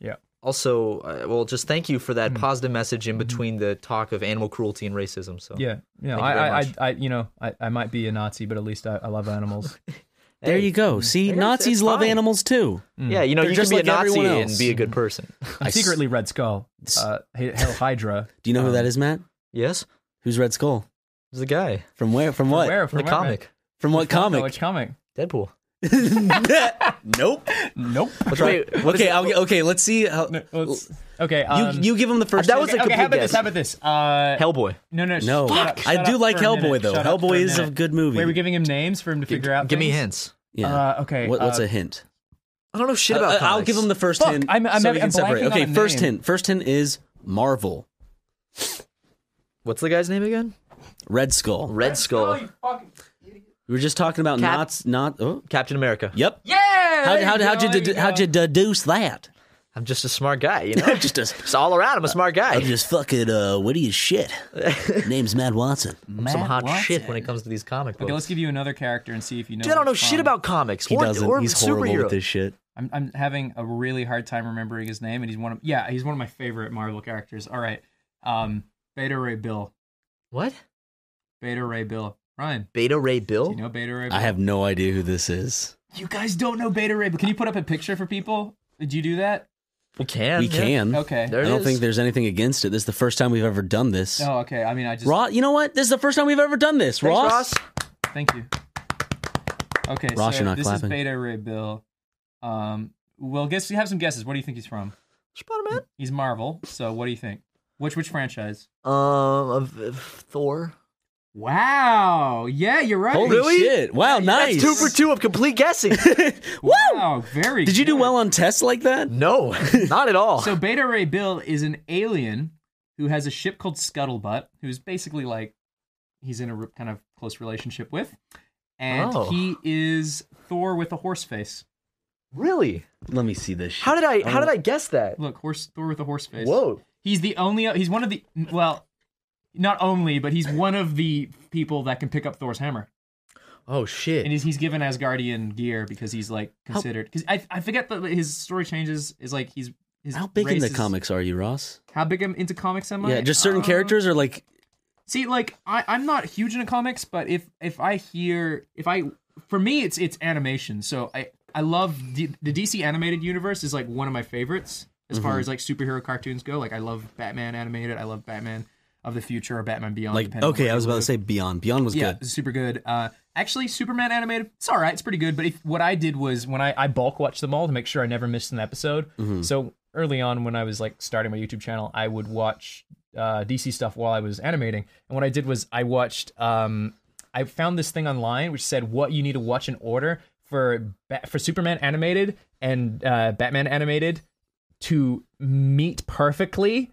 Speaker 1: Yeah.
Speaker 3: Also, uh, well, just thank you for that
Speaker 2: Mm.
Speaker 3: positive message in between the talk of animal cruelty and racism. So
Speaker 2: Mm-hmm. yeah, yeah.
Speaker 3: Thank you very
Speaker 2: I, I, I,
Speaker 3: much.
Speaker 2: I, you know, I, I might be a Nazi, but at least I, I love animals.
Speaker 1: There you go. See,
Speaker 3: I guess
Speaker 1: Nazis
Speaker 3: it's
Speaker 1: love
Speaker 3: fine.
Speaker 1: animals too.
Speaker 2: mm.
Speaker 3: Yeah, you know,
Speaker 1: They're
Speaker 3: you
Speaker 1: just
Speaker 3: can be
Speaker 1: like
Speaker 3: a Nazi
Speaker 1: everyone
Speaker 3: and
Speaker 1: else.
Speaker 3: be a good person.
Speaker 1: I s-
Speaker 2: Secretly, Red Skull, uh, H- Hell Hydra.
Speaker 1: do you know who
Speaker 2: Um,
Speaker 1: that is, Matt?
Speaker 3: yes,
Speaker 1: Who's Red Skull?
Speaker 3: there's a guy.
Speaker 1: From where? From what?
Speaker 2: Where
Speaker 3: From
Speaker 2: from
Speaker 3: the
Speaker 2: where, man?
Speaker 3: comic.
Speaker 1: From what
Speaker 2: Fuck, no,
Speaker 1: comic?
Speaker 2: Which comic?
Speaker 3: Deadpool.
Speaker 1: nope.
Speaker 2: Nope.
Speaker 3: Wait, what is
Speaker 1: okay,
Speaker 3: it?
Speaker 1: I'll get, okay. Let's see. How,
Speaker 2: Let's- okay. Um,
Speaker 1: you you give him the first.
Speaker 3: That was
Speaker 2: okay,
Speaker 3: a
Speaker 2: how
Speaker 3: complete
Speaker 2: about this?
Speaker 3: guess.
Speaker 2: How about this? Uh,
Speaker 3: Hellboy.
Speaker 2: No, no, sh-
Speaker 1: No.
Speaker 2: shut up,
Speaker 1: I
Speaker 2: shut
Speaker 1: do
Speaker 2: up
Speaker 1: like
Speaker 2: for a
Speaker 1: Hellboy,
Speaker 2: minute,
Speaker 1: though.
Speaker 2: shut up
Speaker 1: Hellboy
Speaker 2: for
Speaker 1: is a
Speaker 2: minute.
Speaker 1: good movie.
Speaker 2: Wait, we're giving him names for him to figure out.
Speaker 3: Give me
Speaker 2: things?
Speaker 3: hints.
Speaker 1: Yeah.
Speaker 2: Uh, okay.
Speaker 1: what, what's
Speaker 2: uh,
Speaker 1: a hint?
Speaker 3: I don't know shit
Speaker 1: Uh,
Speaker 3: about.
Speaker 1: uh, I'll give them the 1st
Speaker 2: Fuck,
Speaker 1: hint.
Speaker 2: I'm- I'm-
Speaker 1: so we
Speaker 2: I'm
Speaker 1: can separate.
Speaker 2: blanking on
Speaker 1: Okay,
Speaker 2: a
Speaker 1: first
Speaker 2: name.
Speaker 1: hint. First hint is Marvel,
Speaker 3: What's the guy's name again?
Speaker 1: Red Skull.
Speaker 3: Red
Speaker 2: oh,
Speaker 3: Skull,
Speaker 1: We were just talking about
Speaker 3: Cap-
Speaker 1: knots. Not. Oh,
Speaker 3: Captain America.
Speaker 1: yep.
Speaker 2: Yeah.
Speaker 1: How
Speaker 2: there
Speaker 1: how
Speaker 2: you
Speaker 1: how'd
Speaker 2: go,
Speaker 1: you
Speaker 2: there
Speaker 1: dedu-
Speaker 2: go.
Speaker 1: how'd you deduce that?
Speaker 3: I'm just a smart guy, you know.
Speaker 1: just a
Speaker 3: just all around, I'm a smart guy.
Speaker 1: I'm just fucking uh, witty as shit. Name's Matt Watson.
Speaker 3: I'm some hot shit when it comes to these comic books.
Speaker 2: Okay, let's give you another character and see if you know.
Speaker 3: Dude, I don't know
Speaker 2: which
Speaker 3: shit
Speaker 2: one.
Speaker 3: about comics.
Speaker 1: He
Speaker 3: or,
Speaker 1: doesn't.
Speaker 3: Or
Speaker 1: He's
Speaker 3: superhero.
Speaker 1: horrible with this shit.
Speaker 2: I'm, I'm having a really hard time remembering his name, and he's one of yeah, he's one of my favorite Marvel characters. All right, um, Beta Ray Bill,
Speaker 3: What?
Speaker 2: Beta Ray Bill, Ryan.
Speaker 3: Beta Ray Bill?
Speaker 2: Do you know Beta Ray? Bill?
Speaker 1: I have no idea who this is.
Speaker 2: You guys don't know Beta Ray, but can you put up a picture for people? Did you do that?
Speaker 3: we can.
Speaker 1: we
Speaker 3: yeah.
Speaker 1: can.
Speaker 2: Okay.
Speaker 3: There
Speaker 1: I
Speaker 3: it
Speaker 1: don't
Speaker 3: is.
Speaker 1: think there's anything against it. This is the first time we've ever done this.
Speaker 2: Oh, okay. I mean, I just
Speaker 1: Raw, you know what? This is the first time we've ever done this.
Speaker 3: Thanks,
Speaker 1: Ross?
Speaker 3: Ross.
Speaker 2: thank you. Okay,
Speaker 1: Ross,
Speaker 2: so
Speaker 1: you're not
Speaker 2: this
Speaker 1: clapping.
Speaker 2: is Beta Ray Bill. Um, well, guess you have some guesses. What do you think he's from?
Speaker 3: Spider-Man.
Speaker 2: He's Marvel. So, what do you think? Which which franchise?
Speaker 3: Um, of, of Thor.
Speaker 2: Wow. Yeah, you're right.
Speaker 1: Holy shit! Wow, nice.
Speaker 3: That's two for two of complete guessing.
Speaker 2: Wow. Very.
Speaker 1: Did you do
Speaker 2: good.
Speaker 1: well on tests like that?
Speaker 3: no, not at all.
Speaker 2: So Beta Ray Bill is an alien who has a ship called Scuttlebutt, who's basically like he's in a re- kind of close relationship with, and
Speaker 3: Oh.
Speaker 2: he is Thor with a horse face.
Speaker 3: really?
Speaker 1: Let me see this. Shit.
Speaker 3: How did I? How did I guess that?
Speaker 2: Look, horse Thor with a horse face.
Speaker 3: Whoa.
Speaker 2: He's the only. He's one of the. Well, not only, but he's one of the people that can pick up Thor's hammer,
Speaker 3: Oh
Speaker 2: and
Speaker 3: shit.
Speaker 2: he's, he's given Asgardian gear because he's like considered. Because I I forget that his story changes is like he's. His
Speaker 1: How big in
Speaker 2: race
Speaker 1: the
Speaker 2: is-
Speaker 1: comics are you, Ross?
Speaker 2: How big am- into comics am I?
Speaker 1: Yeah, just certain
Speaker 2: Uh,
Speaker 1: characters or like
Speaker 2: See, like I, I'm not huge into comics, but if if I hear if I for me it's it's animation. So I I love D, the DC animated universe is like one of my favorites as
Speaker 1: Mm-hmm.
Speaker 2: far as like superhero cartoons go. Like I love Batman animated. I love Batman of the future or Batman Beyond.
Speaker 1: like
Speaker 2: depending on
Speaker 1: okay,
Speaker 2: where
Speaker 1: I was
Speaker 2: you
Speaker 1: about to
Speaker 2: live.
Speaker 1: say Beyond. Beyond was
Speaker 2: yeah,
Speaker 1: good.
Speaker 2: it's super good. Uh, actually, Superman animated, it's all right. It's pretty good. But if, what I did was when I, I bulk watched them all to make sure I never missed an episode.
Speaker 1: Mm-hmm.
Speaker 2: So early on, when I was like starting my YouTube channel, I would watch uh, DC stuff while I was animating. And what I did was I watched. Um, I found this thing online which said what you need to watch in order for Ba- for Superman animated and uh, Batman animated to meet perfectly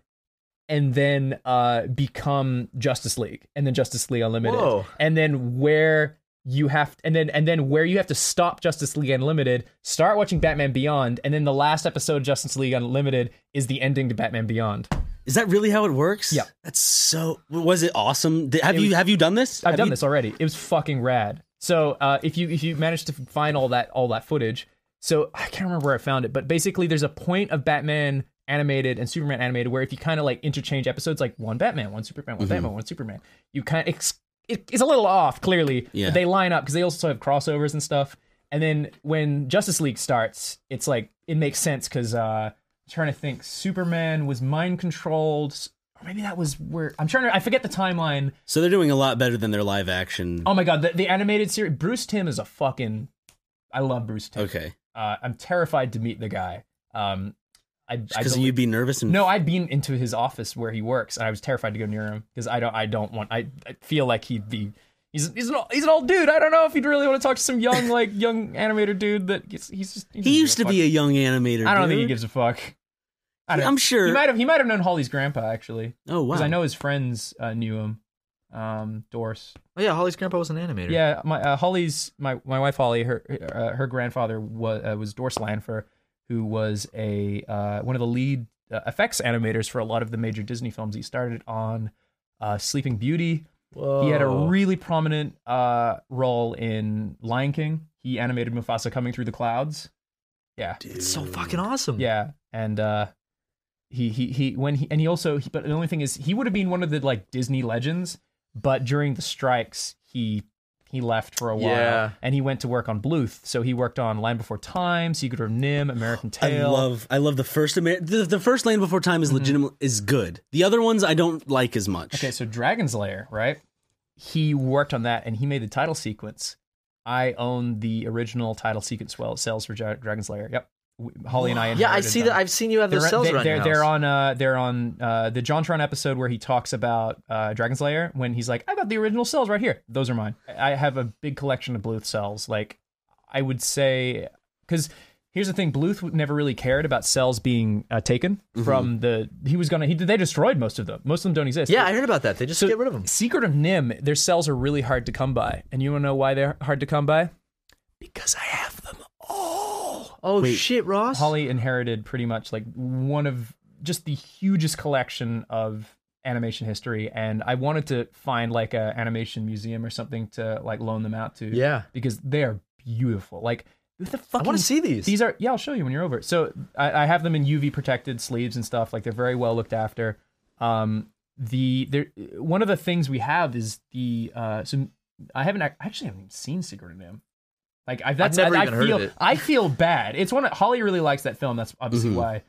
Speaker 2: and then uh, become Justice League, and then Justice League Unlimited,
Speaker 3: Whoa.
Speaker 2: and then where you have and then and then where you have to stop Justice League Unlimited, start watching Batman Beyond, and then the last episode of Justice League Unlimited is the ending to Batman Beyond.
Speaker 1: Is that really how it works?
Speaker 2: Yeah.
Speaker 1: That's so. Was it awesome? Did, have
Speaker 2: It
Speaker 1: you
Speaker 2: was-
Speaker 1: have you done this?
Speaker 2: I've
Speaker 1: Have
Speaker 2: done
Speaker 1: you-
Speaker 2: this already. It was fucking rad. So uh, if you if you manage to find all that all that footage, so I can't remember where I found it, but basically there's a point of Batman animated and Superman animated where if you kind of like interchange episodes, like one Batman, one Superman, one Batman, one Superman, you kind of it's, it's a little off clearly.
Speaker 1: Yeah.
Speaker 2: But they line up because they also have crossovers and stuff. And then when Justice League starts, it's like it makes sense because uh, I'm trying to think, Superman was mind controlled. Or maybe that was where I'm trying to. I forget the timeline.
Speaker 1: So they're doing a lot better than their live action.
Speaker 2: Oh my god, the, the animated series. Bruce Tim is a fucking. I love Bruce Tim.
Speaker 1: okay.
Speaker 2: Uh, I'm terrified to meet the guy. Um, I I
Speaker 1: Because
Speaker 2: don't-
Speaker 1: you'd be nervous and
Speaker 2: no, I'd been into his office where he works, and I was terrified to go near him because I don't. I don't want. I, I feel like he'd be. He's he's an, old- he's an old dude. I don't know if he'd really want to talk to some young like young animator dude that he's, he's just. doesn't
Speaker 1: he
Speaker 2: give
Speaker 1: used
Speaker 2: a
Speaker 1: to be a
Speaker 2: fuck.
Speaker 1: young animator.
Speaker 2: I don't think he
Speaker 1: dude.
Speaker 2: gives a fuck. I don't,
Speaker 1: I'm sure.
Speaker 2: He might have. He might have known Holly's grandpa actually,
Speaker 1: oh wow.
Speaker 2: because I know his friends uh, knew him. Um, Doris.
Speaker 3: Oh yeah, Holly's grandpa was an animator.
Speaker 2: Yeah, my uh, Holly's my, my wife Holly. Her uh, her grandfather was uh, was Doris Lanfer, who was a uh, one of the lead uh, effects animators for a lot of the major Disney films. He started on uh, Sleeping Beauty.
Speaker 3: Whoa.
Speaker 2: He had a really prominent uh, role in Lion King. He animated Mufasa coming through the clouds. Yeah,
Speaker 3: It's so fucking awesome.
Speaker 2: yeah, and uh, he he he when he and he also he, but the only thing is he would have been one of the like Disney legends, but during the strikes he he left for a while
Speaker 3: Yeah.
Speaker 2: and he went to work on Bluth. So he worked on Land Before Time, Secret of Nim, American
Speaker 1: I
Speaker 2: Tail.
Speaker 1: love I love the first Amer- the, the first Land Before Time is legitimate is good. The other ones I don't like as much.
Speaker 2: Mm-hmm. Okay, so Dragon's Lair, right? He worked on that and he made the title sequence. I own the original title sequence well sales for Dra- Dragon's Lair. Yep. We- Holly and I
Speaker 3: Yeah, I
Speaker 2: inherited
Speaker 3: see
Speaker 2: them.
Speaker 3: that. I've seen you have
Speaker 2: they're,
Speaker 3: those cells
Speaker 2: they-
Speaker 3: around
Speaker 2: they're,
Speaker 3: your
Speaker 2: they're
Speaker 3: house.
Speaker 2: on uh they're on uh the jontron episode where he talks about uh dragon's lair when he's like i've got the original cells right here those are mine i have a big collection of bluth cells like I would say because here's the thing: Bluth never really cared about cells being uh, taken
Speaker 3: Mm-hmm.
Speaker 2: from the. He was gonna. He they destroyed most of them. Most of them don't exist.
Speaker 3: Yeah, I heard about that. They just
Speaker 2: So
Speaker 3: get rid of them.
Speaker 2: Secret of Nim, their cells are really hard to come by, and you want to know why they're hard to come by? Because I have them all.
Speaker 3: Oh shit, Ross.
Speaker 2: Holly inherited pretty much like one of just the hugest collection of animation history, and I wanted to find like a animation museum or something to like loan them out to.
Speaker 3: Yeah.
Speaker 2: because they are beautiful. Like what the
Speaker 3: I
Speaker 2: fucking
Speaker 3: want to see these.
Speaker 2: these are yeah, I'll show you when you're over. So I, I have them in UV protected sleeves and stuff. Like they're very well looked after. Um, the there one of the things we have is the uh, so I haven't ac- I actually haven't even seen Secret of Nim. Like I've, that's,
Speaker 3: never
Speaker 2: I,
Speaker 3: even
Speaker 2: I
Speaker 3: heard of
Speaker 2: feel,
Speaker 3: it.
Speaker 2: I feel bad. It's one of, Holly really likes that film. That's obviously
Speaker 3: Mm-hmm.
Speaker 2: why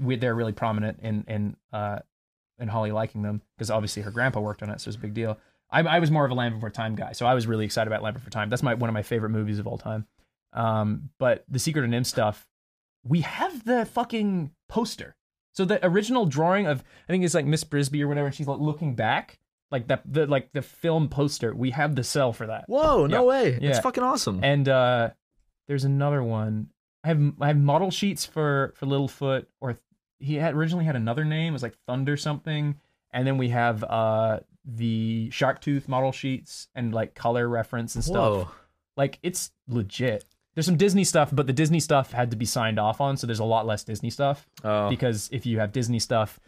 Speaker 2: we, they're really prominent in in uh, in Holly liking them because obviously her grandpa worked on it, so it's a big deal. I, I was more of a Land Before Time guy, so I was really excited about Land Before Time. That's my one of my favorite movies of all time. Um, but the Secret of Nim stuff, we have the fucking poster. So the original drawing of I think it's like Miss Brisby or whatever, and she's like looking back, like that the like the film poster. We have the cell for that.
Speaker 3: Whoa,
Speaker 2: Yeah.
Speaker 3: no way. It's
Speaker 2: Yeah.
Speaker 3: fucking awesome.
Speaker 2: And uh, there's another one. I have I have model sheets for for Littlefoot, or he had originally had another name. It was like Thunder something. And then we have uh the Sharptooth model sheets and like color reference and stuff.
Speaker 3: Whoa.
Speaker 2: Like it's legit. There's some Disney stuff, but the Disney stuff had to be signed off on, so there's a lot less Disney stuff
Speaker 3: Oh,
Speaker 2: because if you have Disney stuff,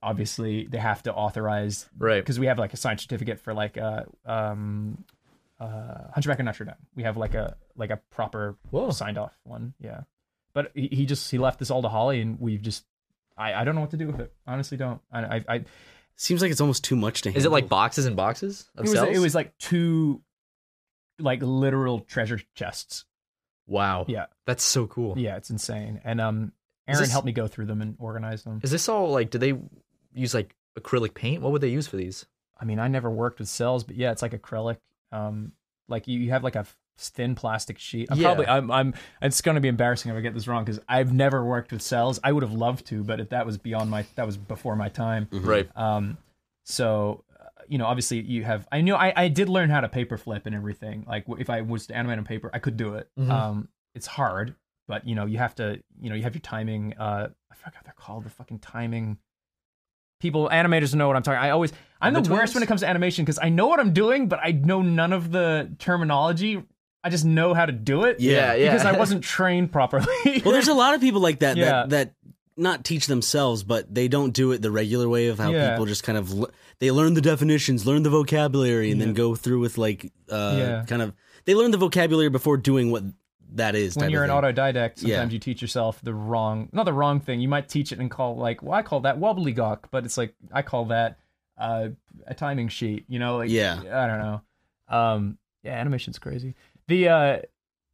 Speaker 2: obviously they have to authorize
Speaker 3: right.
Speaker 2: because we have like a signed certificate for like uh um uh Hunchback of Notre Dame. We have like a like a proper
Speaker 3: Whoa.
Speaker 2: signed off one. Yeah, but he, he just he left this all to Holly, and we've just I I don't know what to do with it. Honestly, don't I I, I it
Speaker 1: Seems like it's almost too much to handle.
Speaker 3: Is it like boxes and boxes of
Speaker 2: was
Speaker 3: cells?
Speaker 2: it was like two like literal treasure chests.
Speaker 3: wow.
Speaker 2: Yeah.
Speaker 3: that's so cool.
Speaker 2: Yeah, it's insane. And um,
Speaker 3: Is
Speaker 2: Aaron
Speaker 3: this-
Speaker 2: helped me go through them and organize them.
Speaker 3: Is this all like? Do they use like acrylic paint? What would they use for these?
Speaker 2: I mean, I never worked with cells, but yeah, it's like acrylic. Um, like you, you have like a f- thin plastic sheet. I'm
Speaker 3: Yeah.
Speaker 2: probably I'm I'm it's going to be embarrassing if I get this wrong cuz I've never worked with cells. I would have loved to, but if that was beyond my that was before my time.
Speaker 1: Mm-hmm.
Speaker 3: Right.
Speaker 2: Um so uh, you know, obviously you have I knew I I did learn how to paper flip and everything. Like w- if I was to animate on paper, I could do it.
Speaker 3: Mhm.
Speaker 2: Um it's hard, but you know, you have to, you know, you have your timing uh I forgot what they're called, the fucking timing people animators know what I'm talking. I always I'm the,
Speaker 3: The twins?
Speaker 2: worst when it comes to animation because I know what I'm doing, but I know none of the terminology. I just know how to do it.
Speaker 3: Yeah, yeah.
Speaker 2: Because I wasn't trained properly.
Speaker 1: Well, there's a lot of people like that
Speaker 2: Yeah.
Speaker 1: that that not teach themselves, but they don't do it the regular way of how
Speaker 2: Yeah.
Speaker 1: people just kind of l- they learn the definitions, learn the vocabulary, and then go through with like uh,
Speaker 2: Yeah.
Speaker 1: kind of they learn the vocabulary before doing what that is.
Speaker 2: when
Speaker 1: type
Speaker 2: you're an
Speaker 1: of thing.
Speaker 2: autodidact, sometimes
Speaker 1: Yeah.
Speaker 2: you teach yourself the wrong, not the wrong thing. You might teach it and call like, well, I call that gobbledygook, but it's like I call that uh, a timing sheet. You know, like
Speaker 1: Yeah.
Speaker 2: I don't know. Um, yeah, animation's crazy. The uh,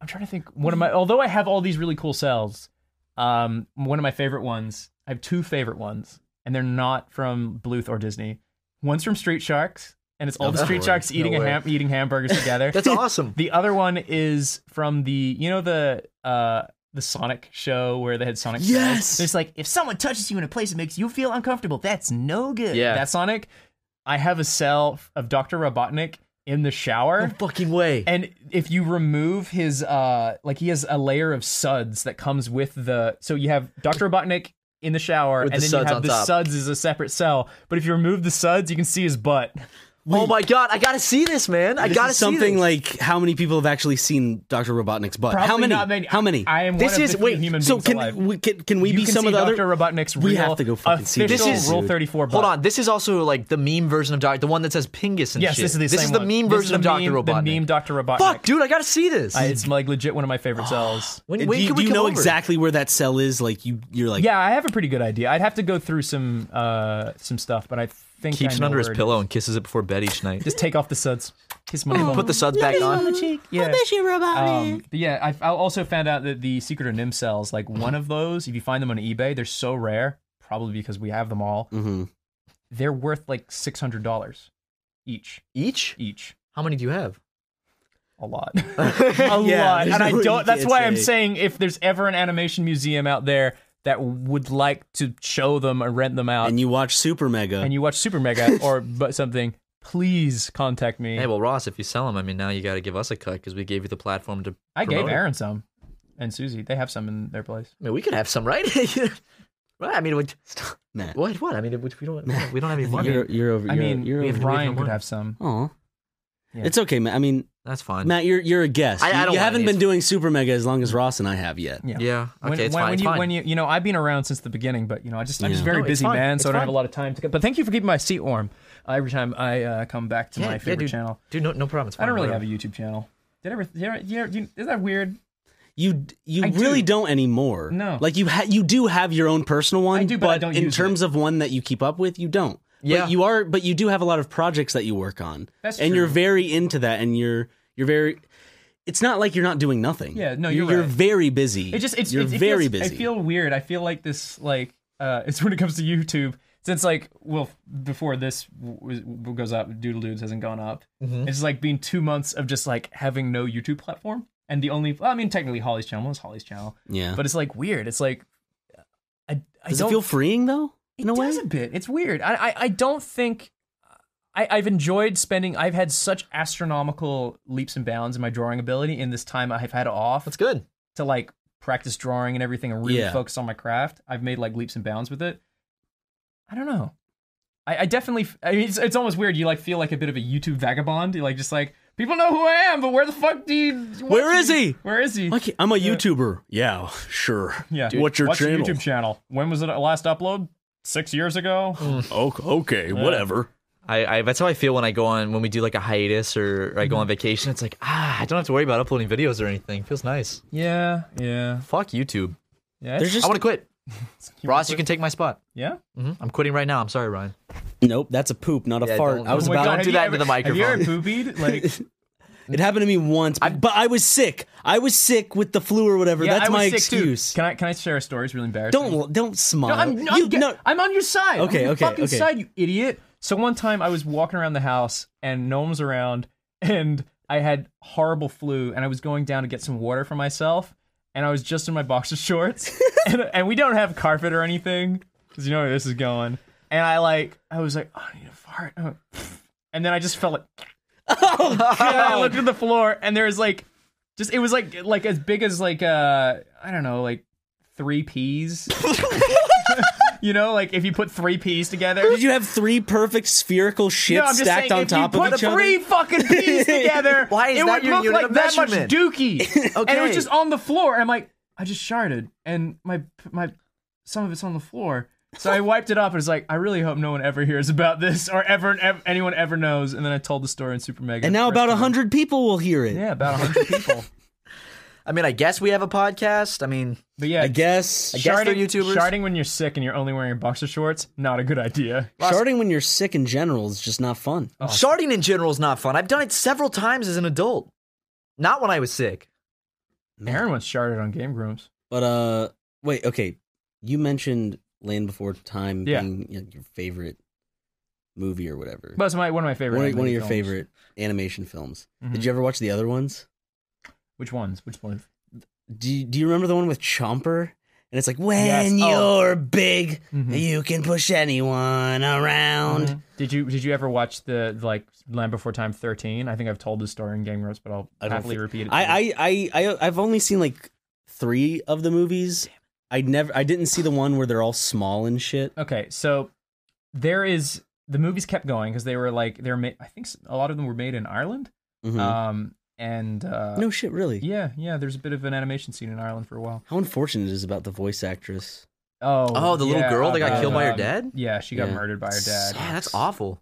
Speaker 2: I'm trying to think. One of my, although I have all these really cool cells, um, one of my favorite ones. I have two favorite ones, and they're not from Bluth or Disney. One's from Street Sharks, and it's all the
Speaker 1: No
Speaker 2: Street
Speaker 1: way.
Speaker 2: Sharks eating
Speaker 3: way.
Speaker 2: a ham, eating hamburgers together.
Speaker 3: That's awesome.
Speaker 2: The other one is from the you know the uh the Sonic show where they had Sonic. cells?
Speaker 1: Yes!
Speaker 2: it's like if someone touches you in a place that makes you feel uncomfortable, that's no good.
Speaker 3: Yeah.
Speaker 2: that Sonic. I have a cell of Doctor Robotnik in the shower.
Speaker 3: No fucking way.
Speaker 2: And if you remove his, uh, like he has a layer of suds that comes with the, so you have Dr. Robotnik in the shower,
Speaker 3: With
Speaker 2: and
Speaker 3: the
Speaker 2: then
Speaker 3: suds
Speaker 2: you
Speaker 3: on
Speaker 2: have the
Speaker 3: top.
Speaker 2: suds as a separate cell. But if you remove the suds, you can see his butt.
Speaker 3: oh my god, I gotta see this, man. I
Speaker 1: This
Speaker 3: gotta
Speaker 1: is
Speaker 3: see
Speaker 1: something
Speaker 3: this.
Speaker 1: like how many people have actually seen Dr. Robotnik's butt? how
Speaker 2: Probably
Speaker 1: many?
Speaker 2: not many.
Speaker 1: How many?
Speaker 2: I am
Speaker 3: This
Speaker 2: one of
Speaker 3: is-
Speaker 2: the few
Speaker 3: wait,
Speaker 2: human
Speaker 1: so
Speaker 2: beings alive.
Speaker 1: can we, can can we
Speaker 2: you
Speaker 1: be
Speaker 2: can
Speaker 1: some
Speaker 2: see
Speaker 1: of the
Speaker 2: Dr.
Speaker 1: other?
Speaker 2: Robotnik's
Speaker 1: We
Speaker 2: real
Speaker 1: have to go fucking see
Speaker 2: official
Speaker 3: this,
Speaker 2: Rule
Speaker 3: dude.
Speaker 2: 34 butt.
Speaker 3: Hold on, this is also like the meme version of Doctor, the one that says Pingus and
Speaker 2: Yes,
Speaker 3: shit.
Speaker 2: this is the
Speaker 3: this
Speaker 2: same
Speaker 3: is the
Speaker 2: one.
Speaker 3: meme
Speaker 2: This
Speaker 3: version
Speaker 2: is
Speaker 3: of
Speaker 2: the
Speaker 3: Doctor
Speaker 2: meme-
Speaker 3: Robotnik.
Speaker 2: The meme Dr. Robotnik.
Speaker 3: Fuck, dude, I gotta see this.
Speaker 2: I- it's like legit one of my favorite cells.
Speaker 3: when
Speaker 1: Do
Speaker 3: when
Speaker 1: you, do
Speaker 3: can we
Speaker 1: you
Speaker 3: come
Speaker 1: know
Speaker 3: over?
Speaker 1: exactly where that cell is? Like you, you're like,
Speaker 2: Yeah, I have a pretty good idea. I'd have to go through some uh some stuff, but I think I
Speaker 3: Keeps it
Speaker 2: know
Speaker 3: under his
Speaker 2: where it
Speaker 3: pillow and kisses it before bed each night.
Speaker 2: Just take off the suds. Kiss my bum.
Speaker 3: Put the suds back on.
Speaker 2: cheek. Yeah. Um, but yeah, I, I also found out that the secret of Nim cells, like one of those, if you find them on eBay, they're so rare, probably because we have them all.
Speaker 3: Mm-hmm.
Speaker 1: Mhm.
Speaker 2: They're worth like six hundred dollars each.
Speaker 3: Each?
Speaker 2: Each.
Speaker 3: How many do you have?
Speaker 2: A lot. a
Speaker 1: Yeah,
Speaker 2: lot.
Speaker 1: there's
Speaker 2: And I
Speaker 1: no way you
Speaker 2: don't that's
Speaker 1: can't
Speaker 2: why
Speaker 3: E
Speaker 2: I'm
Speaker 1: say.
Speaker 2: saying if there's ever an animation museum out there that would like to show them or rent them out
Speaker 1: and you watch Super Mega.
Speaker 2: and you watch Super Mega or but something, please contact me.
Speaker 3: Hey, well, Ross, if you sell them, I mean, now you got to give us a cut because we gave you the platform to.
Speaker 2: I gave
Speaker 3: promote it.
Speaker 2: Aaron some, and Susie. They have some in their place.
Speaker 3: I mean, we could have some, right? right. I mean, we,
Speaker 1: Matt,
Speaker 3: what? What? I mean, we, we don't. We don't have any money.
Speaker 1: you're, you're over.
Speaker 2: I mean,
Speaker 1: you're, you're
Speaker 2: if
Speaker 3: have-
Speaker 1: over.
Speaker 2: Ryan
Speaker 3: one.
Speaker 2: could have some.
Speaker 1: Aw.
Speaker 2: Yeah.
Speaker 1: It's okay, Matt. I mean,
Speaker 3: That's fine.
Speaker 1: Matt, you're you're a guest.
Speaker 3: I- I
Speaker 1: You-
Speaker 3: don't
Speaker 1: you
Speaker 3: want
Speaker 1: haven't
Speaker 3: any.
Speaker 1: been doing Super Mega as long as Ross and I have yet.
Speaker 2: Yeah.
Speaker 3: yeah. Okay.
Speaker 2: When,
Speaker 3: it's
Speaker 2: when,
Speaker 3: fine.
Speaker 2: when
Speaker 3: it's
Speaker 2: you
Speaker 3: fine.
Speaker 2: when you you know I've been around since the beginning, but you know I just I'm just
Speaker 1: Yeah.
Speaker 2: very
Speaker 3: No, it's
Speaker 2: busy
Speaker 3: fine.
Speaker 2: man, so
Speaker 3: It's
Speaker 2: I don't
Speaker 3: fine.
Speaker 2: have a lot of time to. But thank you for keeping my seat warm uh, every time I uh, come back to
Speaker 3: yeah,
Speaker 2: my
Speaker 3: yeah,
Speaker 2: favorite
Speaker 3: dude,
Speaker 2: channel.
Speaker 3: Dude, no, no problem. It's
Speaker 2: I
Speaker 3: fine.
Speaker 2: don't really have
Speaker 3: whatever.
Speaker 2: a YouTube channel. Did I ever? Did I, did I, did, is that weird?
Speaker 1: You d- you
Speaker 2: I
Speaker 1: really
Speaker 2: do.
Speaker 1: do. not anymore.
Speaker 2: No.
Speaker 1: like you ha- you do have your own personal one.
Speaker 2: I do, but I don't
Speaker 1: in
Speaker 2: use
Speaker 1: terms of one that you keep up with, you don't.
Speaker 3: Yeah.
Speaker 1: but you are. But you do have a lot of projects that you work on,
Speaker 2: That's
Speaker 1: and you're
Speaker 2: true.
Speaker 1: very into that, and you're you're very. It's not like you're not doing nothing.
Speaker 2: Yeah, no,
Speaker 1: you're,
Speaker 2: you're right.
Speaker 1: very busy.
Speaker 2: It just it's
Speaker 1: you're
Speaker 2: it, it
Speaker 1: very
Speaker 2: feels,
Speaker 1: busy.
Speaker 2: I feel weird. I feel like this like uh it's when it comes to YouTube since like well before this w- w- goes up Doodle Dudes hasn't gone up.
Speaker 1: Mm-hmm.
Speaker 2: It's like being 2 months of just like having no YouTube platform and the only well, I mean technically Holly's channel is Holly's channel,
Speaker 1: yeah,
Speaker 2: but it's like weird. It's like I I
Speaker 1: does it
Speaker 2: don't
Speaker 1: feel freeing though?
Speaker 2: it
Speaker 1: in a way?
Speaker 2: does a bit. It's weird. I I, I don't think I, I've enjoyed spending. I've had such astronomical leaps and bounds in my drawing ability in this time I've had off
Speaker 3: That's good.
Speaker 2: to like practice drawing and everything and really
Speaker 1: Yeah.
Speaker 2: focus on my craft. I've made like leaps and bounds with it. I don't know. I, I definitely. I mean, it's, it's almost weird. You like feel like a bit of a YouTube vagabond. You like just like people know who I am, but where the fuck do you? what
Speaker 1: Where
Speaker 2: do
Speaker 1: is
Speaker 2: you-
Speaker 1: he?
Speaker 2: Where is he?
Speaker 1: Like I'm a YouTuber. Yeah, sure.
Speaker 2: yeah.
Speaker 1: What's your
Speaker 2: What's
Speaker 1: channel?
Speaker 2: YouTube channel? When was it last upload? Six years ago.
Speaker 1: Mm.
Speaker 5: Oh, okay, whatever.
Speaker 3: I, I that's how I feel when I go on when we do like a hiatus or, or
Speaker 2: Mm-hmm.
Speaker 3: I go on vacation. It's like ah, I don't have to worry about uploading videos or anything. Feels nice.
Speaker 2: Yeah. Yeah.
Speaker 3: Fuck YouTube.
Speaker 2: Yeah.
Speaker 1: There's just
Speaker 3: I want to quit.
Speaker 2: it's-
Speaker 3: Ross, you can take my spot.
Speaker 2: Yeah.
Speaker 3: hmm I'm quitting right now. I'm sorry, Ryan.
Speaker 1: nope. That's a poop, not a
Speaker 3: Yeah,
Speaker 1: fart.
Speaker 3: don't-
Speaker 1: I was
Speaker 3: Oh my
Speaker 1: about.
Speaker 3: God. do that
Speaker 2: ever,
Speaker 3: into the
Speaker 2: Have you ever
Speaker 3: microphone.
Speaker 2: boobied? Like,
Speaker 1: It happened to me once, but, but I was sick. I was sick with the flu or whatever.
Speaker 2: yeah,
Speaker 1: That's
Speaker 2: I was
Speaker 1: my
Speaker 2: sick too.
Speaker 1: excuse.
Speaker 2: Can I can I share a story? It's really embarrassing.
Speaker 1: Don't don't smile.
Speaker 2: No, I'm, I'm,
Speaker 1: You-
Speaker 2: get-
Speaker 1: no,
Speaker 2: I'm on your side. I'm
Speaker 1: Okay,
Speaker 2: on your
Speaker 1: okay,
Speaker 2: fucking
Speaker 1: okay.
Speaker 2: side, you idiot. So one time I was walking around the house and no one was around and I had horrible flu and I was going down to get some water for myself and I was just in my boxer shorts and, and we don't have carpet or anything because you know where this is going. And I like, I was like, oh, I need a fart. I went, And then I just felt like,
Speaker 1: Oh,
Speaker 2: and I looked at the floor and there was like, just it was like like as big as like uh I don't know like three peas. you know, like if you put three peas together.
Speaker 1: Did you have three perfect spherical shits
Speaker 2: no, I'm just
Speaker 1: stacked
Speaker 2: saying,
Speaker 1: on
Speaker 2: if
Speaker 1: top
Speaker 2: you
Speaker 1: of
Speaker 2: put
Speaker 1: each
Speaker 2: three
Speaker 1: other?
Speaker 2: fucking peas together,
Speaker 3: Why is
Speaker 2: it
Speaker 3: that
Speaker 2: would
Speaker 3: your
Speaker 2: look
Speaker 3: unit
Speaker 2: like
Speaker 3: of
Speaker 2: that much
Speaker 3: measurement?
Speaker 2: dookie. And it
Speaker 3: Okay.
Speaker 2: was just on the floor. And I'm like, I just sharted, and my my some of it's on the floor. So I wiped it off and was like, I really hope no one ever hears about this or ever, ev anyone ever knows. And then I told the story in Super Mega.
Speaker 1: And now about
Speaker 2: a
Speaker 1: hundred people will hear it.
Speaker 2: Yeah, about hundred people.
Speaker 3: I mean, I guess we have a podcast. I mean,
Speaker 2: But yeah,
Speaker 1: I guess
Speaker 3: guess they're YouTubers.
Speaker 2: Sharding when you're sick and you're only wearing boxer shorts, not a good idea.
Speaker 1: sharding when you're sick in general is just not fun.
Speaker 2: Oh,
Speaker 3: sharding in general is not fun. I've done it several times as an adult. Not when I was sick.
Speaker 2: Aaron once sharded on Game Grumps.
Speaker 1: But uh, wait, okay. You mentioned Land Before Time
Speaker 2: Yeah.
Speaker 1: being you know, your favorite movie or whatever.
Speaker 2: But it's my one of my favorite.
Speaker 1: one, of-
Speaker 2: anime
Speaker 1: one of your
Speaker 2: films.
Speaker 1: favorite animation films.
Speaker 2: Mhm.
Speaker 1: Did you ever watch the other ones?
Speaker 2: Which ones? Which ones?
Speaker 1: Do you, do you remember the one with Chomper? And it's like when
Speaker 2: Yes. Oh.
Speaker 1: you're big,
Speaker 2: Mhm.
Speaker 1: you can push anyone Mm-hmm. around.
Speaker 2: Mhm. Did you Did you ever watch the like Land Before Time 13? I think I've told this story in Game Grumps, but I'll
Speaker 1: I don't
Speaker 2: happily
Speaker 1: thi-
Speaker 2: repeat it. to you.
Speaker 1: I, I I I I've only seen like three of the movies. I never I didn't see the one where they're all small and shit.
Speaker 2: Okay, so there is the movies kept going because they were like they're ma- I think s- a lot of them were made in Ireland.
Speaker 1: Mhm.
Speaker 2: Um and uh,
Speaker 1: no shit, really.
Speaker 2: yeah, yeah. There's a bit of an animation scene in Ireland for a while.
Speaker 1: How unfortunate it is about the voice actress.
Speaker 2: Oh,
Speaker 3: Oh, the little
Speaker 2: yeah,
Speaker 3: girl that got
Speaker 2: about,
Speaker 3: killed by her
Speaker 2: um,
Speaker 3: dad?
Speaker 2: Yeah, she got
Speaker 1: Yeah.
Speaker 2: murdered by her dad.
Speaker 3: Yeah, that's awful.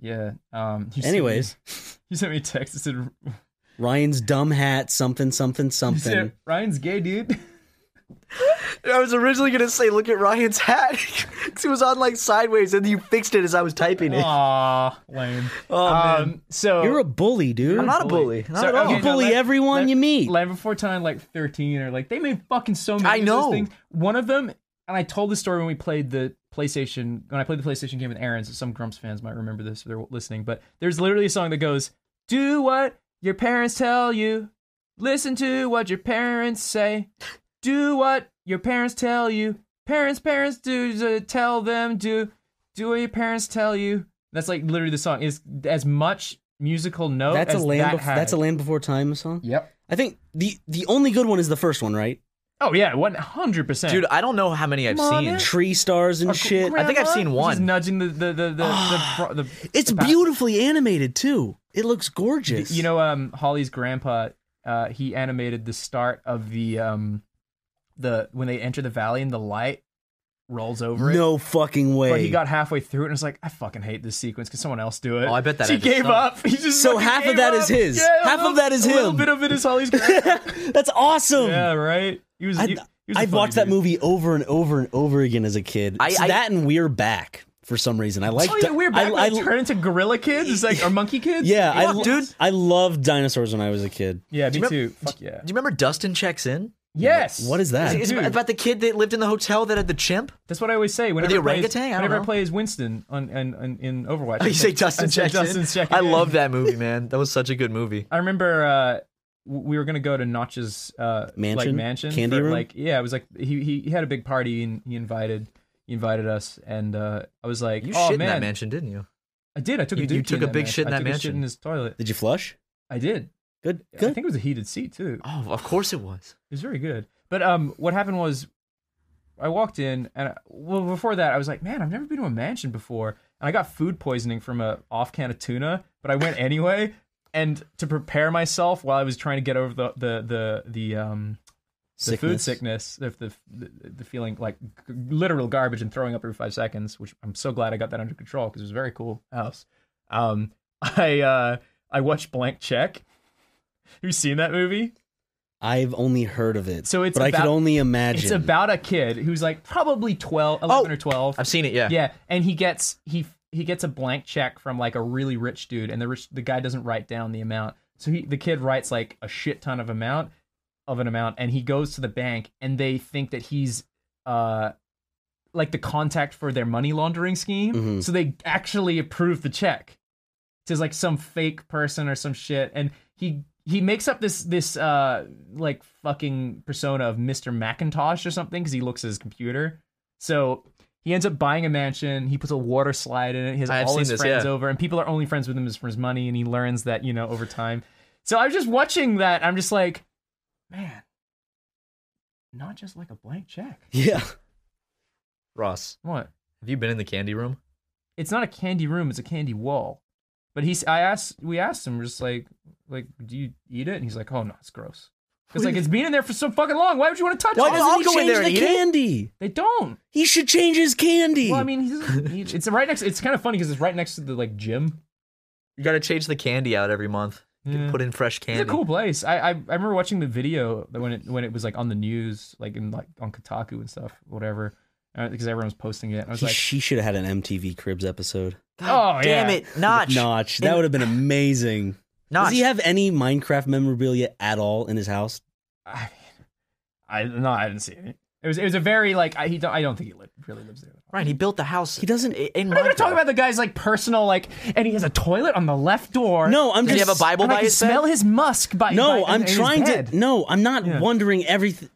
Speaker 2: Yeah. Um. you sent me-
Speaker 1: Anyways,
Speaker 2: you sent me a text that said,
Speaker 1: Ryan's dumb hat, something, something,
Speaker 2: you said,
Speaker 1: something.
Speaker 2: "Ryan's gay, dude."
Speaker 3: I was originally gonna say, look at Ryan's hat, because it was on like sideways, and you fixed it as I was typing it.
Speaker 2: Aw, lame.
Speaker 3: Oh, man.
Speaker 2: um. So
Speaker 1: You're a bully, dude.
Speaker 3: I'm not a bully. Not
Speaker 2: So,
Speaker 3: at all.
Speaker 2: okay,
Speaker 1: you bully
Speaker 2: now let-
Speaker 1: everyone
Speaker 2: let-
Speaker 1: you meet.
Speaker 2: Land Before Time, like 13, or like they made fucking so many.
Speaker 3: I
Speaker 2: of those
Speaker 3: know.
Speaker 2: things. One of them, and I told this story when we played the PlayStation. When I played the PlayStation game with Aaron, so some Grumps fans might remember this if they're listening. But there's literally a song that goes, "Do what your parents tell you, listen to what your parents say, do what your parents uh, tell you. Parents, parents do, do tell them do, do what your parents tell you. That's like literally the song is as much musical note.
Speaker 1: That's a
Speaker 2: Oh, as
Speaker 1: land.
Speaker 2: That
Speaker 1: bef- that's a
Speaker 2: had.
Speaker 1: land before time song.
Speaker 2: Yep.
Speaker 1: I think the the only good one is the first one, right?
Speaker 2: Oh yeah, one hundred percent,
Speaker 3: Dude, I don't know how many I've
Speaker 2: Mama.
Speaker 3: seen.
Speaker 1: Tree stars and shit.
Speaker 3: I think I've seen
Speaker 2: Just
Speaker 3: one.
Speaker 2: nudging the the the the, fro- the, the
Speaker 1: Ah, It's
Speaker 2: back-
Speaker 1: beautifully animated too. It looks gorgeous.
Speaker 2: You know, um, Holly's grandpa, uh, he animated the start of the um, the when they enter the valley and the light rolls over it.
Speaker 1: no fucking way.
Speaker 2: But he got halfway through it and was like, I fucking hate this sequence. Can someone else do it?
Speaker 3: Oh, I bet that
Speaker 2: She
Speaker 3: I just
Speaker 2: gave
Speaker 3: saw.
Speaker 2: up. He just
Speaker 1: So
Speaker 2: fucking
Speaker 1: half of
Speaker 2: gave
Speaker 1: that is
Speaker 2: up.
Speaker 1: his.
Speaker 2: Yeah, a
Speaker 1: Half of
Speaker 2: little-
Speaker 1: that is
Speaker 2: A little
Speaker 1: him.
Speaker 2: bit of it is Holly's grandpa.
Speaker 1: That's awesome.
Speaker 2: yeah, right. He was. he-
Speaker 1: I,
Speaker 2: he was a
Speaker 1: I've
Speaker 2: funny
Speaker 1: watched that
Speaker 2: dude.
Speaker 1: movie over and over and over again as a kid.
Speaker 3: I-
Speaker 1: It's
Speaker 3: I-
Speaker 1: that and We're Back for some reason. I like.
Speaker 2: Oh yeah, we're back.
Speaker 1: I, I,
Speaker 2: when they turn into gorilla kids. It's like or monkey kids.
Speaker 1: yeah, I,
Speaker 3: Fuck, dude.
Speaker 1: I loved dinosaurs when I was a kid.
Speaker 2: yeah, me
Speaker 3: Do you
Speaker 2: too.
Speaker 3: remember-
Speaker 2: Fuck yeah.
Speaker 3: Do you remember Dustin checks in?
Speaker 2: Yes.
Speaker 1: What is that?
Speaker 3: It's
Speaker 2: Dude.
Speaker 3: about the kid that lived in the hotel that had the chimp.
Speaker 2: That's what I always say. Whenever I play as-
Speaker 3: orangutan? I don't
Speaker 2: whenever I
Speaker 3: know.
Speaker 2: play as Winston on and in, in Overwatch.
Speaker 3: Oh,
Speaker 2: I
Speaker 3: you say Dustin
Speaker 2: I say
Speaker 3: checks in?
Speaker 2: Dustin's checking
Speaker 3: I
Speaker 2: in.
Speaker 3: love that movie, man. That was such a good movie.
Speaker 2: I remember uh, w- we were gonna go to Notch's uh, like
Speaker 1: Mansion?
Speaker 2: mansion,
Speaker 1: Candy
Speaker 2: for,
Speaker 1: room?
Speaker 2: Like, yeah, it was like he, he he had a big party and he invited he invited us, and uh, I was like,
Speaker 3: You
Speaker 2: oh
Speaker 3: shit
Speaker 2: man,
Speaker 3: in that mansion, didn't you?
Speaker 2: I did. I took
Speaker 3: You-
Speaker 2: a dookie
Speaker 3: you
Speaker 2: in
Speaker 3: took a
Speaker 2: that
Speaker 3: big
Speaker 2: mansion.
Speaker 3: shit in
Speaker 2: I
Speaker 3: that
Speaker 2: took a shit
Speaker 3: mansion.
Speaker 2: in his toilet.
Speaker 1: Did you flush?
Speaker 2: I did.
Speaker 1: Good.
Speaker 2: I
Speaker 1: Good.
Speaker 2: think it was a heated seat too.
Speaker 3: Oh, of course it was.
Speaker 2: It was very good. But um, what happened was, I walked in and I, well before that I was like, man, I've never been to a mansion before, and I got food poisoning from a off can of tuna, but I went anyway. And to prepare myself while I was trying to get over the the the the um the food sickness, the, the the the feeling like g- literal garbage and throwing up every five seconds, which I'm so glad I got that under control because it was a very cool house. Um, I uh I watched Blank Check. Have you seen that movie?
Speaker 1: I've only heard of it.
Speaker 2: So it's
Speaker 1: but I could
Speaker 2: about-
Speaker 1: only imagine.
Speaker 2: It's about a kid who's like probably 12, 11 or 12.
Speaker 3: I've seen it. Yeah.
Speaker 2: yeah, and he gets he he gets a blank check from like a really rich dude and the rich the guy doesn't write down the amount. So he the kid writes like a shit ton of amount of an amount and he goes to the bank and they think that he's uh like the contact for their money laundering scheme.
Speaker 1: Mhm.
Speaker 2: So they actually approve the check to like some fake person or some shit and he he makes up this this uh like fucking persona of Mr. Macintosh or something cuz he looks at his computer. So he ends up buying a mansion, he puts a water slide in it, he has
Speaker 3: I have
Speaker 2: all
Speaker 3: seen
Speaker 2: his
Speaker 3: this,
Speaker 2: friends
Speaker 3: yeah.
Speaker 2: over and people are only friends with him is for his money and he learns that, you know, over time. So I was just watching that, I'm just like, man, not just like a blank check.
Speaker 1: yeah.
Speaker 3: Ross,
Speaker 2: What?
Speaker 3: have you been in the candy room?
Speaker 2: it's not a candy room; it's a candy wall. But he's, I asked, we asked him, we're just like, like, do you eat it? And he's like, oh no, it's gross. It's like it's been in there for so fucking long. Why would you want to touch
Speaker 1: Why
Speaker 2: it?
Speaker 1: doesn't he
Speaker 3: go in
Speaker 1: change
Speaker 3: there and
Speaker 1: the
Speaker 3: eat it?
Speaker 1: candy?
Speaker 2: They don't.
Speaker 1: He should change his candy.
Speaker 2: Well, I mean, he's, he, it's right next. It's kind of funny because it's right next to the like gym.
Speaker 3: You got to change the candy out every month. You can
Speaker 2: Yeah.
Speaker 3: Put in fresh
Speaker 2: It's
Speaker 3: candy.
Speaker 2: a cool place. I, I I remember watching the video that when it when it was like on the news, like in like on Kotaku and stuff, whatever, uh, because everyone was posting it. And I was
Speaker 1: He-
Speaker 2: like,
Speaker 1: she should have had an MTV Cribs episode.
Speaker 2: oh
Speaker 3: Damn
Speaker 2: yeah.
Speaker 3: it, Notch.
Speaker 1: Notch. That would have been amazing.
Speaker 3: Notch.
Speaker 1: Does he have any Minecraft memorabilia at all in his house?
Speaker 2: I mean, I no, I didn't see it. It was it was a very like I he don't, I don't think he li- really lives there.
Speaker 3: Ryan, he built the house.
Speaker 1: He doesn't-
Speaker 3: i- In
Speaker 2: We're not gonna
Speaker 3: Minecraft.
Speaker 2: talk about the guy's like personal like, and he has a toilet on the left door.
Speaker 1: No, I'm
Speaker 3: Does he
Speaker 1: just
Speaker 3: have a Bible
Speaker 2: and I
Speaker 3: by
Speaker 2: can
Speaker 3: his
Speaker 2: smell
Speaker 3: bed?
Speaker 2: his musk. By
Speaker 1: No,
Speaker 2: by-
Speaker 1: I'm
Speaker 2: in his
Speaker 1: trying
Speaker 2: bed.
Speaker 1: to. No, I'm not
Speaker 2: Yeah.
Speaker 1: wondering everything.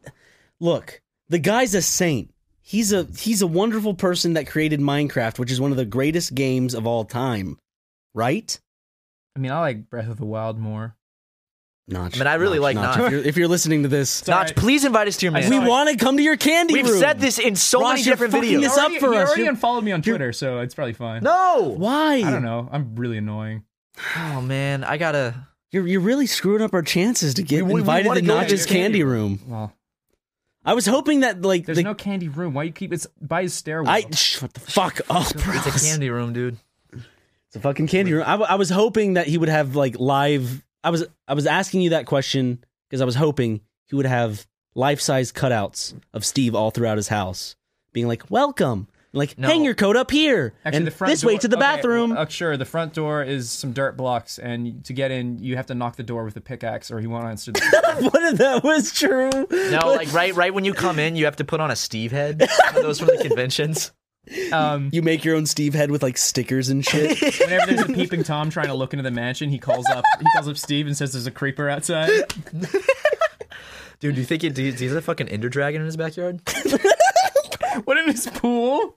Speaker 1: Look, the guy's a saint. He's a he's a wonderful person that created Minecraft, which is one of the greatest games of all time. Right?
Speaker 2: I mean, I like Breath of the Wild more.
Speaker 1: Notch.
Speaker 3: I mean, I really like Notch.
Speaker 1: If, you're, if you're listening to this,
Speaker 2: all
Speaker 3: Notch,
Speaker 2: right.
Speaker 3: please invite us to your mansion.
Speaker 1: we want to come to your candy
Speaker 3: We've
Speaker 1: room.
Speaker 3: said this in so
Speaker 1: Ross,
Speaker 3: many
Speaker 1: you're
Speaker 3: different
Speaker 1: fucking
Speaker 3: videos.
Speaker 1: this It's up
Speaker 2: Already-
Speaker 1: for
Speaker 2: he
Speaker 1: us.
Speaker 2: already
Speaker 1: You're-
Speaker 2: unfollowed me on Twitter, so it's probably fine.
Speaker 3: No.
Speaker 1: Why?
Speaker 2: I don't know. I'm really annoying.
Speaker 3: Oh man, I gotta.
Speaker 1: You're you're really screwing up our chances to get
Speaker 3: We- we
Speaker 1: invited
Speaker 3: wanna
Speaker 1: to
Speaker 3: go to
Speaker 1: Notch's
Speaker 3: your candy
Speaker 1: candy room.
Speaker 2: Well,
Speaker 1: I was hoping that like
Speaker 2: there's
Speaker 1: the
Speaker 2: no candy room. Why you keep it's by his stairwell?
Speaker 1: I shh, what the fuck Oh, up.
Speaker 3: It's a candy room, dude.
Speaker 1: It's a fucking candy room. I, w- I was hoping that he would have like live. I was I was asking you that question because I was hoping he would have life size cutouts of Steve all throughout his house, being like, "Welcome." Like,
Speaker 3: No.
Speaker 1: hang your coat up here,
Speaker 2: Actually,
Speaker 1: and
Speaker 2: the front
Speaker 1: this
Speaker 2: door,
Speaker 1: way to the
Speaker 2: okay,
Speaker 1: bathroom.
Speaker 2: Uh, sure, the front door is some dirt blocks, and to get in, you have to knock the door with a pickaxe, or he won't answer. The
Speaker 1: what if that was true?
Speaker 3: No, like right, right when you come in, you have to put on a Steve head. One of those from the conventions.
Speaker 2: um,
Speaker 1: you make your own Steve head with like stickers and shit.
Speaker 2: whenever there's a peeping tom trying to look into the mansion, he calls up. He calls up Steve and says, "There's a creeper outside."
Speaker 3: Dude, do you think it, do, you, do you have a fucking Ender Dragon in his backyard?
Speaker 2: What in his pool?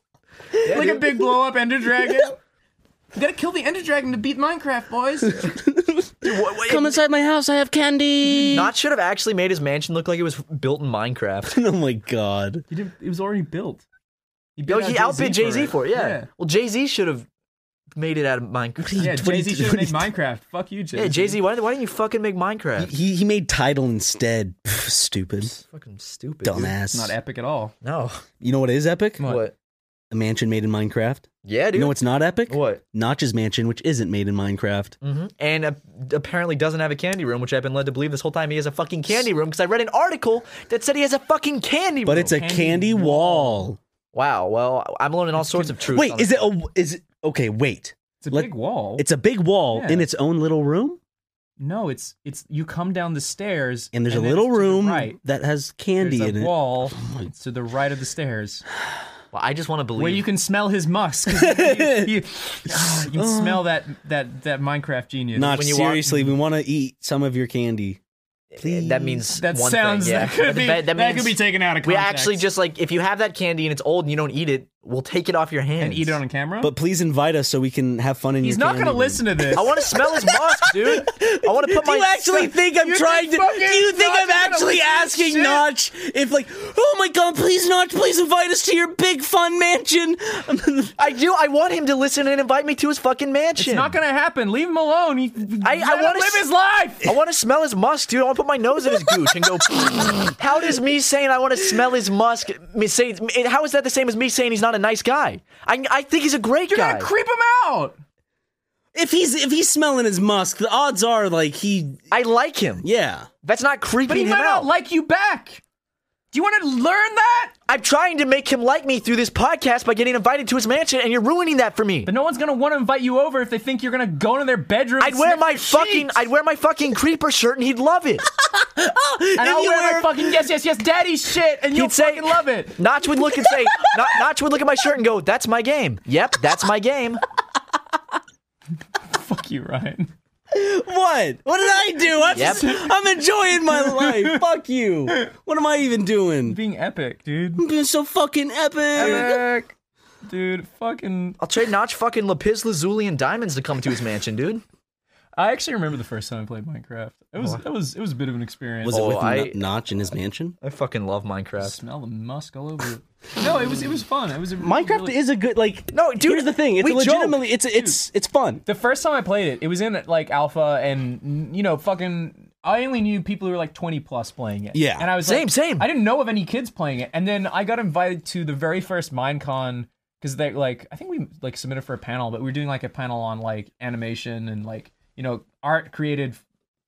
Speaker 2: like a
Speaker 3: dude.
Speaker 2: big blow up ender dragon. You gotta kill the Ender Dragon to beat Minecraft, boys.
Speaker 3: What- what-
Speaker 5: Come inside my house. I have candy.
Speaker 3: Not should have actually made his mansion look like it was built in Minecraft.
Speaker 1: oh my god.
Speaker 4: He did, it was already built.
Speaker 3: Yo,
Speaker 2: out
Speaker 3: he outbid Jay Z for it. Yeah.
Speaker 2: Yeah.
Speaker 3: Well, Jay Z should have made it out of Minecraft.
Speaker 2: Yeah, Jay Z should have made Minecraft. Fuck you, Jay.
Speaker 3: Yeah, Jay Z, why, why didn't you fucking make Minecraft?
Speaker 1: He he made title instead. Pff, stupid.
Speaker 3: fucking stupid. dude.
Speaker 1: Dumbass.
Speaker 2: Not epic at all.
Speaker 3: No.
Speaker 1: You know what is epic?
Speaker 2: What?
Speaker 1: A mansion made in Minecraft.
Speaker 3: Yeah, dude.
Speaker 1: You know what's not epic?
Speaker 3: What?
Speaker 1: Notch's mansion, which isn't made in Minecraft.
Speaker 2: Mm-hmm.
Speaker 3: hmm And uh, apparently doesn't have a candy room, which I've been led to believe this whole time he has a fucking candy room because I read an article that said he has a fucking candy room.
Speaker 1: But it's a
Speaker 2: Candy
Speaker 1: candy wall.
Speaker 3: wow. Well, I'm learning all sorts of truths.
Speaker 1: Wait, is it a is it okay, wait.
Speaker 2: It's a
Speaker 1: Let-
Speaker 2: big wall.
Speaker 1: It's a big wall
Speaker 2: Yeah.
Speaker 1: in its own little room?
Speaker 2: no, it's it's you come down the stairs
Speaker 1: And there's a
Speaker 2: then
Speaker 1: little
Speaker 2: it's to the
Speaker 1: room
Speaker 2: right.
Speaker 1: that has
Speaker 2: There's
Speaker 1: candy
Speaker 2: a
Speaker 1: in it.
Speaker 2: wall
Speaker 1: my-
Speaker 2: it's to the right of the stairs
Speaker 3: Well, I just want to believe.
Speaker 2: where you can smell his musk. you, you- ah, you can smell that that that Minecraft genius.
Speaker 1: Not
Speaker 3: When you walk- Eh,
Speaker 1: seriously, we want to eat some of your candy. Please.
Speaker 3: That means
Speaker 2: that
Speaker 3: one
Speaker 2: sounds
Speaker 3: thing, yeah.
Speaker 2: that could
Speaker 3: But
Speaker 2: be
Speaker 3: that,
Speaker 2: that,
Speaker 3: that means
Speaker 2: could be taken out of
Speaker 3: We
Speaker 2: context.
Speaker 3: actually just like if you have that candy and it's old and you don't eat it, we'll take it off your hands
Speaker 2: and eat it on camera.
Speaker 1: But please invite us so we can have fun in
Speaker 2: he's
Speaker 1: your
Speaker 2: not
Speaker 1: candy
Speaker 2: gonna
Speaker 1: room.
Speaker 2: listen to this.
Speaker 3: I want to smell his musk, dude. I want to put
Speaker 1: Do
Speaker 3: my.
Speaker 1: you actually think I'm
Speaker 2: You
Speaker 1: trying to?
Speaker 2: fucking
Speaker 1: Do you think
Speaker 2: Notch
Speaker 1: I'm
Speaker 2: is gonna
Speaker 1: actually
Speaker 2: listen to
Speaker 1: asking
Speaker 2: shit?
Speaker 1: Notch if, like, oh my god, please, Notch, please invite us to your big fun mansion?
Speaker 3: I do. I want him to listen and invite me to his fucking mansion.
Speaker 2: It's not gonna happen. Leave him alone. He,
Speaker 3: I
Speaker 2: let him
Speaker 3: wanna
Speaker 2: live
Speaker 3: s-
Speaker 2: his life.
Speaker 3: I want to smell his musk, dude. I want to put my nose in his gooch and go. how does me saying I want to smell his musk me say? How is that the same as me saying he's not a nice guy? I, I think he's a great
Speaker 2: You're
Speaker 3: guy.
Speaker 2: gonna creep him out.
Speaker 1: if he's if he's smelling his musk, the odds are like he,
Speaker 3: I like him.
Speaker 1: yeah.
Speaker 3: That's not creeping
Speaker 2: But he
Speaker 3: him
Speaker 2: might
Speaker 3: out.
Speaker 2: not like you back. Do you want to learn that?
Speaker 3: I'm trying to make him like me through this podcast by getting invited to his mansion, and you're ruining that for me.
Speaker 2: But no one's gonna want to invite you over if they think you're gonna go into their bedroom.
Speaker 3: I'd
Speaker 2: and
Speaker 3: wear
Speaker 2: sniff
Speaker 3: my
Speaker 2: their
Speaker 3: fucking
Speaker 2: sheets.
Speaker 3: I'd wear my fucking creeper shirt, and he'd love it.
Speaker 2: and
Speaker 1: if
Speaker 2: I'll
Speaker 1: you
Speaker 2: wear
Speaker 1: wear-
Speaker 2: my fucking yes, yes, yes, daddy shit, and you'll
Speaker 3: He'd say-
Speaker 2: fucking love it.
Speaker 3: Notch would look and say, Not, Notch would look at my shirt and go, "That's my game." Yep, that's my game.
Speaker 2: Fuck you, Ryan.
Speaker 1: What? What did I do? I'm,
Speaker 3: Yep.
Speaker 1: just- I'm enjoying my life. Fuck you. What am I even doing?
Speaker 2: Being epic, dude.
Speaker 1: I'm being so fucking epic.
Speaker 2: Epic, dude. Fucking.
Speaker 3: I'll trade Notch fucking lapis lazuli and diamonds to come to his mansion, dude.
Speaker 2: I actually remember the first time I played Minecraft. It was it was it was a bit of an experience.
Speaker 1: Was it
Speaker 3: Oh,
Speaker 1: with
Speaker 3: I-
Speaker 1: Notch in his mansion?
Speaker 3: I fucking love Minecraft.
Speaker 2: Smell the musk all over it. No, it was it was fun. It was a
Speaker 1: Minecraft
Speaker 2: really-
Speaker 1: is a good like.
Speaker 3: No, dude,
Speaker 1: Here's the thing. It's
Speaker 3: we
Speaker 1: legitimately it's it's it's fun.
Speaker 2: The first time I played it, it was in like alpha, and you know, fucking. I only knew people who were like twenty plus playing it.
Speaker 1: Yeah.
Speaker 2: and I was
Speaker 3: Same,
Speaker 2: like,
Speaker 3: same.
Speaker 2: I didn't know of any kids playing it, and then I got invited to the very first MineCon because they like I think we like submitted for a panel, but we were doing like a panel on like animation and like you know art created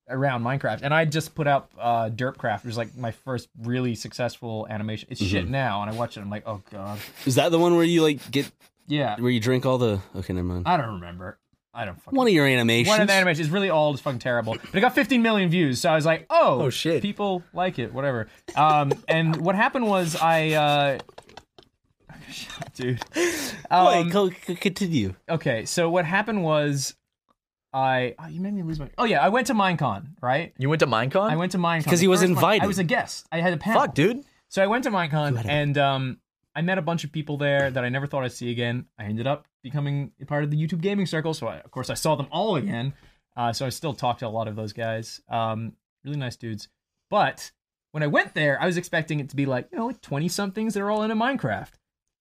Speaker 2: around Minecraft, and I just put out uh, Derpcraft, which was like my first really successful animation.
Speaker 3: Mm-hmm.
Speaker 2: It's shit now, and I watch it, I'm like, oh god,
Speaker 1: Is that the one where you like get
Speaker 2: yeah,
Speaker 1: where you drink all the? Okay, never mind.
Speaker 2: I don't remember. I don't fucking
Speaker 1: One of your animations.
Speaker 2: One of the animations is really old. It's fucking terrible. But it got 15 million views. So I was like, oh,
Speaker 3: Oh, shit.
Speaker 2: People like it, whatever. Um, and what happened was I. Uh, dude.
Speaker 1: Oh, Wait,
Speaker 2: Um,
Speaker 1: co- co- continue.
Speaker 2: okay, so what happened was I. Oh, you made me lose my. Oh, yeah, I went to Minecon, right?
Speaker 3: You went to Minecon?
Speaker 2: I went to Minecon.
Speaker 1: 'Cause he
Speaker 2: The
Speaker 1: was
Speaker 2: first one-
Speaker 1: invited.
Speaker 2: I was a guest. I had a panel.
Speaker 3: Fuck, dude.
Speaker 2: So I went to Minecon and um, I met a bunch of people there that I never thought I'd see again. I ended up becoming a part of the YouTube gaming circle, so I, of course I saw them all again. Uh, so I still talk to a lot of those guys. Um, really nice dudes. But when I went there, I was expecting it to be like you know like twenty somethings that are all into Minecraft.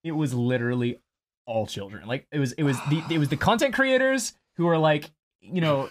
Speaker 2: It was literally all children. Like it was it was the it was the content creators who were like you know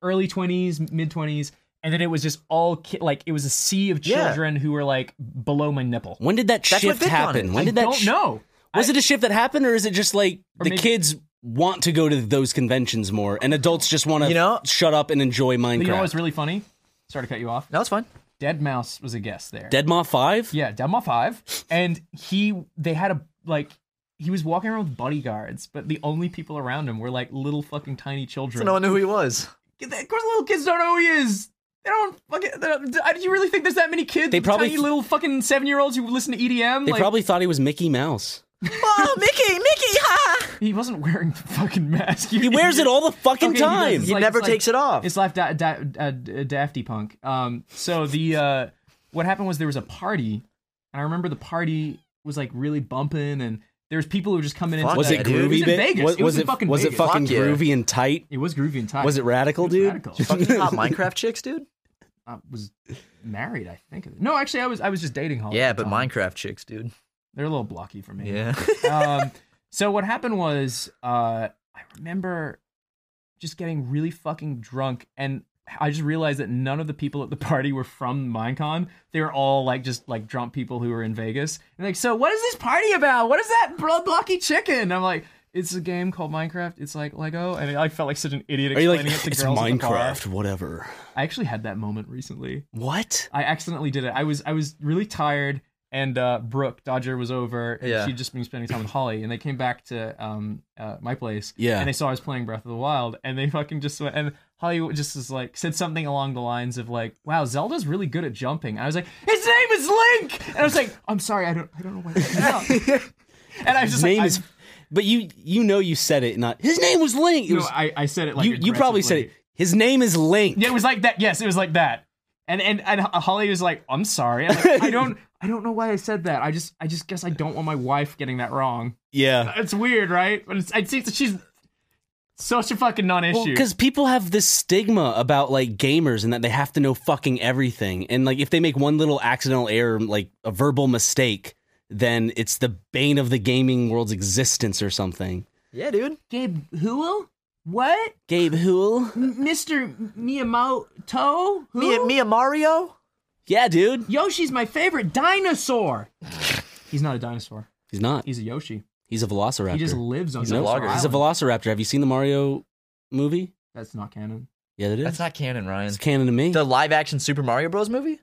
Speaker 2: early 20s, mid 20s, and then it was just all ki- like it was a sea of
Speaker 3: Yeah.
Speaker 2: children who were like below my nipple.
Speaker 1: When did that
Speaker 3: That's what
Speaker 1: shift
Speaker 3: Vidcon
Speaker 1: happen?
Speaker 3: is.
Speaker 1: When
Speaker 2: I
Speaker 1: did that?
Speaker 2: don't
Speaker 1: sh-
Speaker 2: know.
Speaker 1: Was
Speaker 2: I-
Speaker 1: it a shift that happened, or is it just like
Speaker 2: Or
Speaker 1: the
Speaker 2: maybe-
Speaker 1: kids want to go to those conventions more, and adults just want to
Speaker 3: You know-
Speaker 1: shut up and enjoy
Speaker 2: But
Speaker 1: Minecraft?
Speaker 2: you know what's really funny? Sorry to cut you off.
Speaker 3: No, it's fine.
Speaker 2: Dead Mouse was a guest there.
Speaker 1: Deadma Five.
Speaker 2: Yeah, Deadmau Five, and he they had a like he was walking around with bodyguards, but the only people around him were like little fucking tiny
Speaker 3: So
Speaker 2: children.
Speaker 3: no one knew who he was.
Speaker 2: of course, little kids don't know who he is. They don't fucking. They don't, do you really think there's that many kids?
Speaker 1: They probably-
Speaker 2: tiny little fucking seven year olds who listen to EDM.
Speaker 1: They
Speaker 2: like,
Speaker 1: probably thought he was Mickey Mouse.
Speaker 3: Oh, Mickey, Mickey, ha!
Speaker 2: he wasn't wearing the fucking mask.
Speaker 1: He wears it all the fucking
Speaker 2: Okay, he does.
Speaker 1: time.
Speaker 2: It's
Speaker 3: He
Speaker 2: like-
Speaker 3: never
Speaker 2: it's like-
Speaker 3: takes it off.
Speaker 2: It's like da- da- da- da- Dafty Punk. Um, so the uh, what happened was there was a party, and I remember the party was like really bumping, and There's people who are just coming in.
Speaker 3: Fuck
Speaker 1: Was
Speaker 3: Yeah,
Speaker 1: it
Speaker 3: dude.
Speaker 1: groovy,
Speaker 3: It was
Speaker 2: in
Speaker 1: babe?
Speaker 2: Vegas.
Speaker 1: Was,
Speaker 2: It was in
Speaker 1: it
Speaker 2: fucking
Speaker 1: was
Speaker 2: Vegas.
Speaker 1: it fucking
Speaker 3: Fuck yeah.
Speaker 1: groovy and tight?
Speaker 2: It was groovy and tight.
Speaker 1: Was it radical,
Speaker 2: was
Speaker 1: dude?
Speaker 2: radical.
Speaker 3: Fucking hot Minecraft chicks, dude.
Speaker 2: I was married, I think. No, actually, I was. I was just dating Holly.
Speaker 3: Yeah,
Speaker 2: at the
Speaker 3: but
Speaker 2: time.
Speaker 3: Minecraft chicks, dude.
Speaker 2: They're a little blocky for me.
Speaker 3: Yeah.
Speaker 2: um, so what happened was uh, I remember just getting really fucking drunk and I just realized that none of the people at the party were from Minecon. They were all like just like drunk people who were in Vegas. And like, so what is this party about? What is that bro- blocky chicken? And I'm like, it's a game called Minecraft. It's like Lego, and I felt like such an idiot
Speaker 1: Are you
Speaker 2: explaining
Speaker 1: like
Speaker 2: it to
Speaker 1: it's
Speaker 2: girls. at the bar.
Speaker 1: Minecraft, whatever?
Speaker 2: I actually had that moment recently.
Speaker 1: What?
Speaker 2: I accidentally did it. I was I was really tired, and uh, Brooke Dodger was over, and
Speaker 3: Yeah.
Speaker 2: she'd just been spending time with Holly, and they came back to um uh, my place,
Speaker 1: Yeah.
Speaker 2: and they saw I was playing Breath of the Wild, and they fucking just went and. Holly just was like said something along the lines of like, "Wow, Zelda's really good at jumping." And I was like, "His name is Link," and I was like, "I'm sorry, I don't, I don't know why." That's out. and I
Speaker 1: His
Speaker 2: was just
Speaker 1: name
Speaker 2: like, I-
Speaker 1: is. But you you know you said it not his name was Link. It
Speaker 2: no,
Speaker 1: was
Speaker 2: I, I said it like
Speaker 1: you you probably said
Speaker 2: aggressively.
Speaker 1: it. His name is Link.
Speaker 2: Yeah, it was like that. Yes, it was like that. And and and Holly was like, "I'm sorry. I'm like, I don't I don't know why I said that. I just I just guess I don't want my wife getting that wrong.
Speaker 1: Yeah.
Speaker 2: It's weird, right? But it's, it seems that she's such a fucking non-issue.
Speaker 1: because people have this stigma about like gamers and that they have to know fucking everything, and like if they make one little accidental error, like a verbal mistake, then it's the bane of the gaming world's existence or something.
Speaker 3: Yeah, dude.
Speaker 2: Gabe Whoel, what
Speaker 1: Gabe Hool,
Speaker 2: Mr. Miyamoto? Who?
Speaker 3: Mia, Mia Mario?
Speaker 1: yeah, dude,
Speaker 2: Yoshi's my favorite dinosaur. He's not a dinosaur.
Speaker 1: he's not.
Speaker 2: He's a Yoshi.
Speaker 1: He's a Velociraptor.
Speaker 2: He just lives on.
Speaker 3: He's a
Speaker 2: Dinosaur
Speaker 3: vlogger.
Speaker 1: He's a
Speaker 2: Island.
Speaker 1: Velociraptor. Have you seen the Mario movie?
Speaker 2: That's not canon.
Speaker 1: Yeah, that is.
Speaker 3: That's not canon, Ryan.
Speaker 1: it's canon to me.
Speaker 3: The live action Super Mario Bros. movie?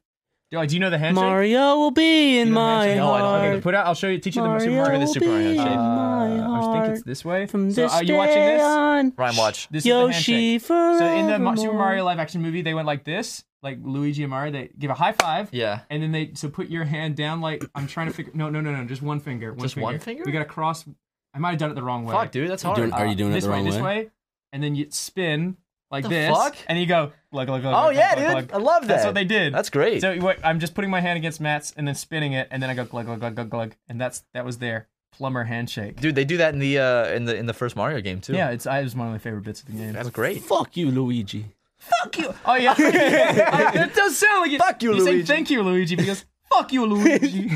Speaker 2: Oh, do you know the handshake?
Speaker 1: Mario will be in
Speaker 2: Do you know the
Speaker 1: my
Speaker 2: handshake? No, I don't. I need to
Speaker 1: heart.
Speaker 2: Put out. I'll show you. Teach you the Super
Speaker 1: Mario
Speaker 2: Mario.
Speaker 3: the
Speaker 1: will
Speaker 3: Super Mario
Speaker 1: be in
Speaker 3: handshake.
Speaker 1: my
Speaker 2: Uh, I think
Speaker 1: heart.
Speaker 2: it's this way.
Speaker 1: From
Speaker 2: so
Speaker 1: this
Speaker 2: are you watching
Speaker 1: day
Speaker 2: this?
Speaker 1: on,
Speaker 3: Ryan, watch.
Speaker 2: This
Speaker 1: Yoshi
Speaker 2: is the handshake. So in the Ma- Super
Speaker 1: forevermore.
Speaker 2: Mario live action movie, they went like this, like Luigi and Mario. They give a high five.
Speaker 3: Yeah.
Speaker 2: And then they so put your hand down like I'm trying to figure. No, no, no, no. Just one finger. One
Speaker 3: Just
Speaker 2: finger.
Speaker 3: one finger?
Speaker 2: We gotta cross. I might have done it the wrong way.
Speaker 3: Fuck, dude, that's
Speaker 1: You're
Speaker 3: hard.
Speaker 1: doing-
Speaker 2: Uh,
Speaker 1: Are you doing it
Speaker 2: this
Speaker 1: the wrong
Speaker 2: way, This
Speaker 1: way?
Speaker 2: way, and then you spin like
Speaker 3: The
Speaker 2: this,
Speaker 3: fuck?
Speaker 2: and you go look, look, look.
Speaker 3: oh,
Speaker 2: look,
Speaker 3: yeah,
Speaker 2: look,
Speaker 3: dude.
Speaker 2: look,
Speaker 3: I love that.
Speaker 2: That's what they did.
Speaker 3: That's great.
Speaker 2: So what, I'm just putting my hand against Matt's and then spinning it, and then I go glug glug glug glug glug, and that's that was their plumber handshake.
Speaker 3: dude, they do that in the uh, in the in the first Mario game too.
Speaker 2: Yeah, it's I it was one of my favorite bits of the game.
Speaker 3: That's great.
Speaker 1: Fuck you, Luigi.
Speaker 2: Oh yeah, I, that does sound like it.
Speaker 3: Fuck you,
Speaker 2: you say
Speaker 3: Luigi.
Speaker 2: thank you, Luigi. Because fuck you, Luigi.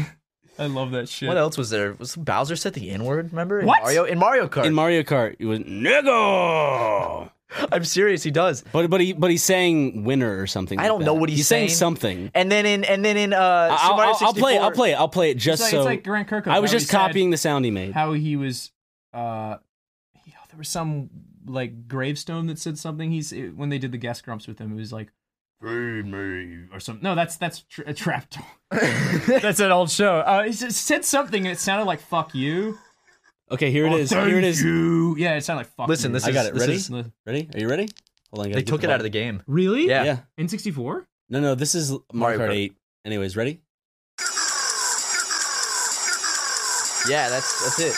Speaker 2: I love that shit.
Speaker 3: What else was there? Was Bowser said the N word? Remember? In
Speaker 2: What?
Speaker 3: Mario in Mario Kart.
Speaker 1: In Mario Kart, it was nigga.
Speaker 3: I'm serious, he does.
Speaker 1: But but he but he's saying winner or something.
Speaker 3: I
Speaker 1: like
Speaker 3: don't
Speaker 1: that.
Speaker 3: know what he's
Speaker 1: saying.
Speaker 3: saying.
Speaker 1: Something.
Speaker 3: And then in and then in uh Super
Speaker 1: I'll,
Speaker 3: Mario
Speaker 1: I'll- I'll play it. I'll
Speaker 3: 64
Speaker 1: play it. I'll play it just
Speaker 2: It's like,
Speaker 1: so.
Speaker 2: it's like Grant Kirkhope.
Speaker 1: I was
Speaker 2: how
Speaker 1: just
Speaker 2: he said
Speaker 1: copying the sound he made.
Speaker 2: how he was. Uh, he- oh, there was some like gravestone that said something. He's it, when they did the guest grumps with him, it was like. "Free me," Or something. No, that's that's tra- a trap door. that's an old show. Uh, he s- said something and it sounded like "fuck you."
Speaker 1: okay, here it
Speaker 2: Oh,
Speaker 1: is.
Speaker 2: thank
Speaker 1: Here it is.
Speaker 2: you. Yeah, it sounded like "fuck."
Speaker 3: Listen,
Speaker 2: you.
Speaker 3: this
Speaker 1: I
Speaker 3: is
Speaker 1: got it.
Speaker 3: This
Speaker 1: Ready?
Speaker 3: is-
Speaker 1: Ready? Are you ready? Hold on. I gotta
Speaker 3: they
Speaker 1: get
Speaker 3: took
Speaker 1: the
Speaker 3: it out of the game.
Speaker 2: really?
Speaker 3: Yeah.
Speaker 1: button. Yeah.
Speaker 2: N sixty four.
Speaker 1: No, no. This is Mario
Speaker 3: Mario
Speaker 1: Kart
Speaker 3: Kart.
Speaker 1: 8. Anyways, ready?
Speaker 3: Yeah, that's that's it.